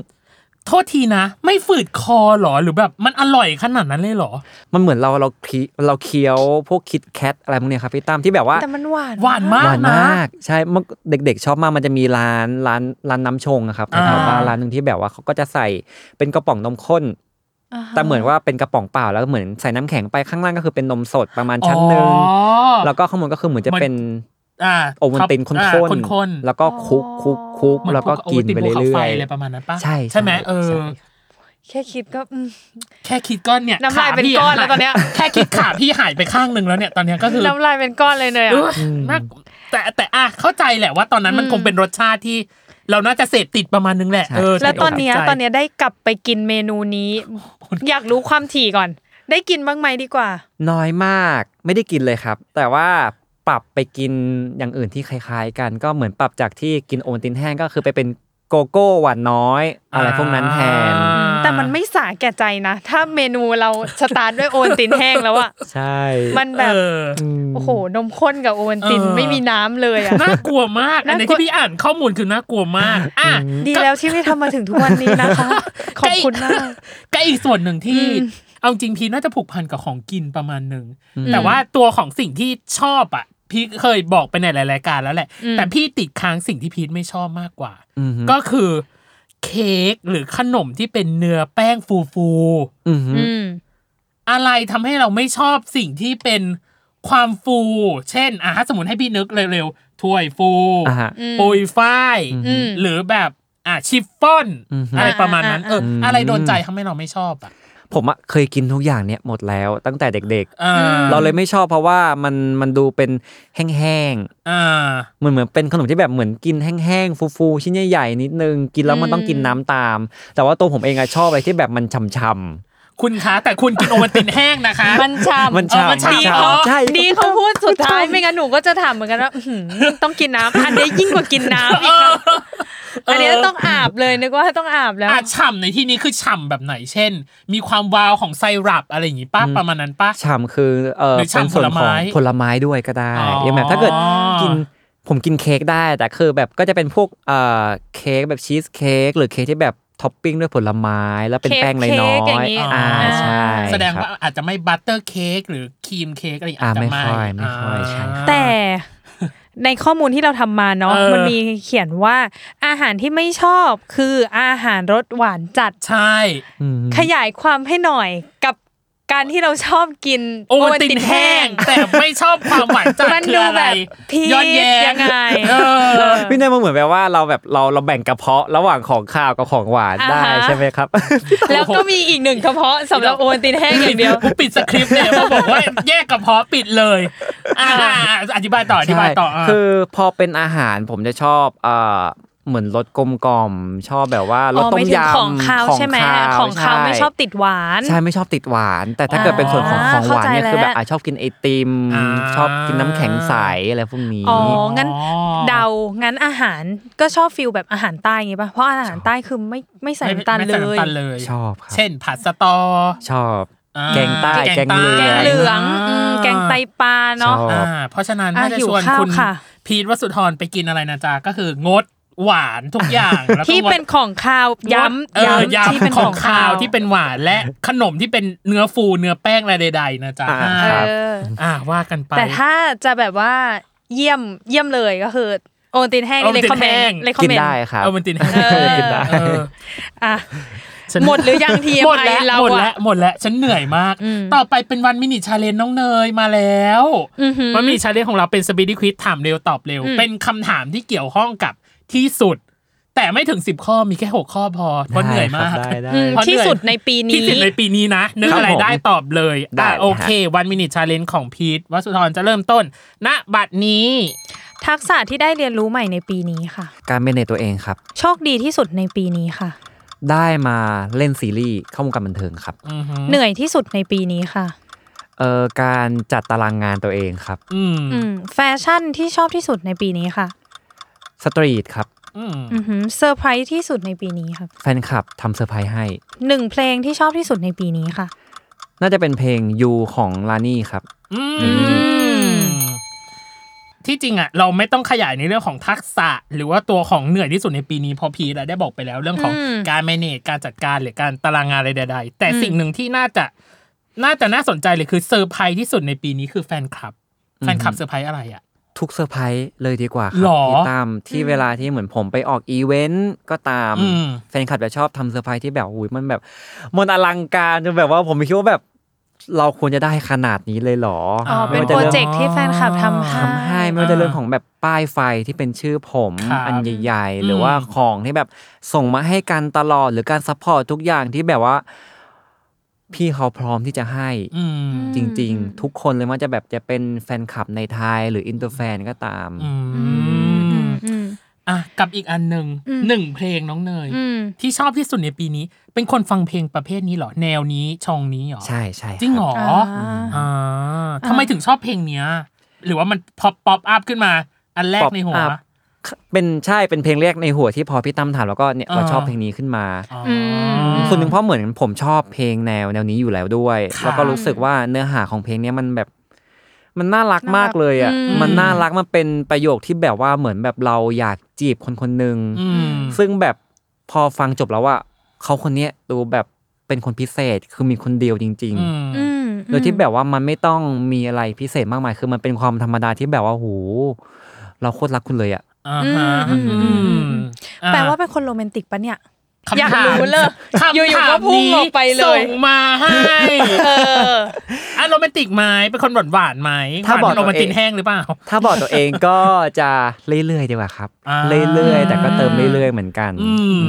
[SPEAKER 3] โทษทีนะ ไม่ฝืดคอเหรอหรือแบบมันอร่อยขนาดนั้นเลยเหรอ
[SPEAKER 4] มันเหมือนเราเราคีเราเคี้ยวพวกคิดแคทอะไรพวกเนี้ยครับพี่ตั้มที่แบบว่า
[SPEAKER 2] แต่มันหวาน
[SPEAKER 3] หวานมาก
[SPEAKER 4] หวานมาก ใช่เมื่อเด็กๆ ชอบมากมันจะมีร้านร้านร้านน้ำชงอะครับ
[SPEAKER 3] อ่า
[SPEAKER 4] แถวๆบ้านร้านหนึ่งที่แบบว่าเขาก็จะใส่เป็นกระป๋องนมข้น
[SPEAKER 2] อ่าฮะ
[SPEAKER 4] แต่เหมือนว่าเป็นกระป๋องเปล่าแล้วเหมือนใส่น้ำแข็งไปข้างล่างก็คือเป็นนมสดประมาณชั้นหนึ่ง
[SPEAKER 3] อ๋อ
[SPEAKER 4] แล้วก็ข้างบนก็คือเหมือนจะเป็น
[SPEAKER 3] อ่า
[SPEAKER 4] โอวัลตินข้
[SPEAKER 3] อ่าน ข้น
[SPEAKER 4] ๆ
[SPEAKER 3] ๆ
[SPEAKER 4] แล้วก็คุกคุกคุก
[SPEAKER 3] เหมือน
[SPEAKER 4] แล้วก็
[SPEAKER 3] พ
[SPEAKER 4] กินไปเรื่
[SPEAKER 3] โอวัลตินภูขา
[SPEAKER 4] อย
[SPEAKER 3] ฟอะไรประมาณนั้นปะ
[SPEAKER 4] ๆใช่
[SPEAKER 3] ใช่ไหมเออ
[SPEAKER 4] ใช่
[SPEAKER 2] แค่คิดก็อืม
[SPEAKER 3] แค่คิดก้อนเนี่ย
[SPEAKER 2] น้ำลาย
[SPEAKER 3] ข
[SPEAKER 2] เป็น
[SPEAKER 3] พี่
[SPEAKER 2] ก้อน
[SPEAKER 3] หา
[SPEAKER 2] แล้วตอนเนี้ย
[SPEAKER 3] แค่คิดขาพี่หายไปข้างหนึ่งแล้วเนี่ยตอนเนี้ยก็คือ
[SPEAKER 2] น้ำลายเป็นก้อนเลยเนย
[SPEAKER 3] เอ
[SPEAKER 2] อะ
[SPEAKER 3] อมากแต่แต่อ่ะเข้าใจแหละว่าตอนนั้นมันคงเป็นรสชาติที่ เราน่าจะเสพติดประมาณนึงแหละ
[SPEAKER 4] ใช่
[SPEAKER 3] เออ
[SPEAKER 2] แล้วตอนเนี้ย
[SPEAKER 3] ใจ
[SPEAKER 2] ตอนเนี้ยได้กลับไปกินเมนูนี้ อยากรู้ความถี่ก่อน ได้กินบ้างไหมดีกว่า
[SPEAKER 4] น้อยมากไม่ได้กินเลยครับ แต่ว่าปรับไปกินอย่างอื่นที่คล้ายๆ กัน ก็เหมือนปรับจากที่กินโอวัลตินแห้งก็คือไปเป็นโกโก้หวานน้อย อะไรพวกนั้นแทน
[SPEAKER 3] อ่า
[SPEAKER 2] แต่มันไม่สาแก่ใจนะ ถ้าเมนูเราสตาร์ทด้วยโอวัลตินแห้งแล้วอะ
[SPEAKER 4] ใช่
[SPEAKER 2] มันแบบ
[SPEAKER 3] เออ
[SPEAKER 2] โอ้โห นมข้นกับโอวัลติน
[SPEAKER 3] เออ
[SPEAKER 2] ไม่มีน้ำเลยอะ
[SPEAKER 3] น่ากลัวมากอันไหน
[SPEAKER 2] น่ากลัว
[SPEAKER 3] ที่พี่อ่านข้อมูลคือน่ากลัวมากอ่ะ
[SPEAKER 2] ดีแล้วที่ไม่ทำมาถึงทุกวันนี้นะคะ ขอบคุณมาก
[SPEAKER 3] ก็อีกส่วนหนึ่งที่ เอาจริงพีน่าจะผูกพันกับของกินประมาณหนึ่ง
[SPEAKER 2] อืม
[SPEAKER 3] แต่ว่าตัวของสิ่งที่ชอบอ่ะ พี่เคยบอกไปในหลายรายการแล้วแหละ
[SPEAKER 2] อืม
[SPEAKER 3] แต่พี่ติดค้างสิ่งที่พีทไม่ชอบมากกว่า
[SPEAKER 4] อืมฮึ
[SPEAKER 3] ก็คือเค้กหรือขนมที่เป็นเนื้อแป้งฟูฟู
[SPEAKER 4] อืมฮึ
[SPEAKER 2] อืม
[SPEAKER 3] ๆอะไรทำให้เราไม่ชอบสิ่งที่เป็นความฟู เช่นอ่ะถ้าสมมติให้พี่นึกเร็วๆถ้วยฟู
[SPEAKER 4] อ่ะฮะ
[SPEAKER 3] ปุยฝ้าย
[SPEAKER 2] อืม
[SPEAKER 3] หรือแบบอ่ะชิฟฟ่อน
[SPEAKER 4] อืมฮึ
[SPEAKER 3] อะไรประมาณนั้นเอออ
[SPEAKER 4] ม
[SPEAKER 3] อะไรโดนใจทำให้เราไม่ชอบอ่ะ
[SPEAKER 4] ผมอะเคยกินทุกอย่างเนี่ยหมดแล้วตั้งแต่เด็ก
[SPEAKER 3] อ่า
[SPEAKER 4] ๆ เราเลยไม่ชอบเพราะว่ามันมันดูเป็นแห้ง
[SPEAKER 3] อ่า
[SPEAKER 4] ๆเหมือนเหมือนเป็นขนมที่แบบเหมือนกินแห้งๆฟูๆชิ้นใหญ่ๆนิดนึงกินแล้วมันต้องกินน้ำตาม แต่ว่าตัวผมเองอะชอบอะไรที่แบบมันช่ำๆ
[SPEAKER 3] คุณคะแต่คุณกินโอวัลตินแห้งนะคะ
[SPEAKER 2] มันชำ
[SPEAKER 4] มันฉ่ำ
[SPEAKER 2] เออมัน
[SPEAKER 4] มัน
[SPEAKER 2] ฉ่ำดี
[SPEAKER 4] ฉ่ำ
[SPEAKER 2] เขา
[SPEAKER 4] ใช่
[SPEAKER 2] ดีเขาพูดสุดท้ายไม่งั้นหนูก็จะถามเหมือนกันว่าอื้อหือต้องกินน้ำอันนี้ยิ่งกว่ากินน้ำอีกค่ะอันนี้ต้องอาบเลยนึกว่าต้องอาบแล้ว
[SPEAKER 3] อ่ะฉ่ำในที่นี้คือฉ่ำแบบไหนเช่น มีความวาวของไซรัปอะไรอย่างงี้ป้าประมาณนั้นป้า
[SPEAKER 4] ฉ่ำคือเออ
[SPEAKER 3] หรือ
[SPEAKER 4] เป็น
[SPEAKER 3] ฉ่ำ
[SPEAKER 4] ส่วน
[SPEAKER 3] ผล
[SPEAKER 4] ข
[SPEAKER 3] ไม้
[SPEAKER 4] องผลไม้ด้วยก็ได้
[SPEAKER 3] อ๋ออ
[SPEAKER 4] อย่างแบบถ้าเกิดกินผมกินเค้กได้แต่คือแบบก็จะเป็นพวกเอ่อเค้กแบบชีสเค้กหรือเค้กที่แบบท็อปปิ้งด้วยผลไม้แล้วเป็น
[SPEAKER 2] เค้ก
[SPEAKER 4] แป้งน้อย
[SPEAKER 2] เค้กอย่างงี้
[SPEAKER 4] ๆอ่าใช่
[SPEAKER 3] แสดงว่า
[SPEAKER 4] ครับ
[SPEAKER 3] อาจจะไม่บัตเตอร์เค้กหรือครีมเค้กอะไรอย่างงี้
[SPEAKER 4] อ่า
[SPEAKER 3] อาจจะ
[SPEAKER 4] ไม่ค่อยไม่ค่อย
[SPEAKER 3] า
[SPEAKER 4] ใช่ครับ
[SPEAKER 2] แต่ในข้อมูลที่เราทำมาเนาะ
[SPEAKER 3] เออ
[SPEAKER 2] มันมีเขียนว่าอาหารที่ไม่ชอบคืออาหารรสหวานจัด
[SPEAKER 3] ใช่
[SPEAKER 4] อืม
[SPEAKER 2] ขยายความให้หน่อยกับ การที่เราชอบกิน
[SPEAKER 3] โอวัลตินแห้ง แต่ไม่ชอบความหวานจัด
[SPEAKER 2] มัน
[SPEAKER 3] คือ
[SPEAKER 2] ดู
[SPEAKER 3] อะไร
[SPEAKER 2] แบบพี
[SPEAKER 3] ยอดแย้
[SPEAKER 2] ยังงไง
[SPEAKER 3] เออ
[SPEAKER 4] พี่เนยมันเหมือนแบบว่าเราแบบเราเราแบ่งกระเพาะระหว่างของข้าวกับของหวานได้
[SPEAKER 2] อ่าฮะ
[SPEAKER 4] ใช่ไหม ครับ
[SPEAKER 2] แล้วก็มีอีกหนึ่งเฉพาะสำหรับโอวัลตินแห้งอย่างเดียว
[SPEAKER 3] กูปิดสคริปต์เนี่ยมาบอกว่าแยกกระเพาะปิดเลยอ่าอธิบายต่ออธิบายต่ออ่ะ
[SPEAKER 4] ใช่คือพอเป็นอาหารผมจะชอบเอ่อเหมือนรสกลมกล่อมชอบแบบว่ารส
[SPEAKER 2] อ๋อ
[SPEAKER 4] ต้
[SPEAKER 2] ไม่
[SPEAKER 4] ม
[SPEAKER 2] ถึง
[SPEAKER 4] ยำ
[SPEAKER 2] ของคาวใช่ไหม
[SPEAKER 4] ว
[SPEAKER 2] ของคาวไม่
[SPEAKER 4] ใ
[SPEAKER 2] ชอบติดหวาน
[SPEAKER 4] ใช่ไม่ชอบติดหวาน แต่ถ้าเกิดเป็นส่วนของ
[SPEAKER 2] อ่า
[SPEAKER 4] ของหวานเนี่ย
[SPEAKER 2] เข้าใจ
[SPEAKER 4] คือแบบ
[SPEAKER 2] แล้ว
[SPEAKER 4] อ่ะชอบกินไอติม
[SPEAKER 3] อ่า
[SPEAKER 4] ชอบกินน้ำแข็งใสอะไรพวกนี้
[SPEAKER 2] อ๋อ งั้นเดา งั้นอาหารก็ชอบฟิลแบบอาหารใต้ไงป่ะ เพราะอาหารใต้คือไม่ไม่ใส่
[SPEAKER 3] ไม่
[SPEAKER 2] น้ำตาล
[SPEAKER 3] ไม่
[SPEAKER 2] เล
[SPEAKER 3] ใส่น้ำตาล
[SPEAKER 2] ย
[SPEAKER 3] เลย
[SPEAKER 4] ชอบครับ
[SPEAKER 3] เช่นผัดสะตอ
[SPEAKER 4] ชอบ
[SPEAKER 3] อ่า
[SPEAKER 4] แกงใต้แกงเหลือง
[SPEAKER 2] แกงเหลืองอืมแกงไตปลาเนาะ
[SPEAKER 4] ชอบ
[SPEAKER 3] อ่าเพราะฉะนั้น
[SPEAKER 2] อ่ะ
[SPEAKER 3] ถ้าจะ
[SPEAKER 2] หิว
[SPEAKER 3] ชวน
[SPEAKER 2] ข้าว
[SPEAKER 3] คุณ
[SPEAKER 2] ค่ะ
[SPEAKER 3] พีทวสุธรไปกินอะไรนะจ๊ะก็คืองดหวานทุกอย่างแล้วก็
[SPEAKER 2] ที่
[SPEAKER 3] งด
[SPEAKER 2] เป็นของคาวย้ำ
[SPEAKER 3] เออย้
[SPEAKER 2] ที่เป็น
[SPEAKER 3] ำข
[SPEAKER 2] ข
[SPEAKER 3] อ
[SPEAKER 2] อง ง
[SPEAKER 3] คา
[SPEAKER 2] คาวว
[SPEAKER 3] ที่เป็นหวานและขนมที่เป็นเนื้อฟูเนื้อแป้งอะไรใดๆนะจ๊ะ
[SPEAKER 4] อ่า
[SPEAKER 2] เอ
[SPEAKER 3] อ่า
[SPEAKER 4] ครับ
[SPEAKER 2] อ
[SPEAKER 3] อ่าว่ากันไป
[SPEAKER 2] แต่ถ้าจะแบบว่าเยี่ยมเยี่ยมเลยก็คือโอนตินแห้ง
[SPEAKER 3] โอวั
[SPEAKER 2] เล
[SPEAKER 3] ล
[SPEAKER 2] ย
[SPEAKER 3] ติ
[SPEAKER 2] ค
[SPEAKER 3] น
[SPEAKER 2] อมเม
[SPEAKER 3] แห้
[SPEAKER 2] น
[SPEAKER 3] ง
[SPEAKER 2] ต์เลยคอม
[SPEAKER 4] กิน
[SPEAKER 2] เมน
[SPEAKER 4] ได้
[SPEAKER 2] ต์
[SPEAKER 4] ครับ
[SPEAKER 3] เอามันตินให้
[SPEAKER 2] เออ
[SPEAKER 3] กินได้เออ
[SPEAKER 2] อ่ะ
[SPEAKER 3] ฉัน
[SPEAKER 2] หมดหรือยัง TMI
[SPEAKER 3] หมดแล้ว
[SPEAKER 2] เราอะ
[SPEAKER 3] หมดแล้วหมดแล้วฉันเหนื่อยมาก
[SPEAKER 2] อืม
[SPEAKER 3] ต่อไปเป็นวันมินิชาเลนจ์น้องเนยมาแล้ว
[SPEAKER 2] อือหือ
[SPEAKER 3] วันมินิชาเลนจ์ของเราเป็นสปีดดี้ควิถามเร็วตอบเร็ว
[SPEAKER 2] อืม
[SPEAKER 3] เป็นคำถามที่เกี่ยวข้องกับที่สุด แต่ไม่ถึง 10 ข้อมีแค่ 6 ข้อพอเพราะเหนื่อยมาก
[SPEAKER 4] ได้ครับได้
[SPEAKER 2] อืม
[SPEAKER 4] ได้
[SPEAKER 3] เพราะเหนื่
[SPEAKER 2] ที่
[SPEAKER 3] อย
[SPEAKER 2] สุดในปีนี้
[SPEAKER 3] ที่สุดในปีนี้นะนึก
[SPEAKER 4] ครับ
[SPEAKER 3] อะไรได้
[SPEAKER 4] ผม
[SPEAKER 3] ตอบเลยอ่ะ
[SPEAKER 4] ได้นะฮะ
[SPEAKER 3] โอเควันมินิชาเลนจ์ของพีทวสุธรจะเริ่มต้น ณบัดนี้
[SPEAKER 2] ทักษะที่ได้เรียนรู้ใหม่ในปีนี้ค่ะ
[SPEAKER 4] การเมเนจตัวเองครับ
[SPEAKER 2] โชคดีที่สุดในปีนี้ค่ะ
[SPEAKER 4] ได้มาเล่นซีรีส์เข้าวงการบันเทิงครับ
[SPEAKER 3] อือหือ
[SPEAKER 2] เหนื่อยที่สุดในปีนี้ค่ะ
[SPEAKER 4] เอ่อการจัดตารางงานตัวเองครับ
[SPEAKER 3] อืม
[SPEAKER 2] อืมแฟชั่นที่ชอบที่สุดในปีนี้ค่ะ
[SPEAKER 4] สตรีทครับ
[SPEAKER 3] อืม
[SPEAKER 2] อือหือเซอร์ไพรส์ที่สุดในปีนี้ครับ
[SPEAKER 4] แฟนคลับทำเซอร์ไพรส์ให้
[SPEAKER 2] หนึ่งเพลงที่ชอบที่สุดในปีนี้ค่ะ
[SPEAKER 4] น่าจะเป็นเพลงยูของลานี่ครับ
[SPEAKER 3] อื
[SPEAKER 2] ม
[SPEAKER 3] มที่จริงอ่ะ เราไม่ต้องขยายในเรื่องของทักษะ หรือว่าตัวของเหนื่อยที่สุดในปีนี้เพอพีทอะได้บอกไปแล้ว เรื่องของ
[SPEAKER 2] อืม
[SPEAKER 3] การ manage การจัดการหรือการตารางงานอะไรใดๆ แต่สิ่งหนึ่งที่น่าจะน่าจะน่าสนใจเลยคือเซอร์ไพรส์ที่สุดในปีนี้คือแฟนคลับ แฟนคลับเซอร์ไพรส์อะไรอ่ะ
[SPEAKER 4] ทุกเซอร์ไพรส์เลยดีกว่าค
[SPEAKER 3] หร
[SPEAKER 4] รั
[SPEAKER 3] อ
[SPEAKER 4] ที่ตามที่เวลาที่เหมือนผมไปออกอีเวนต์ก็ตาม
[SPEAKER 3] อืม
[SPEAKER 4] แฟนคลับจะชอบทำเซอร์ไพรส์ที่แบบอุ้ยมันแบบมันอลังการจนแบบว่าผมไม่คิดว่าแบบ เราควรจะได้ขนาดนี้เลยเหรอ
[SPEAKER 2] อ๋อ
[SPEAKER 4] ไม่
[SPEAKER 2] เป็น
[SPEAKER 4] ว่า
[SPEAKER 2] โป
[SPEAKER 4] จะ
[SPEAKER 2] ร
[SPEAKER 4] รื่อง
[SPEAKER 2] เจกต์ที่แฟนคลับทำให้
[SPEAKER 4] ทำให้ไม่ว่าจะเรื่องของแบบป้ายไฟที่เป็นชื่อผม
[SPEAKER 3] ครับ
[SPEAKER 4] อันใหญ่
[SPEAKER 3] อืม
[SPEAKER 4] ๆ หรือว่าของที่แบบส่งมาให้กันตลอดหรือการซัพพอร์ตทุกอย่างที่แบบว่า พี่เขาพร้อมที่จะให้
[SPEAKER 3] อืม
[SPEAKER 4] จริง
[SPEAKER 2] อืม
[SPEAKER 4] ๆ ทุกคนเลยว่าจะแบบจะเป็นแฟนคลับในไทยหรืออินเตอร์แฟนก็ตาม
[SPEAKER 3] อื
[SPEAKER 2] อื
[SPEAKER 3] ม
[SPEAKER 2] มอืม
[SPEAKER 3] อ่ะกับอีกอันหนึ่ง
[SPEAKER 2] อืม
[SPEAKER 3] หนึ่งเพลงน้องเนย
[SPEAKER 2] อืม
[SPEAKER 3] ที่ชอบที่สุดในปีนี้ เป็นคนฟังเพลงประเภทนี้เหรอ แนวนี้ชองนี้เหรอ
[SPEAKER 4] ใช่ใช่คบ
[SPEAKER 3] จริงเหรอ อ่าทำไมถึงชอบเพลงเนี้ย หรือว่ามันพอป๊อปอัพขึ้นมา อันแรก
[SPEAKER 4] ป๊อป
[SPEAKER 3] ในหัว
[SPEAKER 4] อัพเป็นใช่เป็นเพลงแรกในหัวที่พอพี่ตั้มถามแล้วก็เนี่ย
[SPEAKER 3] อ่า
[SPEAKER 4] เราชอบเพลงนี้ขึ้นมา
[SPEAKER 3] อ๋ออ
[SPEAKER 2] ม
[SPEAKER 4] ส่วนหนึ่งเพราะเหมือนผมชอบเพลงแนวแนวนี้อยู่แล้วด้วย
[SPEAKER 3] ค่ะ
[SPEAKER 4] แล้วก็รู้สึกว่าเนื้อหาของเพลงเนี้ยมันแบบ มันน่ารักมากเลยอ่ะ
[SPEAKER 2] อืม
[SPEAKER 4] มันน่ารักมันเป็นประโยคที่แบบว่าเหมือนแบบเราอยากจีบคนคนหนึ่ง
[SPEAKER 3] อืม
[SPEAKER 4] ซึ่งแบบพอฟังจบแล้วว่าเขาคนเนี้ยดูแบบเป็นคนพิเศษคือมีคนเดียวจริง
[SPEAKER 3] อื
[SPEAKER 4] ๆ
[SPEAKER 3] ม
[SPEAKER 2] อืม
[SPEAKER 4] โดยที่แบบว่ามันไม่ต้องมีอะไรพิเศษมากมาย คือมันเป็นความธรรมดาที่แบบว่าโหเราโคตรรักคุณเลยอะ
[SPEAKER 3] อ่าฮะ
[SPEAKER 2] อืมอืมอืม
[SPEAKER 3] อ่ะ
[SPEAKER 2] แปลว่าเป็นคนโรแมนติกปะเนี่ย
[SPEAKER 3] คำถม
[SPEAKER 2] อยากรู้เลย
[SPEAKER 3] คำ
[SPEAKER 2] อยู่ๆ
[SPEAKER 3] ถาม
[SPEAKER 2] ก็พุ่งออกไปเลย
[SPEAKER 3] ส่งมาให้
[SPEAKER 2] เออ
[SPEAKER 3] อ่ะโรแมนติกไหมเป็นคนหวานหวานๆไหม
[SPEAKER 4] ถ้าบอ
[SPEAKER 3] ห
[SPEAKER 4] ก
[SPEAKER 3] วนเหมืนโรแมนติกแห้งหรือเปล่า
[SPEAKER 4] ถ้าบอกตัวเองก็จะเรื่อยๆดีกว่าครับ
[SPEAKER 3] อ่า
[SPEAKER 4] เรื่อยๆ แต่ก็เติมเรื่อยๆ เหมือนกัน
[SPEAKER 3] อืม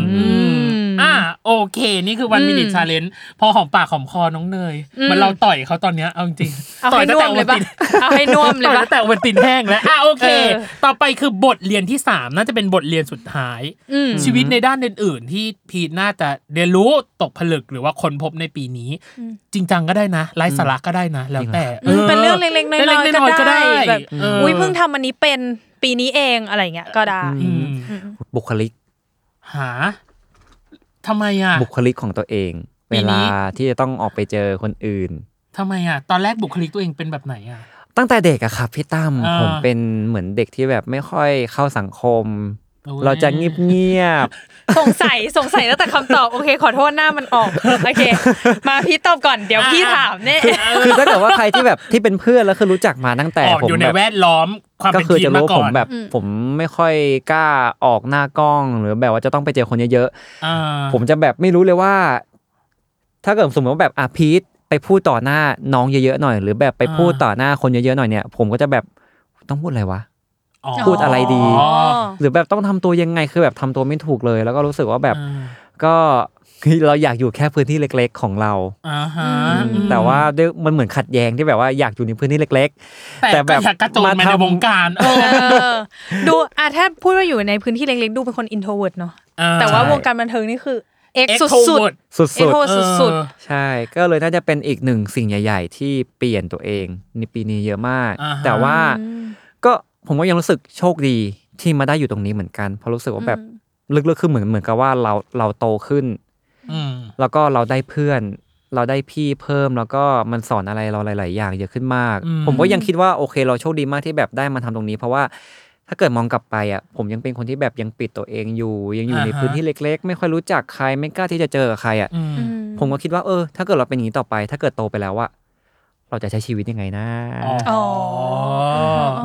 [SPEAKER 2] ม
[SPEAKER 3] อ่ะโอเค นี่คือวัน
[SPEAKER 2] อืม
[SPEAKER 3] มินิชาเลนจ์พอหอมปากหอมคอน้องเนย
[SPEAKER 2] อืม
[SPEAKER 3] เหมันเราต่อยเขาตอนเนี้ยเอาจริงๆ
[SPEAKER 2] เอา
[SPEAKER 3] ต่อ
[SPEAKER 2] ให้
[SPEAKER 3] ยตั้
[SPEAKER 2] น่
[SPEAKER 3] ง
[SPEAKER 2] วม
[SPEAKER 3] แต่
[SPEAKER 2] เลย
[SPEAKER 3] วั
[SPEAKER 2] ปะ
[SPEAKER 3] นติด
[SPEAKER 2] เอาให้น่วมเลยปะ
[SPEAKER 3] ต่อตั้งแต่วันตินแห้งแล้วอ่ะโอเค
[SPEAKER 2] เออ
[SPEAKER 3] ต่อไปคือบทเรียนที่ 3 น่าจะเป็นบทเรียนสุดท้าย
[SPEAKER 2] อืม
[SPEAKER 3] ชีวิตในด้านอื่นๆ ที่พีทน่าจะเรียนรู้ตกผลึกหรือว่าค้นพบในปีนี้
[SPEAKER 2] อืม
[SPEAKER 3] จริงจังก็ได้นะไร้สาระก็ได้นะ แล้วแต่
[SPEAKER 2] อืมเป็นเรื่องเล็กๆน้
[SPEAKER 3] เล็
[SPEAKER 2] อย
[SPEAKER 3] กๆน้
[SPEAKER 2] ๆ
[SPEAKER 3] อยๆ
[SPEAKER 2] ก็
[SPEAKER 3] ก็
[SPEAKER 2] ได้
[SPEAKER 3] ได้
[SPEAKER 2] แบบ
[SPEAKER 3] เออ
[SPEAKER 2] อุ้
[SPEAKER 3] อุ้
[SPEAKER 2] ยเพิ่งทำอันนี้เป็นปีนี้เองอะไรเงี้ยก็ได้
[SPEAKER 4] อืม บุคลิก
[SPEAKER 3] หาทำไมอ่ะ
[SPEAKER 4] บุคลิกของตัวเอง
[SPEAKER 3] ปี
[SPEAKER 4] เว
[SPEAKER 3] นี้
[SPEAKER 4] ลาที่จะต้องออกไปเจอคนอื่น
[SPEAKER 3] ทำไมอ่ะ ตอนแรกบุคลิกตัวเองเป็นแบบไหนอ่ะ
[SPEAKER 4] ตั้งแต่เด็กอะครับพี่ตั้ม
[SPEAKER 3] อ่า
[SPEAKER 4] ผมเป็นเหมือนเด็กที่แบบไม่ค่อยเข้าสังคม
[SPEAKER 3] โอ้ย
[SPEAKER 4] เราจะเงียบ
[SPEAKER 2] สงสัยสงสัยตั้งแต่คำตอบ โอเค ขอโทษหน้ามันออก โอเค มาพี่ตอบก่อนเดี๋ยวพี่ถามเนี่ย
[SPEAKER 4] ๆคือถ้าเกิดว่าใครที่แบบที่เป็นเพื่อนแล้วคือรู้จักมาตั้งแต่
[SPEAKER 3] ออก
[SPEAKER 4] ผม
[SPEAKER 3] อยู่ใน
[SPEAKER 4] แบบ
[SPEAKER 3] แวดล้อมความ
[SPEAKER 4] ก็
[SPEAKER 3] เป็น
[SPEAKER 4] คือ
[SPEAKER 3] พีท
[SPEAKER 4] จะ
[SPEAKER 3] มา
[SPEAKER 4] รู้
[SPEAKER 3] ก่
[SPEAKER 4] ผ
[SPEAKER 3] อ
[SPEAKER 4] ม
[SPEAKER 3] น
[SPEAKER 4] แบบผมไม่ค่อยกล้าออกหน้ากล้องหรือแบบว่าจะต้องไปเจอคนเยอะ
[SPEAKER 3] อ่า
[SPEAKER 4] ๆผมจะแบบไม่รู้เลยว่า ถ้าเกิดสมมติว่าแบบอ่ะพีทไป ไปพูดต่อหน้าน้องเยอะๆหน่อย หรือแบบไปพูดต่อหน้าคนเยอะๆหน่อยเนี่ยผมก็จะแบบต้องพูดอะไรวะ พูดอะไรดี
[SPEAKER 3] อ๋อ
[SPEAKER 4] หรือแบบต้องทำตัวยังไงคือแบบทำตัวไม่ถูกเลย แล้วก็รู้สึกว่าแบบ
[SPEAKER 3] อ่า
[SPEAKER 4] ก็ เราอยากอยู่แค่พื้นที่เล็ก ๆ ของเรา
[SPEAKER 3] อ่าฮะ
[SPEAKER 4] แต่ว่าด้วยมันเหมือนขัดแย้งที่แบบว่าอยากอยู่ในพื้นที่เล็ก ๆ
[SPEAKER 3] แต่แบบอยากกระโจนมาในวงการเออ
[SPEAKER 2] เออดูอ่ะถ้าพูดว่าอยู่ในพื้นที่เล็กๆ ดูเป็นคนอินโทรเวิร์ดเนาะ
[SPEAKER 3] อ่
[SPEAKER 2] แต่ว่า
[SPEAKER 4] ใช่
[SPEAKER 2] วงการบันเทิงนี่คือเอ็ก
[SPEAKER 3] เอ็ก
[SPEAKER 2] สุ
[SPEAKER 3] โท
[SPEAKER 2] ด
[SPEAKER 3] ร
[SPEAKER 2] สุด
[SPEAKER 3] เวิร์ด
[SPEAKER 4] สุ
[SPEAKER 2] เอ็ก
[SPEAKER 4] ด
[SPEAKER 2] โทร
[SPEAKER 4] ๆ
[SPEAKER 2] สุดสุด
[SPEAKER 4] ใช่ ก็เลยน่าจะเป็นอีกหนึ่งสิ่งใหญ่ ๆ ที่เปลี่ยนตัวเองในปีนี้เยอะมาก
[SPEAKER 3] อ่าฮะ
[SPEAKER 4] แต่ว่าก็ผมก็ยังรู้สึกโชคดีที่มาได้อยู่ตรงนี้เหมือนกันเพราะรู้สึกว่าแบบลึกๆคือเหมือนเหมือนกับว่าเราเราโตขึ้น
[SPEAKER 3] อืม
[SPEAKER 4] แล้วก็เราได้เพื่อน เราได้พี่เพิ่มแล้วก็มันสอนอะไรเราหลาย ๆ อย่างเยอะขึ้นมาก
[SPEAKER 3] อืม
[SPEAKER 4] ผมก็ยังคิดว่าโอเค เราโชคดีมากที่แบบได้มาทำตรงนี้ เพราะว่าถ้าเกิดมองกลับไปอ่ะผมยังเป็นคนที่แบบยังปิดตัวเองอยู่ ยังอยู่ในพื้นที่เล็ก ๆ ไม่ค่อยรู้จักใครไม่กล้าที่จะเจอกับใครอ่ะ
[SPEAKER 3] อืม
[SPEAKER 4] ผมก็คิดว่าเออ ถ้าเกิดเราเป็นอย่างนี้ต่อไป ถ้าเกิดโตไปแล้วว่าเราจะใช้ชีวิตยังไงนะ
[SPEAKER 3] อ๋อ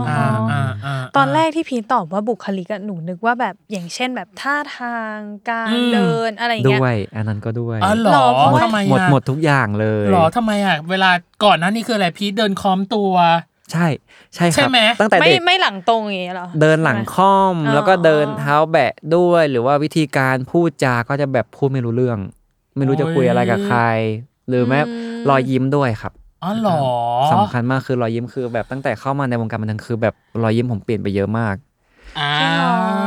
[SPEAKER 2] อ่า
[SPEAKER 3] อ่าอ่าอ่า
[SPEAKER 2] ตอนแรกที่พีทตอบว่าบุคลิกอะหนูนึกว่าแบบอย่างเช่นแบบท่าทางการ
[SPEAKER 3] อืม
[SPEAKER 2] เดินอะไรอย่าง
[SPEAKER 4] ด้
[SPEAKER 2] เงี้ย
[SPEAKER 4] วย อันนั้นก็ด้วย
[SPEAKER 3] อ๋อเหรอ
[SPEAKER 2] หรอเพราะว่า
[SPEAKER 3] ทำไม
[SPEAKER 4] หมด
[SPEAKER 3] อะ
[SPEAKER 4] หมดทุกอย่างเลย
[SPEAKER 3] หรอทำไมอ่ะ เวลาก่อนหนั้นนี่คืออะไรพีทเดินคอมตัว
[SPEAKER 4] ใช่ ใช่ค
[SPEAKER 3] ใช่
[SPEAKER 4] รับ
[SPEAKER 3] ไหม
[SPEAKER 4] ตั้งแต่
[SPEAKER 2] ไม่
[SPEAKER 4] เด็ก
[SPEAKER 2] ไม่หลังตรงอย่างเงี้ยเหรอ
[SPEAKER 4] เดินหลังค่อม
[SPEAKER 2] อ๋อ
[SPEAKER 4] แล้วก็เดินเท้าแบะด้วย หรือว่าวิธีการพูดจาก็จะแบบพูดไม่รู้เรื่อง ไม่รู้จะคุยอะไรกับใคร หรือแม้รอยยิ้มด้วยครับ
[SPEAKER 3] อ๋อเหรอ
[SPEAKER 4] สำคัญมากคือรอยยิ้มคือแบบตั้งแต่เข้ามาในวงการบันเทิงคือแบบรอยยิ้มผมเปลี่ยนไปเยอะมาก
[SPEAKER 3] อ่า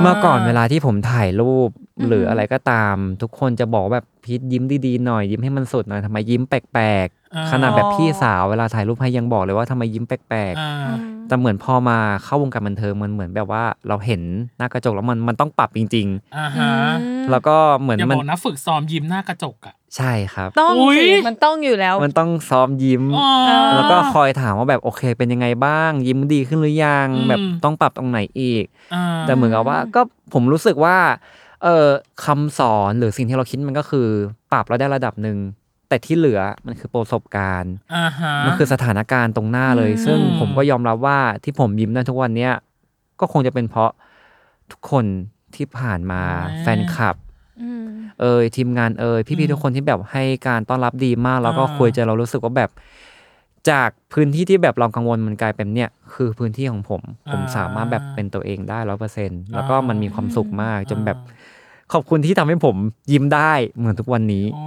[SPEAKER 4] เมื่อก่อนเวลาที่ผมถ่ายรูปหรืออะไรก็ตาม ทุกคนจะบอกแบบพีทยิ้มดีๆหน่อยยิ้มให้มันสดหน่อยทำไมยิ้มแปลก
[SPEAKER 3] อ่า
[SPEAKER 4] ๆ ขนาดแบบพี่สาวเวลาถ่ายรูปให้ยังบอกเลยว่าทำไมยิ้มแปลก
[SPEAKER 3] อ่า
[SPEAKER 4] ๆ แต่เหมือนพอมาเข้าวงการบันเทิงมันเหมือนแบบว่าเราเห็นหน้ากระจกแล้วมันมันต้องปรับจริง
[SPEAKER 3] อ่าฮะ
[SPEAKER 4] ๆ แล้วก็เหมือน
[SPEAKER 3] อย่า
[SPEAKER 4] มั
[SPEAKER 3] บ
[SPEAKER 4] น
[SPEAKER 3] อกนะฝึกซ้อมยิ้มหน้ากระจกอ่ะ
[SPEAKER 4] ใช่ครับ
[SPEAKER 2] ต้อง
[SPEAKER 3] อุ๊ย
[SPEAKER 2] สิมันต้องอยู่แล้ว
[SPEAKER 4] มันต้องซ้อมยิ้ม
[SPEAKER 3] อ๋อ
[SPEAKER 4] แล้วก็คอยถามว่าแบบโอเค เป็นยังไงบ้าง ยิ้มดีขึ้นหรือยัง
[SPEAKER 3] อืม
[SPEAKER 4] แบบต้องปรับตรงไหนอีก
[SPEAKER 3] อ่า
[SPEAKER 4] แต่เหมือนกับว่าก็ผมรู้สึกว่าเออคำสอนหรือสิ่งที่เราคิดมันก็คือ ปรับเราได้ระดับหนึ่ง แต่ที่เหลือมันคือประสบการณ์
[SPEAKER 3] อ่าฮะ
[SPEAKER 4] มันคือสถานการณ์ตรงหน้าเลย
[SPEAKER 2] อืม
[SPEAKER 4] ซึ่งผมก็ยอมรับว่าที่ผมยิ้มได้ทุกวันเนี้ยก็คงจะเป็นเพราะทุกคนที่ผ่านมา
[SPEAKER 3] อ่า
[SPEAKER 4] แฟนคลับ
[SPEAKER 2] ม
[SPEAKER 4] เอ่ยทีมงานเอ่ยพี่ๆทุกคนที่แบบให้การต้อนรับดีมาก แล้วก็
[SPEAKER 3] อ่า
[SPEAKER 4] คุยเจอเรารู้สึกว่าแบบ จากพื้นที่ที่แบบเรากังวลมันกลายเป็นเนี่ย คือพื้นที่ของผม ผมสามารถแบบเป็นตัวเองได้ร้อยเปอร์เซ็นแล้วก็มันมีความสุขมาก จนแบบ ขอบคุณที่ทำให้ผมยิ้มได้เหมือนทุกวันนี้
[SPEAKER 3] โอ้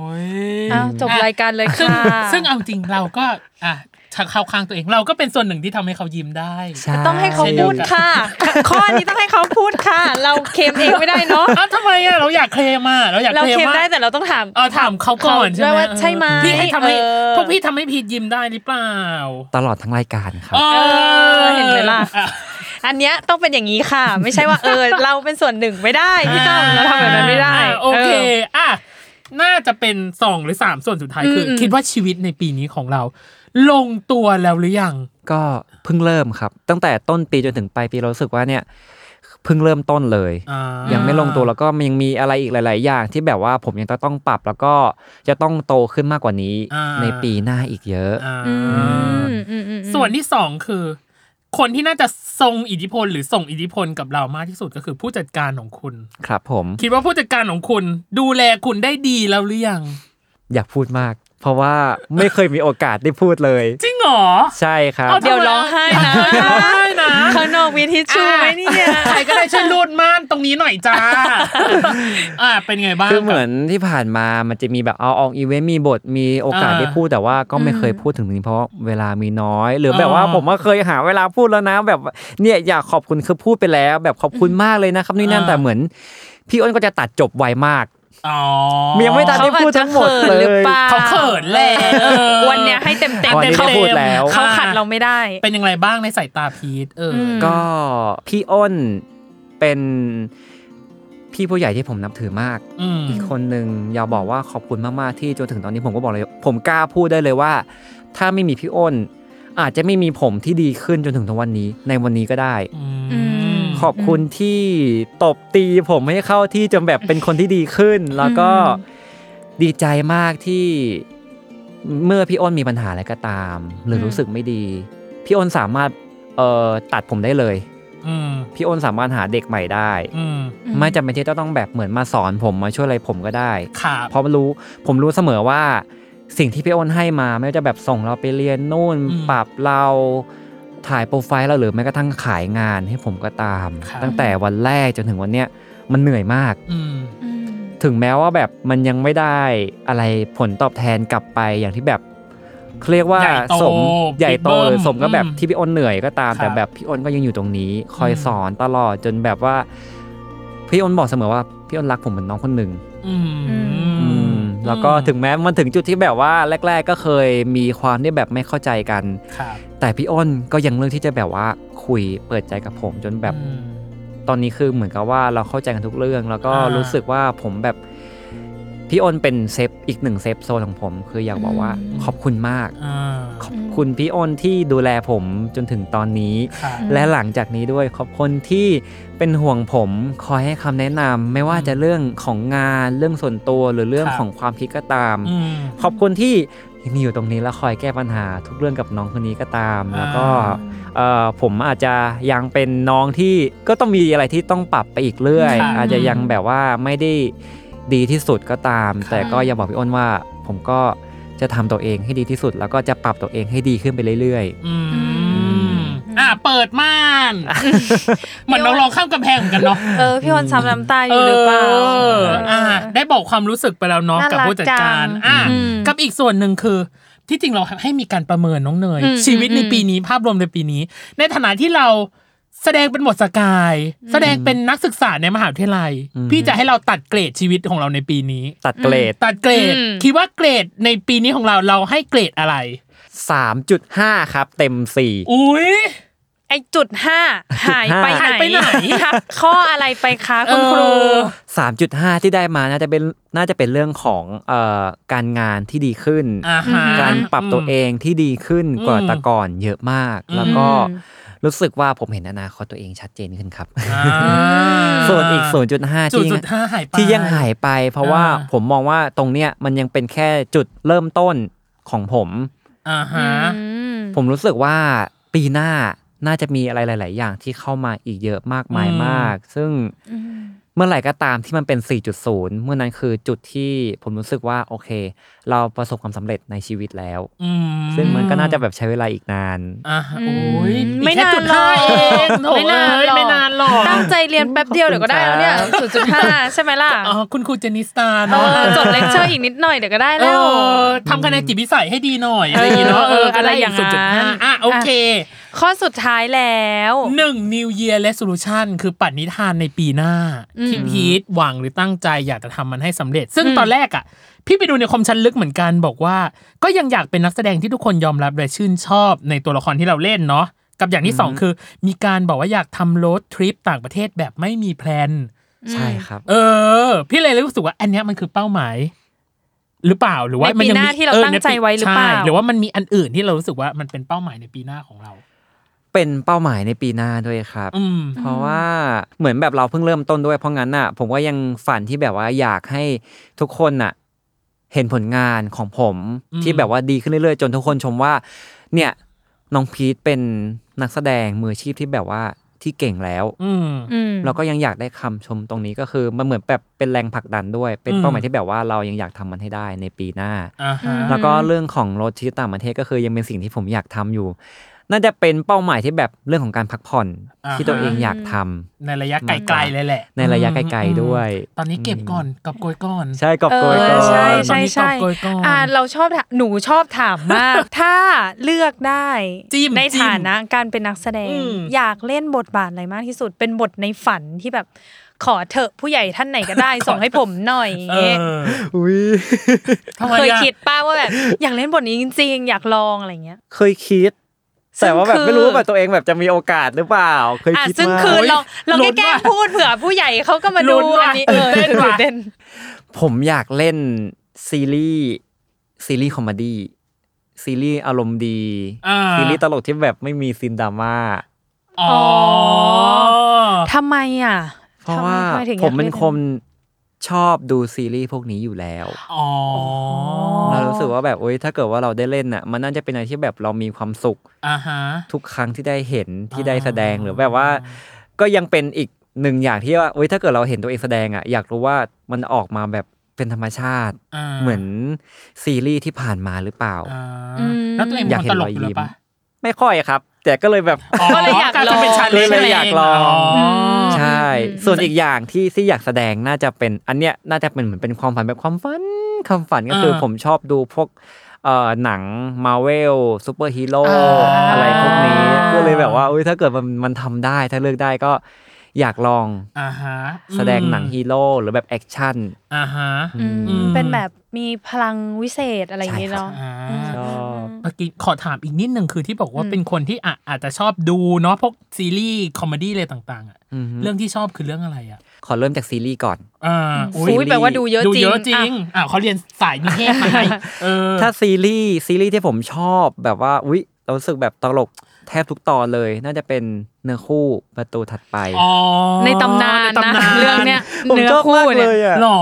[SPEAKER 2] อ้าวย จบรายการเลย
[SPEAKER 3] ซึ่ง
[SPEAKER 2] ค่ะ
[SPEAKER 3] ซึ่งเอาจริงเราก็อ่ะชักเข้าข้างตัวเองเราก็เป็นส่วนหนึ่งที่ทำให้เขายิ้มได้
[SPEAKER 4] ใช่
[SPEAKER 2] ต้องให้เขาพูดค่ะ ข้อนี้ต้องให้เขาพูดค่ะ เราเคลมเองไม่ได้เนาะ
[SPEAKER 3] อ้าวทำไมอ่ะเราอยากเคลมอ่ะเราอยาก
[SPEAKER 2] เรา
[SPEAKER 3] เคลม
[SPEAKER 2] เคลม
[SPEAKER 3] ว่า
[SPEAKER 2] ได้แต่เราต้องถาม
[SPEAKER 3] เออถามเขาก่อนใช่
[SPEAKER 2] เขาด้วย
[SPEAKER 3] ไหม
[SPEAKER 2] ว่าใช่ไหม
[SPEAKER 3] พี่ให้ทำให้
[SPEAKER 2] เออ
[SPEAKER 3] พวกพี่ทำให้พีทยิ้มได้หรือเปล่า
[SPEAKER 4] ตลอดทั้งรายการครับ
[SPEAKER 3] อ
[SPEAKER 2] อเห็นไหมล่ะ
[SPEAKER 3] อ่
[SPEAKER 2] อันเนี้ยต้องเป็นอย่างนี้ค่ะ ไม่ใช่ ว่าเออ เราเป็นส่วนหนึ่งไม่ได้พี่ต้อมเราทำแบบนั้นไม่ได้
[SPEAKER 3] อ่าโอเค
[SPEAKER 2] อ
[SPEAKER 3] อ่ะน่าจะเป็นสองหรือสามส่วนสุดท้ายคืออ
[SPEAKER 2] ม
[SPEAKER 3] คิดว่าชีวิตในปีนี้ของเรา ลงตัวแล้วหรือยัง
[SPEAKER 4] ก็เพิ่งเริ่มครับ ตั้งแต่ต้นปีจนถึงปลายปีเรารู้สึกว่าเนี่ยเพิ่งเริ่มต้นเลย
[SPEAKER 3] อ่ายั
[SPEAKER 4] ยังไม่ลงตัวแล้วก็มันยังมีอะไรอีกหลาย ๆ อย่างที่แบบว่าผมยังต้องปรับแล้วก็จะต้องโตขึ้นมากกว่านี้
[SPEAKER 3] อ่า
[SPEAKER 4] ในปีหน้าอีกเยอะ
[SPEAKER 3] อ่า
[SPEAKER 2] อืมอืมอืมอืม
[SPEAKER 3] ส่วนที่สองคือ คนที่น่าจะทรงอิทธิพลหรือส่งอิทธิพลกับเรามากที่สุดก็คือผู้จัดการของคุณ
[SPEAKER 4] ครับผม
[SPEAKER 3] คิดว่าผู้จัดการของคุณ ดูแลคุณได้ดีแล้วหรือยัง
[SPEAKER 4] อยากพูดมาก เพราะว่าไม่เคยมีโอกาสได้พูดเลย
[SPEAKER 3] จริงเหรอ
[SPEAKER 4] ใช่ครับ
[SPEAKER 3] อาทำไม
[SPEAKER 2] เดี๋ยวร้องไห้นะ
[SPEAKER 3] ร้องไห้นะ
[SPEAKER 2] ข้างนอกมีทิชชู่ไหมเนี่ย
[SPEAKER 3] อ่ะใครก็ได้ช่วยรูดม่านตรงนี้หน่อยจ้า อ่าเป็นไงบ้าง
[SPEAKER 4] คือเหมือนที่ผ่านมามันจะมีแบบเอาออกอีเวนต์มีบทมีโอกาสได้พูดแต่ว่าก็ไม่เคยพูดถึงตรงนี้เพราะเวลามีน้อย หรือแบบว่าผมก็เคยหาเวลาพูดแล้วนะแบบเนี่ยอยากขอบคุณคือพูดไปแล้ว แบบขอบคุณมากเลยนะครับนี่นั่นแต่เหมือน พี่อ้นก็จะตัดจบไวมาก
[SPEAKER 3] อ๋อ
[SPEAKER 4] ยังไม่ทันได้พูดทั้งหมด
[SPEAKER 2] เขาอาจจะเขิน
[SPEAKER 4] เล
[SPEAKER 2] ห
[SPEAKER 4] ย
[SPEAKER 2] รือเปล่า
[SPEAKER 3] เขาเขินแหละเออ
[SPEAKER 2] วันเนี้ยให้เต็มเต็ม
[SPEAKER 4] วันนี้
[SPEAKER 2] เขา
[SPEAKER 4] ได้พูดแล้ว
[SPEAKER 2] เขาขัดเราไม่ได้
[SPEAKER 3] เป็นยังไงบ้างในสายตาพีทเอออ
[SPEAKER 2] ม
[SPEAKER 4] ก็พี่อ้นเป็นพี่ผู้ใหญ่ที่ผมนับถือมาก
[SPEAKER 3] อืม
[SPEAKER 4] อีกคนหนึ่งอยากบอกว่าขอบคุณมาก ๆ ที่จนถึงตอนนี้ผมก็บอกเลย ผมกล้าพูดได้เลยว่า ถ้าไม่มีพี่อ้น อาจจะไม่มีผมที่ดีขึ้นจนถึงทุกวันนี้ ในวันนี้ก็ได้
[SPEAKER 3] อืม
[SPEAKER 4] ขอบคุณที่ตบตีผมให้เข้าที่จนแบบเป็นคนที่ดีขึ้น แล้วก็ดีใจมากที่เมื่อพี่อ้นมีปัญหาอะไรก็ตาม หรือรู้สึกไม่ดี พี่อ้นสามารถเอ่อตัดผมได้เลย
[SPEAKER 3] อืม
[SPEAKER 4] พี่อ้นสามารถหาเด็กใหม่ได้
[SPEAKER 3] อืม
[SPEAKER 4] ไม่จำเป็นที่จะต้องแบบเหมือนมาสอนผมมาช่วยอะไรผมก็ได้
[SPEAKER 3] ครับ
[SPEAKER 4] เพราะรู้ผมรู้เสมอว่า สิ่งที่พี่อ้นให้มาไม่ว่าจะแบบส่งเราไปเรียนนู่น
[SPEAKER 3] อืม
[SPEAKER 4] ปรับเราถ่ายโปรไฟล์เราหรือแม้กระทั่งขายงานให้ผมก็ตาม
[SPEAKER 3] ครับ
[SPEAKER 4] ตั้งแต่วันแรกจนถึงวันเนี้ยมันเหนื่อยมาก
[SPEAKER 3] อืม
[SPEAKER 2] อืม
[SPEAKER 4] ถึงแม้ว่าแบบมันยังไม่ได้อะไรผลตอบแทนกลับไปอย่างที่แบบเขาเรียกว่า
[SPEAKER 3] ใหญ่โต
[SPEAKER 4] สมใหญ่โต
[SPEAKER 3] Big Bang
[SPEAKER 4] หรือสมก็แบบ
[SPEAKER 3] อืม
[SPEAKER 4] ที่พี่อ้นเหนื่อยก็ตาม
[SPEAKER 3] ครับ
[SPEAKER 4] แต่แบบพี่อ้นก็ยังอยู่ตรงนี้ คอย
[SPEAKER 3] อืม
[SPEAKER 4] สอนตลอดจนแบบว่า พี่อ้นบอกเสมอว่าพี่อ้นรักผมเหมือนน้องคนหนึ่ง
[SPEAKER 3] อืม
[SPEAKER 4] อืมแล้วก็ถึงแม้มันถึงจุดที่แบบว่าแรก ๆ ก็เคยมีความที่แบบไม่เข้าใจกัน
[SPEAKER 3] ครับ
[SPEAKER 4] แต่พี่อ้นก็ยังเลือกที่จะแบบว่าคุยเปิดใจกับผมจนแบบ
[SPEAKER 3] อืม
[SPEAKER 4] ตอนนี้คือเหมือนกับว่าเราเข้าใจกันทุกเรื่อง แล้วก็
[SPEAKER 3] อ่ารู้
[SPEAKER 4] รู้สึกว่าผมแบบพี่อ้นเป็นเซฟอีกหนึ่งเซฟโซนของผม คืออยากบอกว่า
[SPEAKER 3] อืม
[SPEAKER 4] ขอบคุณมาก
[SPEAKER 3] อ่า
[SPEAKER 4] ขอบคุณพี่อ้นที่ดูแลผมจนถึงตอนนี้
[SPEAKER 3] ครับ
[SPEAKER 4] และหลังจากนี้ด้วยขอบคุณที่เป็นห่วงผมคอยให้คำแนะนำไม่ว่าจะเรื่องของงานเรื่องส่วนตัวหรือเรื่องของความคิดก็ตาม
[SPEAKER 3] อืม
[SPEAKER 4] ขอบคุณที่มีอยู่ตรงนี้แล้วคอยแก้ปัญหาทุกเรื่องกับน้องคนนี้ก็ตาม
[SPEAKER 3] อ่า
[SPEAKER 4] แล้วก็เอ่อผมอาจจะยังเป็นน้องที่ก็ต้องมีอะไรที่ต้องปรับไปอีกเรื่อย
[SPEAKER 3] ค่ะ
[SPEAKER 4] อาจจะยังแบบว่าไม่ได้ดีที่สุดก็ตาม
[SPEAKER 3] ค่ะ
[SPEAKER 4] แต่ก็อย่าบอกพี่อ้นว่า ผมก็จะทำตัวเองให้ดีที่สุด แล้วก็จะปรับตัวเองให้ดีขึ้นไปเรื่อย
[SPEAKER 3] อืมอ่าเปิดม่าน เหมือนน้องลองข้ามกำแพงเหมือนกันเนาะ
[SPEAKER 5] เออพี่ออนซ้ำน้ำตาอยู่หรือเปล่า
[SPEAKER 3] ออ่า ได้บอกความรู้สึกไปแล้วเนาะ
[SPEAKER 5] น่ารั
[SPEAKER 3] กับ
[SPEAKER 5] ก
[SPEAKER 3] ผู้จัดการ
[SPEAKER 5] จัง
[SPEAKER 3] อ่า
[SPEAKER 5] อืม
[SPEAKER 3] กับอีกส่วนหนึ่งคือ ที่จริงเราให้มีการประเมินน้องเนย
[SPEAKER 5] อืม
[SPEAKER 3] ชีวิตใน
[SPEAKER 5] อืม
[SPEAKER 3] ปีนี้ภาพรวมในปีนี้ ในฐานะที่เราแสดงเป็นบทสกาย แสดงเป็นนักศึกษาในมหาวิทยาลัย
[SPEAKER 4] อืม
[SPEAKER 3] พี่จะให้เราตัดเกรดชีวิตของเราในปีนี้
[SPEAKER 4] ๆ ตัดเกรด
[SPEAKER 3] ตัดเกรด
[SPEAKER 5] อืม
[SPEAKER 3] คิดว่าเกรดในปีนี้ของเราเราให้เกรดอะไร
[SPEAKER 4] 3.5 ครับ เต็ม 4
[SPEAKER 3] อุ้ย
[SPEAKER 5] ไอจุดห้าหายไปไหน
[SPEAKER 3] หายไปไหน
[SPEAKER 5] หักข้ออะไรไปคะคุณครู
[SPEAKER 3] เออ
[SPEAKER 4] 3.5 ที่ได้มาน่าจะเป็นน่าจะเป็นเรื่องของเอ่อการงานที่ดีขึ้น
[SPEAKER 3] อ่าฮะ
[SPEAKER 4] การปรับตัวเองที่ดีขึ้นกว่า
[SPEAKER 3] อืม
[SPEAKER 4] แต่ก่อนเยอะมาก
[SPEAKER 3] อืม
[SPEAKER 4] แล้วก็
[SPEAKER 5] อืม
[SPEAKER 4] รู้สึกว่าผมเห็นอนาคตตัวเองชัดเจนขึ้นครับ
[SPEAKER 3] อ่า
[SPEAKER 4] ส่วนอีก 0.5
[SPEAKER 3] จุด
[SPEAKER 4] ที่
[SPEAKER 3] จุดห้าหายไป
[SPEAKER 4] ที่ยังหายไป เพราะว่า
[SPEAKER 3] อ่า
[SPEAKER 4] ผมมองว่าตรงเนี้ยมันยังเป็นแค่จุดเริ่มต้นของผม
[SPEAKER 3] อ่าฮะ
[SPEAKER 4] ผมรู้สึกว่าปีหน้าน่าจะมีอะไรหลาย ๆ อย่างที่เข้ามาอีกเยอะมากมาย
[SPEAKER 3] อืม
[SPEAKER 4] มาก ซึ่งเมื่อไหร่ก็ตามที่มันเป็น 4.0 เมื่อนั้นคือจุดที่ผมรู้สึกว่าโอเค เราประสบความสำเร็จในชีวิตแล้ว
[SPEAKER 3] อืม
[SPEAKER 4] ซึ่งมันก็น่าจะแบบใช้เวลาอีกนาน
[SPEAKER 3] อ่าฮะโอ้ย
[SPEAKER 5] ไม่
[SPEAKER 3] อีกแค่
[SPEAKER 5] นาน
[SPEAKER 3] จุด
[SPEAKER 5] หร
[SPEAKER 3] ห้
[SPEAKER 5] อก
[SPEAKER 3] เองโถ่
[SPEAKER 5] ไม่นานหรอก
[SPEAKER 3] เอ้ยไม่นานหรอก
[SPEAKER 5] ตั้งใจเรียนแป๊บเดียวเดี๋ยวก็ได้แล้วเนี่ยจุดจุดห้าใช่ไหมล่ะ
[SPEAKER 3] อ๋อคุณครูเจนิสตา
[SPEAKER 5] เอ
[SPEAKER 3] เนาะ
[SPEAKER 5] อจดเลคเชอร์อีกนิดหน่อยเดี๋ยวก็ได้
[SPEAKER 3] เอ
[SPEAKER 5] แล้ว
[SPEAKER 3] อทำคะแนนจิตวิสัยให้ดีหน่อยอะไรอย่างเงี้ยเนาะเอออะไรอย่าง
[SPEAKER 5] เอออะไรอย่างนั้
[SPEAKER 3] จุด
[SPEAKER 5] น
[SPEAKER 3] จุดห้าอ่ะโอเค
[SPEAKER 5] ข้อสุดท้ายแล้ว
[SPEAKER 3] หนึ่ง New Year Resolution คือปัดนิทานในปีหน้า
[SPEAKER 5] อืม
[SPEAKER 3] ที่พีทหวังหรือตั้งใจอยากจะทำมันให้สำเร็จ ซึ่ง
[SPEAKER 5] อืม
[SPEAKER 3] ตอนแรกอ่ะ พี่ไปดูในคอมชันลึกเหมือนกันบอกว่า ก็ยังอยากเป็นนักแสดงที่ทุกคนยอมรับและชื่นชอบในตัวละครที่เราเล่นเนาะกับอย่างที่สองคือ มีการบอกว่าอยากทำโรดทริปต่างประเทศแบบไม่มีแพลน
[SPEAKER 4] ใช่ครับ
[SPEAKER 3] เออ พี่เลยรู้สึกว่า อันเนี้ยมันคือเป้าหมาย หรือเปล่าหรือว่า
[SPEAKER 5] ในปี
[SPEAKER 3] มัยั
[SPEAKER 5] หน้าที่เราตั้งใจไว้หรือเปล่า
[SPEAKER 3] ใช่หรือว่ามันมีอันอื่นที่เรารู้สึกว่ามันเป็นเป้าหมายในปีหน้าของเรา
[SPEAKER 4] เป็นเป้าหมายในปีหน้าด้วยครับ
[SPEAKER 3] อืม
[SPEAKER 4] เพราะว่าเหมือนแบบเราเพิ่งเริ่มต้นด้วยเพราะงั้นน่ะ ผมก็ยังฝันที่แบบว่าอยากให้ทุกคนน่ะ เห็นผลงานของผม
[SPEAKER 3] อืม
[SPEAKER 4] ที่แบบว่าดีขึ้นเรื่อยๆ จนทุกคนชมว่า เนี่ยน้องพีทเป็นนักแสดงมืออาชีพที่แบบว่าที่เก่งแล้ว
[SPEAKER 3] อืม
[SPEAKER 5] อืม
[SPEAKER 4] เราก็ยังอยากได้คำชมตรงนี้ก็คือมันเหมือนแบบเป็นแรงผลักดันด้วย เป็น
[SPEAKER 3] อืม
[SPEAKER 4] เป้าหมายที่แบบว่าเรายังอยากทำมันให้ได้ในปีหน้า
[SPEAKER 3] อ่าฮะ
[SPEAKER 5] อืม
[SPEAKER 4] แล้วก็เรื่องของรถที่ต่างประเทศก็คือยังเป็นสิ่งที่ผมอยากทำอยู่ น่าจะเป็นเป้าหมายที่แบบเรื่องของการพักผ่อน
[SPEAKER 3] อ่า
[SPEAKER 4] ที่ตัวเองอยากทำ
[SPEAKER 3] ในระยะไกลๆเลยแหละ
[SPEAKER 4] ในระยะไกลๆด้วย
[SPEAKER 3] ตอนนี้เก็บก่อนกับโกยก่อน
[SPEAKER 4] ใช่กอบโกย
[SPEAKER 5] เอ
[SPEAKER 4] ก่อ
[SPEAKER 5] อนใช่
[SPEAKER 3] ตอน
[SPEAKER 5] ใช่
[SPEAKER 3] นี้
[SPEAKER 5] ใช่
[SPEAKER 3] กอบโกยก่อน
[SPEAKER 5] อ่าเราชอบถามหนูชอบถามมาก ถ้าเลือกได้
[SPEAKER 3] จิ้ม
[SPEAKER 5] ใน
[SPEAKER 3] จิ้ม
[SPEAKER 5] ฐานะการเป็นนักแสดง
[SPEAKER 3] อืม
[SPEAKER 5] อยากเล่นบทบาทอะไรมากที่สุดเป็นบทในฝันที่แบบขอเถอะผู้ใหญ่ท่านไหนก็ได้ ส่งให้ผมหน่อย
[SPEAKER 3] เออ
[SPEAKER 4] อุ้ย
[SPEAKER 3] ทำไม
[SPEAKER 5] เคย
[SPEAKER 3] อะ
[SPEAKER 5] คิดป้าว่าแบบ อยากเล่นบทนี้จริงๆ อยากลองอะไรเงี้ย
[SPEAKER 4] เคยคิด
[SPEAKER 5] ซึ่ง
[SPEAKER 4] แต่ว่าแบบ
[SPEAKER 5] คือ
[SPEAKER 4] ไม่รู้ว่าแบบตัวเองแบบจะมีโอกาสหรือเปล่า เคย
[SPEAKER 5] อ่ะ
[SPEAKER 4] คิด
[SPEAKER 5] ซึ่ง
[SPEAKER 4] มา
[SPEAKER 5] คือก เราเราแค่แกล้งพูดเผื่อผู้ใหญ่เขาก็มาดูอันนี้เออตื่นเต้น
[SPEAKER 4] ผมอยากเล่นซีรีส์ซีรีส์คอมเมดี้ซีรีส์อารมณ์ดี
[SPEAKER 3] อ่า
[SPEAKER 4] ซีรีส์ตลกที่แบบไม่มีซินดราม่า
[SPEAKER 3] อ๋อ
[SPEAKER 5] ทำไมอ่ะ
[SPEAKER 4] เพราะว่า
[SPEAKER 5] ทำไทำไถึงอยก
[SPEAKER 4] ผมเป็น
[SPEAKER 5] ล่
[SPEAKER 4] คนชอบดูซีรีส์พวกนี้อยู่แล้ว
[SPEAKER 3] อ๋อ
[SPEAKER 4] เรารู้สึกว่าแบบโอ๊ยถ้าเกิดว่าเราได้เล่นน่ะ มันน่าจะเป็นอะไรที่แบบเรามีความสุข
[SPEAKER 3] อ่าฮะ
[SPEAKER 4] ทุกครั้งที่ได้เห็นที่ได้แสดง
[SPEAKER 3] อ่า
[SPEAKER 4] หรือแบบว่า ก็ยังเป็นอีกหนึ่งอย่างที่ว่าเว้ยถ้าเกิดเราเห็นตัวเองแสดงอ่ะอยากรู้ว่ามันออกมาแบบ เป็นธรรมชาติ
[SPEAKER 3] า
[SPEAKER 4] เหมือนซีรีส์ที่ผ่านมาหรือเปล่า
[SPEAKER 3] อ่า
[SPEAKER 5] อืม
[SPEAKER 3] แล้วตัวเอง
[SPEAKER 4] อ
[SPEAKER 3] เป็
[SPEAKER 4] ยาน
[SPEAKER 3] ค
[SPEAKER 4] กเห็
[SPEAKER 3] นต
[SPEAKER 4] น
[SPEAKER 3] ล
[SPEAKER 4] ร
[SPEAKER 3] ก
[SPEAKER 4] อย
[SPEAKER 3] อ
[SPEAKER 4] ยิ้
[SPEAKER 3] ยู่ห
[SPEAKER 4] ม
[SPEAKER 3] รือปะ
[SPEAKER 4] ไม่ค่อยครับ แต่ก็เลยแบบ
[SPEAKER 5] ก็เลยอยาก
[SPEAKER 3] รจะเป็นชาเลนจ์
[SPEAKER 4] เลยอยากลอง
[SPEAKER 3] ะไรย่างเงี้ย
[SPEAKER 4] ใช่
[SPEAKER 5] อืม
[SPEAKER 4] ส่วนอีกอย่างที่ที่อยากแสดงน่าจะเป็นอันเนี้ยน่าจะเป็นเหมือนเป็นความฝันแบบความฝันความฝันก็คืออาผมชอบดูพวกเอ่อหนังมาเวลซูเปอร์ฮีโร่
[SPEAKER 3] อ่า
[SPEAKER 4] อะไรพวกนี้ก็เลยแบบว่าอุ้ยถ้าเกิดมันมันทำได้ถ้าเลือกได้ก็อยากลอง
[SPEAKER 3] อ่าฮะ
[SPEAKER 4] แสดงหนังฮีโร่หรือแบบแอคชั่น
[SPEAKER 3] อ่าฮะ
[SPEAKER 2] อืม
[SPEAKER 3] อืม
[SPEAKER 2] เป็นแบบมีพลังวิเศษอะไรอย่างเงี้ยเนาะ
[SPEAKER 3] อ่า
[SPEAKER 4] ชอบ
[SPEAKER 3] เมื่อกี้ขอถามอีกนิดหนึ่งคือที่บอกว่า
[SPEAKER 2] อืม
[SPEAKER 3] เป็นคนที่อ่ะอาจจะชอบดูเนาะพวกซีรีส์คอมเมดี้อะไรต่างๆอ่ะ
[SPEAKER 4] อือฮึ
[SPEAKER 3] เรื่องที่ชอบคือเรื่องอะไรอ่ะ
[SPEAKER 4] ขอเริ่มจากซีรีส์ก่อน
[SPEAKER 3] อ่าอุ๊ย
[SPEAKER 5] อุ้ยแปลว่าดูเยอะ
[SPEAKER 3] ดู
[SPEAKER 5] จริง
[SPEAKER 3] เยอะจริง
[SPEAKER 5] อ่ะ
[SPEAKER 3] อ่าเขาเรียนสายนิเทศมาให้เออ
[SPEAKER 4] ถ้าซีรีส์ซีรีส์ที่ผมชอบแบบว่าอุ้ยเรารู้สึกแบบตลกแทบทุกตอนเลย น่าจะเป็นเนื้อคู่ประตูถัดไป
[SPEAKER 3] อ๋อ
[SPEAKER 5] ในตำนาน
[SPEAKER 3] ใตำ
[SPEAKER 5] นะเรื่องเนี้ย
[SPEAKER 4] ผม
[SPEAKER 5] เนื้อ
[SPEAKER 4] ชอบ
[SPEAKER 5] คู่
[SPEAKER 4] มาก
[SPEAKER 5] เนี่
[SPEAKER 4] เลย ยอ่ะ
[SPEAKER 3] หรอ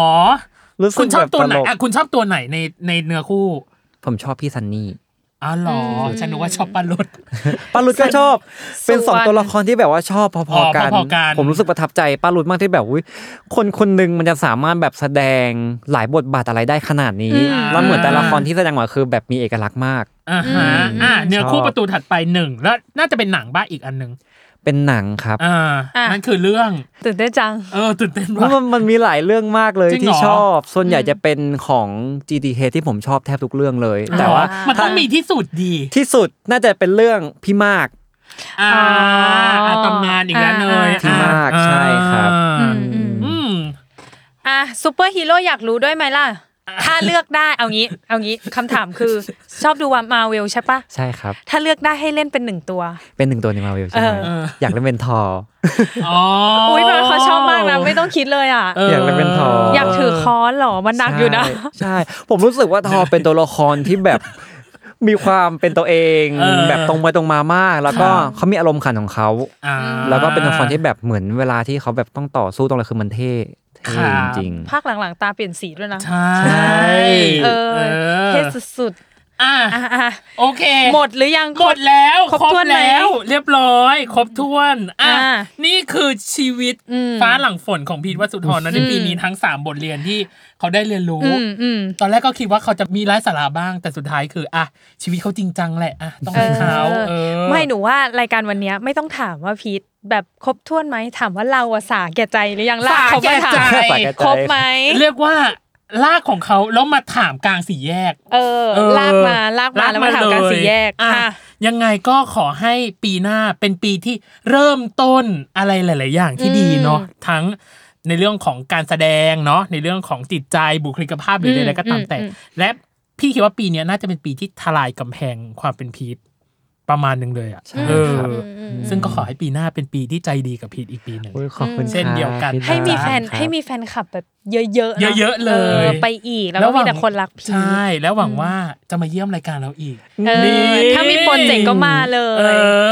[SPEAKER 4] รู้สึ
[SPEAKER 3] คุ
[SPEAKER 4] ก
[SPEAKER 3] ณชอบ
[SPEAKER 4] แบบ
[SPEAKER 3] ตัวไหน
[SPEAKER 4] ตลก
[SPEAKER 3] อ่ะคุณชอบตัวไหนในในเนื้อคู่
[SPEAKER 4] ผมชอบพี่ซันนี่
[SPEAKER 3] อ๋อหรออ
[SPEAKER 5] ม
[SPEAKER 3] ฉันนึกว่าชอบปลาลุด
[SPEAKER 4] ป้าลุดก็ชอบ
[SPEAKER 5] ส่วน
[SPEAKER 4] เป็นสองตัวละครที่แบบว่าชอบพ
[SPEAKER 3] อ๋
[SPEAKER 4] อ
[SPEAKER 3] อ
[SPEAKER 4] ๆกัน
[SPEAKER 3] พอๆกัน
[SPEAKER 4] ผมรู้สึกประทับใจป้าลุดมากที่แบบอุ้ยคนคนหนึ่งมันจะสามารถแบบแสดงหลายบทบาทอะไรได้ขนาดนี้ แล้วเหมือนแต่ละครที่แสดงมาคือแบบมีเอกลักษณ์มาก
[SPEAKER 3] อ่าฮะอ่าเนื้อคู่ประตูถัดไปหนึ่งแล้วน่าจะเป็นหนังบ้าอีกอันหนึ่ง
[SPEAKER 4] เป็นหนังครับ
[SPEAKER 3] อ่า
[SPEAKER 5] อ่ะ
[SPEAKER 3] นั่นคือเรื่อง
[SPEAKER 2] ตื่นเต้นจัง
[SPEAKER 3] เออตื่นเต้น
[SPEAKER 4] มัน
[SPEAKER 3] ว่ะ
[SPEAKER 4] มันมันมีหลายเรื่องมากเลย
[SPEAKER 3] จริงเหร
[SPEAKER 4] ที่
[SPEAKER 3] อ
[SPEAKER 4] ชอบ ส่วนใหญ่จะเป็นของ GTH ที่ผมชอบแทบทุกเรื่องเลย แต่ว่า
[SPEAKER 3] มันต้องมีที่สุดดี
[SPEAKER 4] ที่สุดน่าจะเป็นเรื่องพี่มาก
[SPEAKER 3] อ่า
[SPEAKER 5] อ๋อ
[SPEAKER 3] ตำนานอีกแล้วเนย
[SPEAKER 5] อ่า
[SPEAKER 4] ที่มาก
[SPEAKER 3] อ่
[SPEAKER 4] ใช่ครับ
[SPEAKER 3] อืม
[SPEAKER 2] อืม
[SPEAKER 3] อืม
[SPEAKER 5] อ่ะซูเปอร์ฮีโร่อยากรู้ด้วยไหมล่ะ ถ้าเลือกได้เอางี้ เอางี้คำถามคือชอบดูวามาเวลใช่ปะ
[SPEAKER 4] ใช่ครับ
[SPEAKER 5] ถ้าเลือกได้ให้เล่นเป็นหนึ่งตัว
[SPEAKER 4] เป็นหนึ่งตัวในมาเวลใช่ไหม
[SPEAKER 5] เอ
[SPEAKER 3] อ
[SPEAKER 4] อยากเล่นเป็นทอร์
[SPEAKER 3] อ๋อ
[SPEAKER 5] อุ้
[SPEAKER 3] อุ้
[SPEAKER 5] ยเขาชอบมากนะไม่ต้องคิดเลยอ่ะ
[SPEAKER 4] อยากเล่นเป็นทอร์
[SPEAKER 5] อยากถือค้อนเหรอมันหนักอยู่นะ
[SPEAKER 4] ใช่ใช่ ผมรู้สึกว่าทอร์เป็นตัวละครที่แบบ มีความเป็นตัวเอง
[SPEAKER 3] เออ
[SPEAKER 4] แบบตรงไปตรงมามาก แล้วก็เขามีอารมณ์ขันของเขา
[SPEAKER 3] อ่า
[SPEAKER 4] แล้วก็เป็นตัวละครที่แบบเหมือนเวลาที่เขาแบบต้องต่อสู้ตรงอะไรคือมันเท่เท่
[SPEAKER 3] ค
[SPEAKER 4] จ
[SPEAKER 3] รับ
[SPEAKER 4] ริง
[SPEAKER 5] ภาคหลังๆ ตาเปลี่ยนสีด้วยนะ
[SPEAKER 3] ใช่
[SPEAKER 5] เออ
[SPEAKER 3] อ
[SPEAKER 5] เท่สุด
[SPEAKER 3] อ่ะ
[SPEAKER 5] ๆอ่ะอ่ะ
[SPEAKER 3] โอเค
[SPEAKER 5] หมดหรือยัง
[SPEAKER 3] หมดแล้ว
[SPEAKER 5] ครบถ้วนไหม
[SPEAKER 3] แล้ว เรียบร้อย ครบถ้วนอ่ะ
[SPEAKER 5] อ่า
[SPEAKER 3] นี่คือชีวิต
[SPEAKER 5] อืม
[SPEAKER 3] ฟ้าหลังฝนของพีทวัสสุธรนะใน
[SPEAKER 5] อืม
[SPEAKER 3] ปีนี้ทั้ง 3 บทเรียนที่เขาได้เรียนรู้
[SPEAKER 5] อืมอืม
[SPEAKER 3] ตอนแรกก็คิดว่าเขาจะมีไร้สาระบ้าง แต่สุดท้ายคืออ่ะชีวิตเขาจริงจังแหละอ่ะต้องให้เขาเออ
[SPEAKER 2] ไม่หนูว่ารายการวันเนี้ยไม่ต้องถามว่าพีทแบบครบถ้วนไหมถามว่าเราอะสาแก่ใจหรือยังล่ะ
[SPEAKER 3] สา
[SPEAKER 2] เขา
[SPEAKER 3] แก่
[SPEAKER 2] มาถาม
[SPEAKER 3] ใจ
[SPEAKER 4] สาแก่ใจ
[SPEAKER 2] ครบไหม
[SPEAKER 3] เรียกว่าลากของเขาแล้วมาถามกลางสี่แยก
[SPEAKER 2] เออ
[SPEAKER 3] เออ
[SPEAKER 2] ลากมาลากมาแล้วมาถามการสีแยก
[SPEAKER 3] อ่ะ
[SPEAKER 2] อ่ะ
[SPEAKER 3] ยังไงก็ขอให้ปีหน้าเป็นปีที่เริ่มต้นอะไรหลาย ๆ อย่างที่ดีเนาะทั้งในเรื่องของการแสดงเนาะในเรื่องของจิตใจบุคลิกภาพหรือ
[SPEAKER 5] ม
[SPEAKER 3] อะไรก็ตามแต่
[SPEAKER 5] อืม
[SPEAKER 3] และพี่คิดว่าปีเนี้ยน่าจะเป็นปีที่ทลายกำแพงความเป็นพีทประมาณหนึ่งเลยอ่ะ
[SPEAKER 4] ใช่
[SPEAKER 3] เออ
[SPEAKER 4] ครับ
[SPEAKER 3] ซึ่งก็ขอให้ปีหน้าเป็นปีที่ใจดีกับพีทอีกปีหนึ่ง
[SPEAKER 4] โยขอบคุณ
[SPEAKER 3] เช่น
[SPEAKER 4] ครับ
[SPEAKER 3] เดียวกัน
[SPEAKER 4] พี่
[SPEAKER 2] ให้มีแฟน
[SPEAKER 4] ครับ
[SPEAKER 2] ให้มีแฟนคลับแบบเยอะๆน
[SPEAKER 3] เยอะๆเลย
[SPEAKER 2] ออไปอีกแล้วก็มีแต่คนรักพีท
[SPEAKER 3] ใช่แล้วหวังว่าจะมาเยี่ยมรายการเราอีก
[SPEAKER 2] เออ
[SPEAKER 3] นี่
[SPEAKER 2] ถ้ามีโปรเจกต์ก็มาเลย
[SPEAKER 3] อ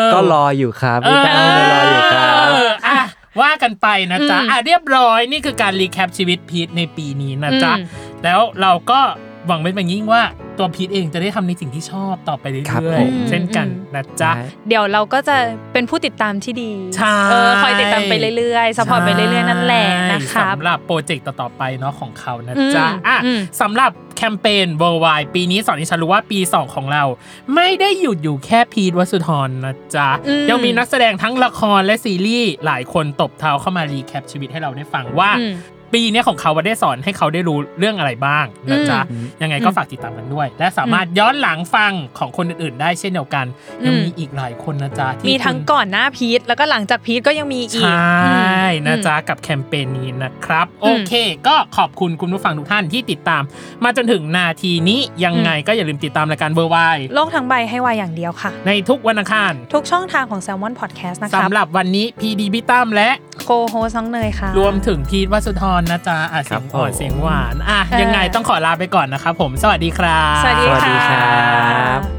[SPEAKER 3] อ
[SPEAKER 4] ก็รออยู่ครับพี่ตั้มก็รออยู่ครับ
[SPEAKER 3] เอออ่ะว่ากันไปนะจ๊ะอ่ะเรียบร้อยนี่คือการรีแคปชีวิตพีทในปีนี้นะจ๊ะ
[SPEAKER 5] อืม
[SPEAKER 3] แล้วเราก็หวังเป็นอย่างยิ่งว่าตัวพีทเองจะได้ทำในสิ่งที่ชอบต่อไปเรื่
[SPEAKER 4] ครับ
[SPEAKER 3] อ
[SPEAKER 4] ผ
[SPEAKER 3] ย
[SPEAKER 4] ม
[SPEAKER 3] ๆเช่นกันนะจ๊ะ
[SPEAKER 2] เดี๋ยวเราก็จะเป็นผู้ติดตามที่ดี
[SPEAKER 3] ใช่
[SPEAKER 2] เออคอยติดตามไปเรื่อยๆสปอร์ตไปเรื่อยๆนั่นแหละนะคะ
[SPEAKER 3] สำหรับโปรเจกต์ต่อ ๆ ไปเนาะของเขานะจ๊ะ
[SPEAKER 2] อืม
[SPEAKER 3] อ่ะ
[SPEAKER 2] อืม
[SPEAKER 3] สำหรับแคมเปญ Worldwide ปีนี้สอนให้ฉันรู้ว่าปี 2 ของเรา ไม่ได้หยุดอยู่แค่พีทวัสุธรนะจ๊ะ ยังมีนักแสดงทั้งละครและซีรีส์หลายคนตบเท้าเข้ามารีแคปชีวิตให้เราได้ฟังว่า ปีเนี้ยของเขาว่าได้สอนให้เขาได้รู้เรื่องอะไรบ้างนะจ๊ะ ยังไงก็ฝากติดตามกันด้วย และสามารถย้อนหลังฟังของคนอื่นๆ ได้เช่นเดียวกันยังมีอีกหลายคนนะจ๊ะที่
[SPEAKER 2] มีทั้ง
[SPEAKER 3] คุณ
[SPEAKER 2] ก่อนหน้าพีทแล้วก็หลังจากพีทก็ยังมีอี
[SPEAKER 3] ใช
[SPEAKER 2] ก่ อืม
[SPEAKER 3] นะจ๊ะ กับแคมเปญนี้นะครับ โอเค ก็ขอบคุณคุณผู้ฟังทุกท่านที่ติดตาม มาจนถึงนาทีนี้ยังไงก็อย่าลืมติดตามรายการเบอร์ไว
[SPEAKER 2] โลกทั้งใบให้วายอย่างเดียวค่ะ
[SPEAKER 3] ในทุกวันอังคาร
[SPEAKER 2] ทุกช่องทางของ Salmon Podcast นะครับ
[SPEAKER 3] สำหรับวันนี้พีดีพี่ตั้มและ
[SPEAKER 2] โคโฮสน้องเนยค่ะ
[SPEAKER 3] รวมถึงพีทวัสุธรนะจ๊ะอ่ะ
[SPEAKER 4] ครั
[SPEAKER 3] เสียง
[SPEAKER 4] บ
[SPEAKER 3] อ่อน
[SPEAKER 4] ผม
[SPEAKER 3] เสียงหวาน อ่ะ
[SPEAKER 2] เออ
[SPEAKER 3] ยังไงต้องขอลาไปก่อนนะครับผมสวัสดีครับ
[SPEAKER 2] สวัสดี
[SPEAKER 4] สวัสดี
[SPEAKER 2] ค่ะ
[SPEAKER 4] ครับ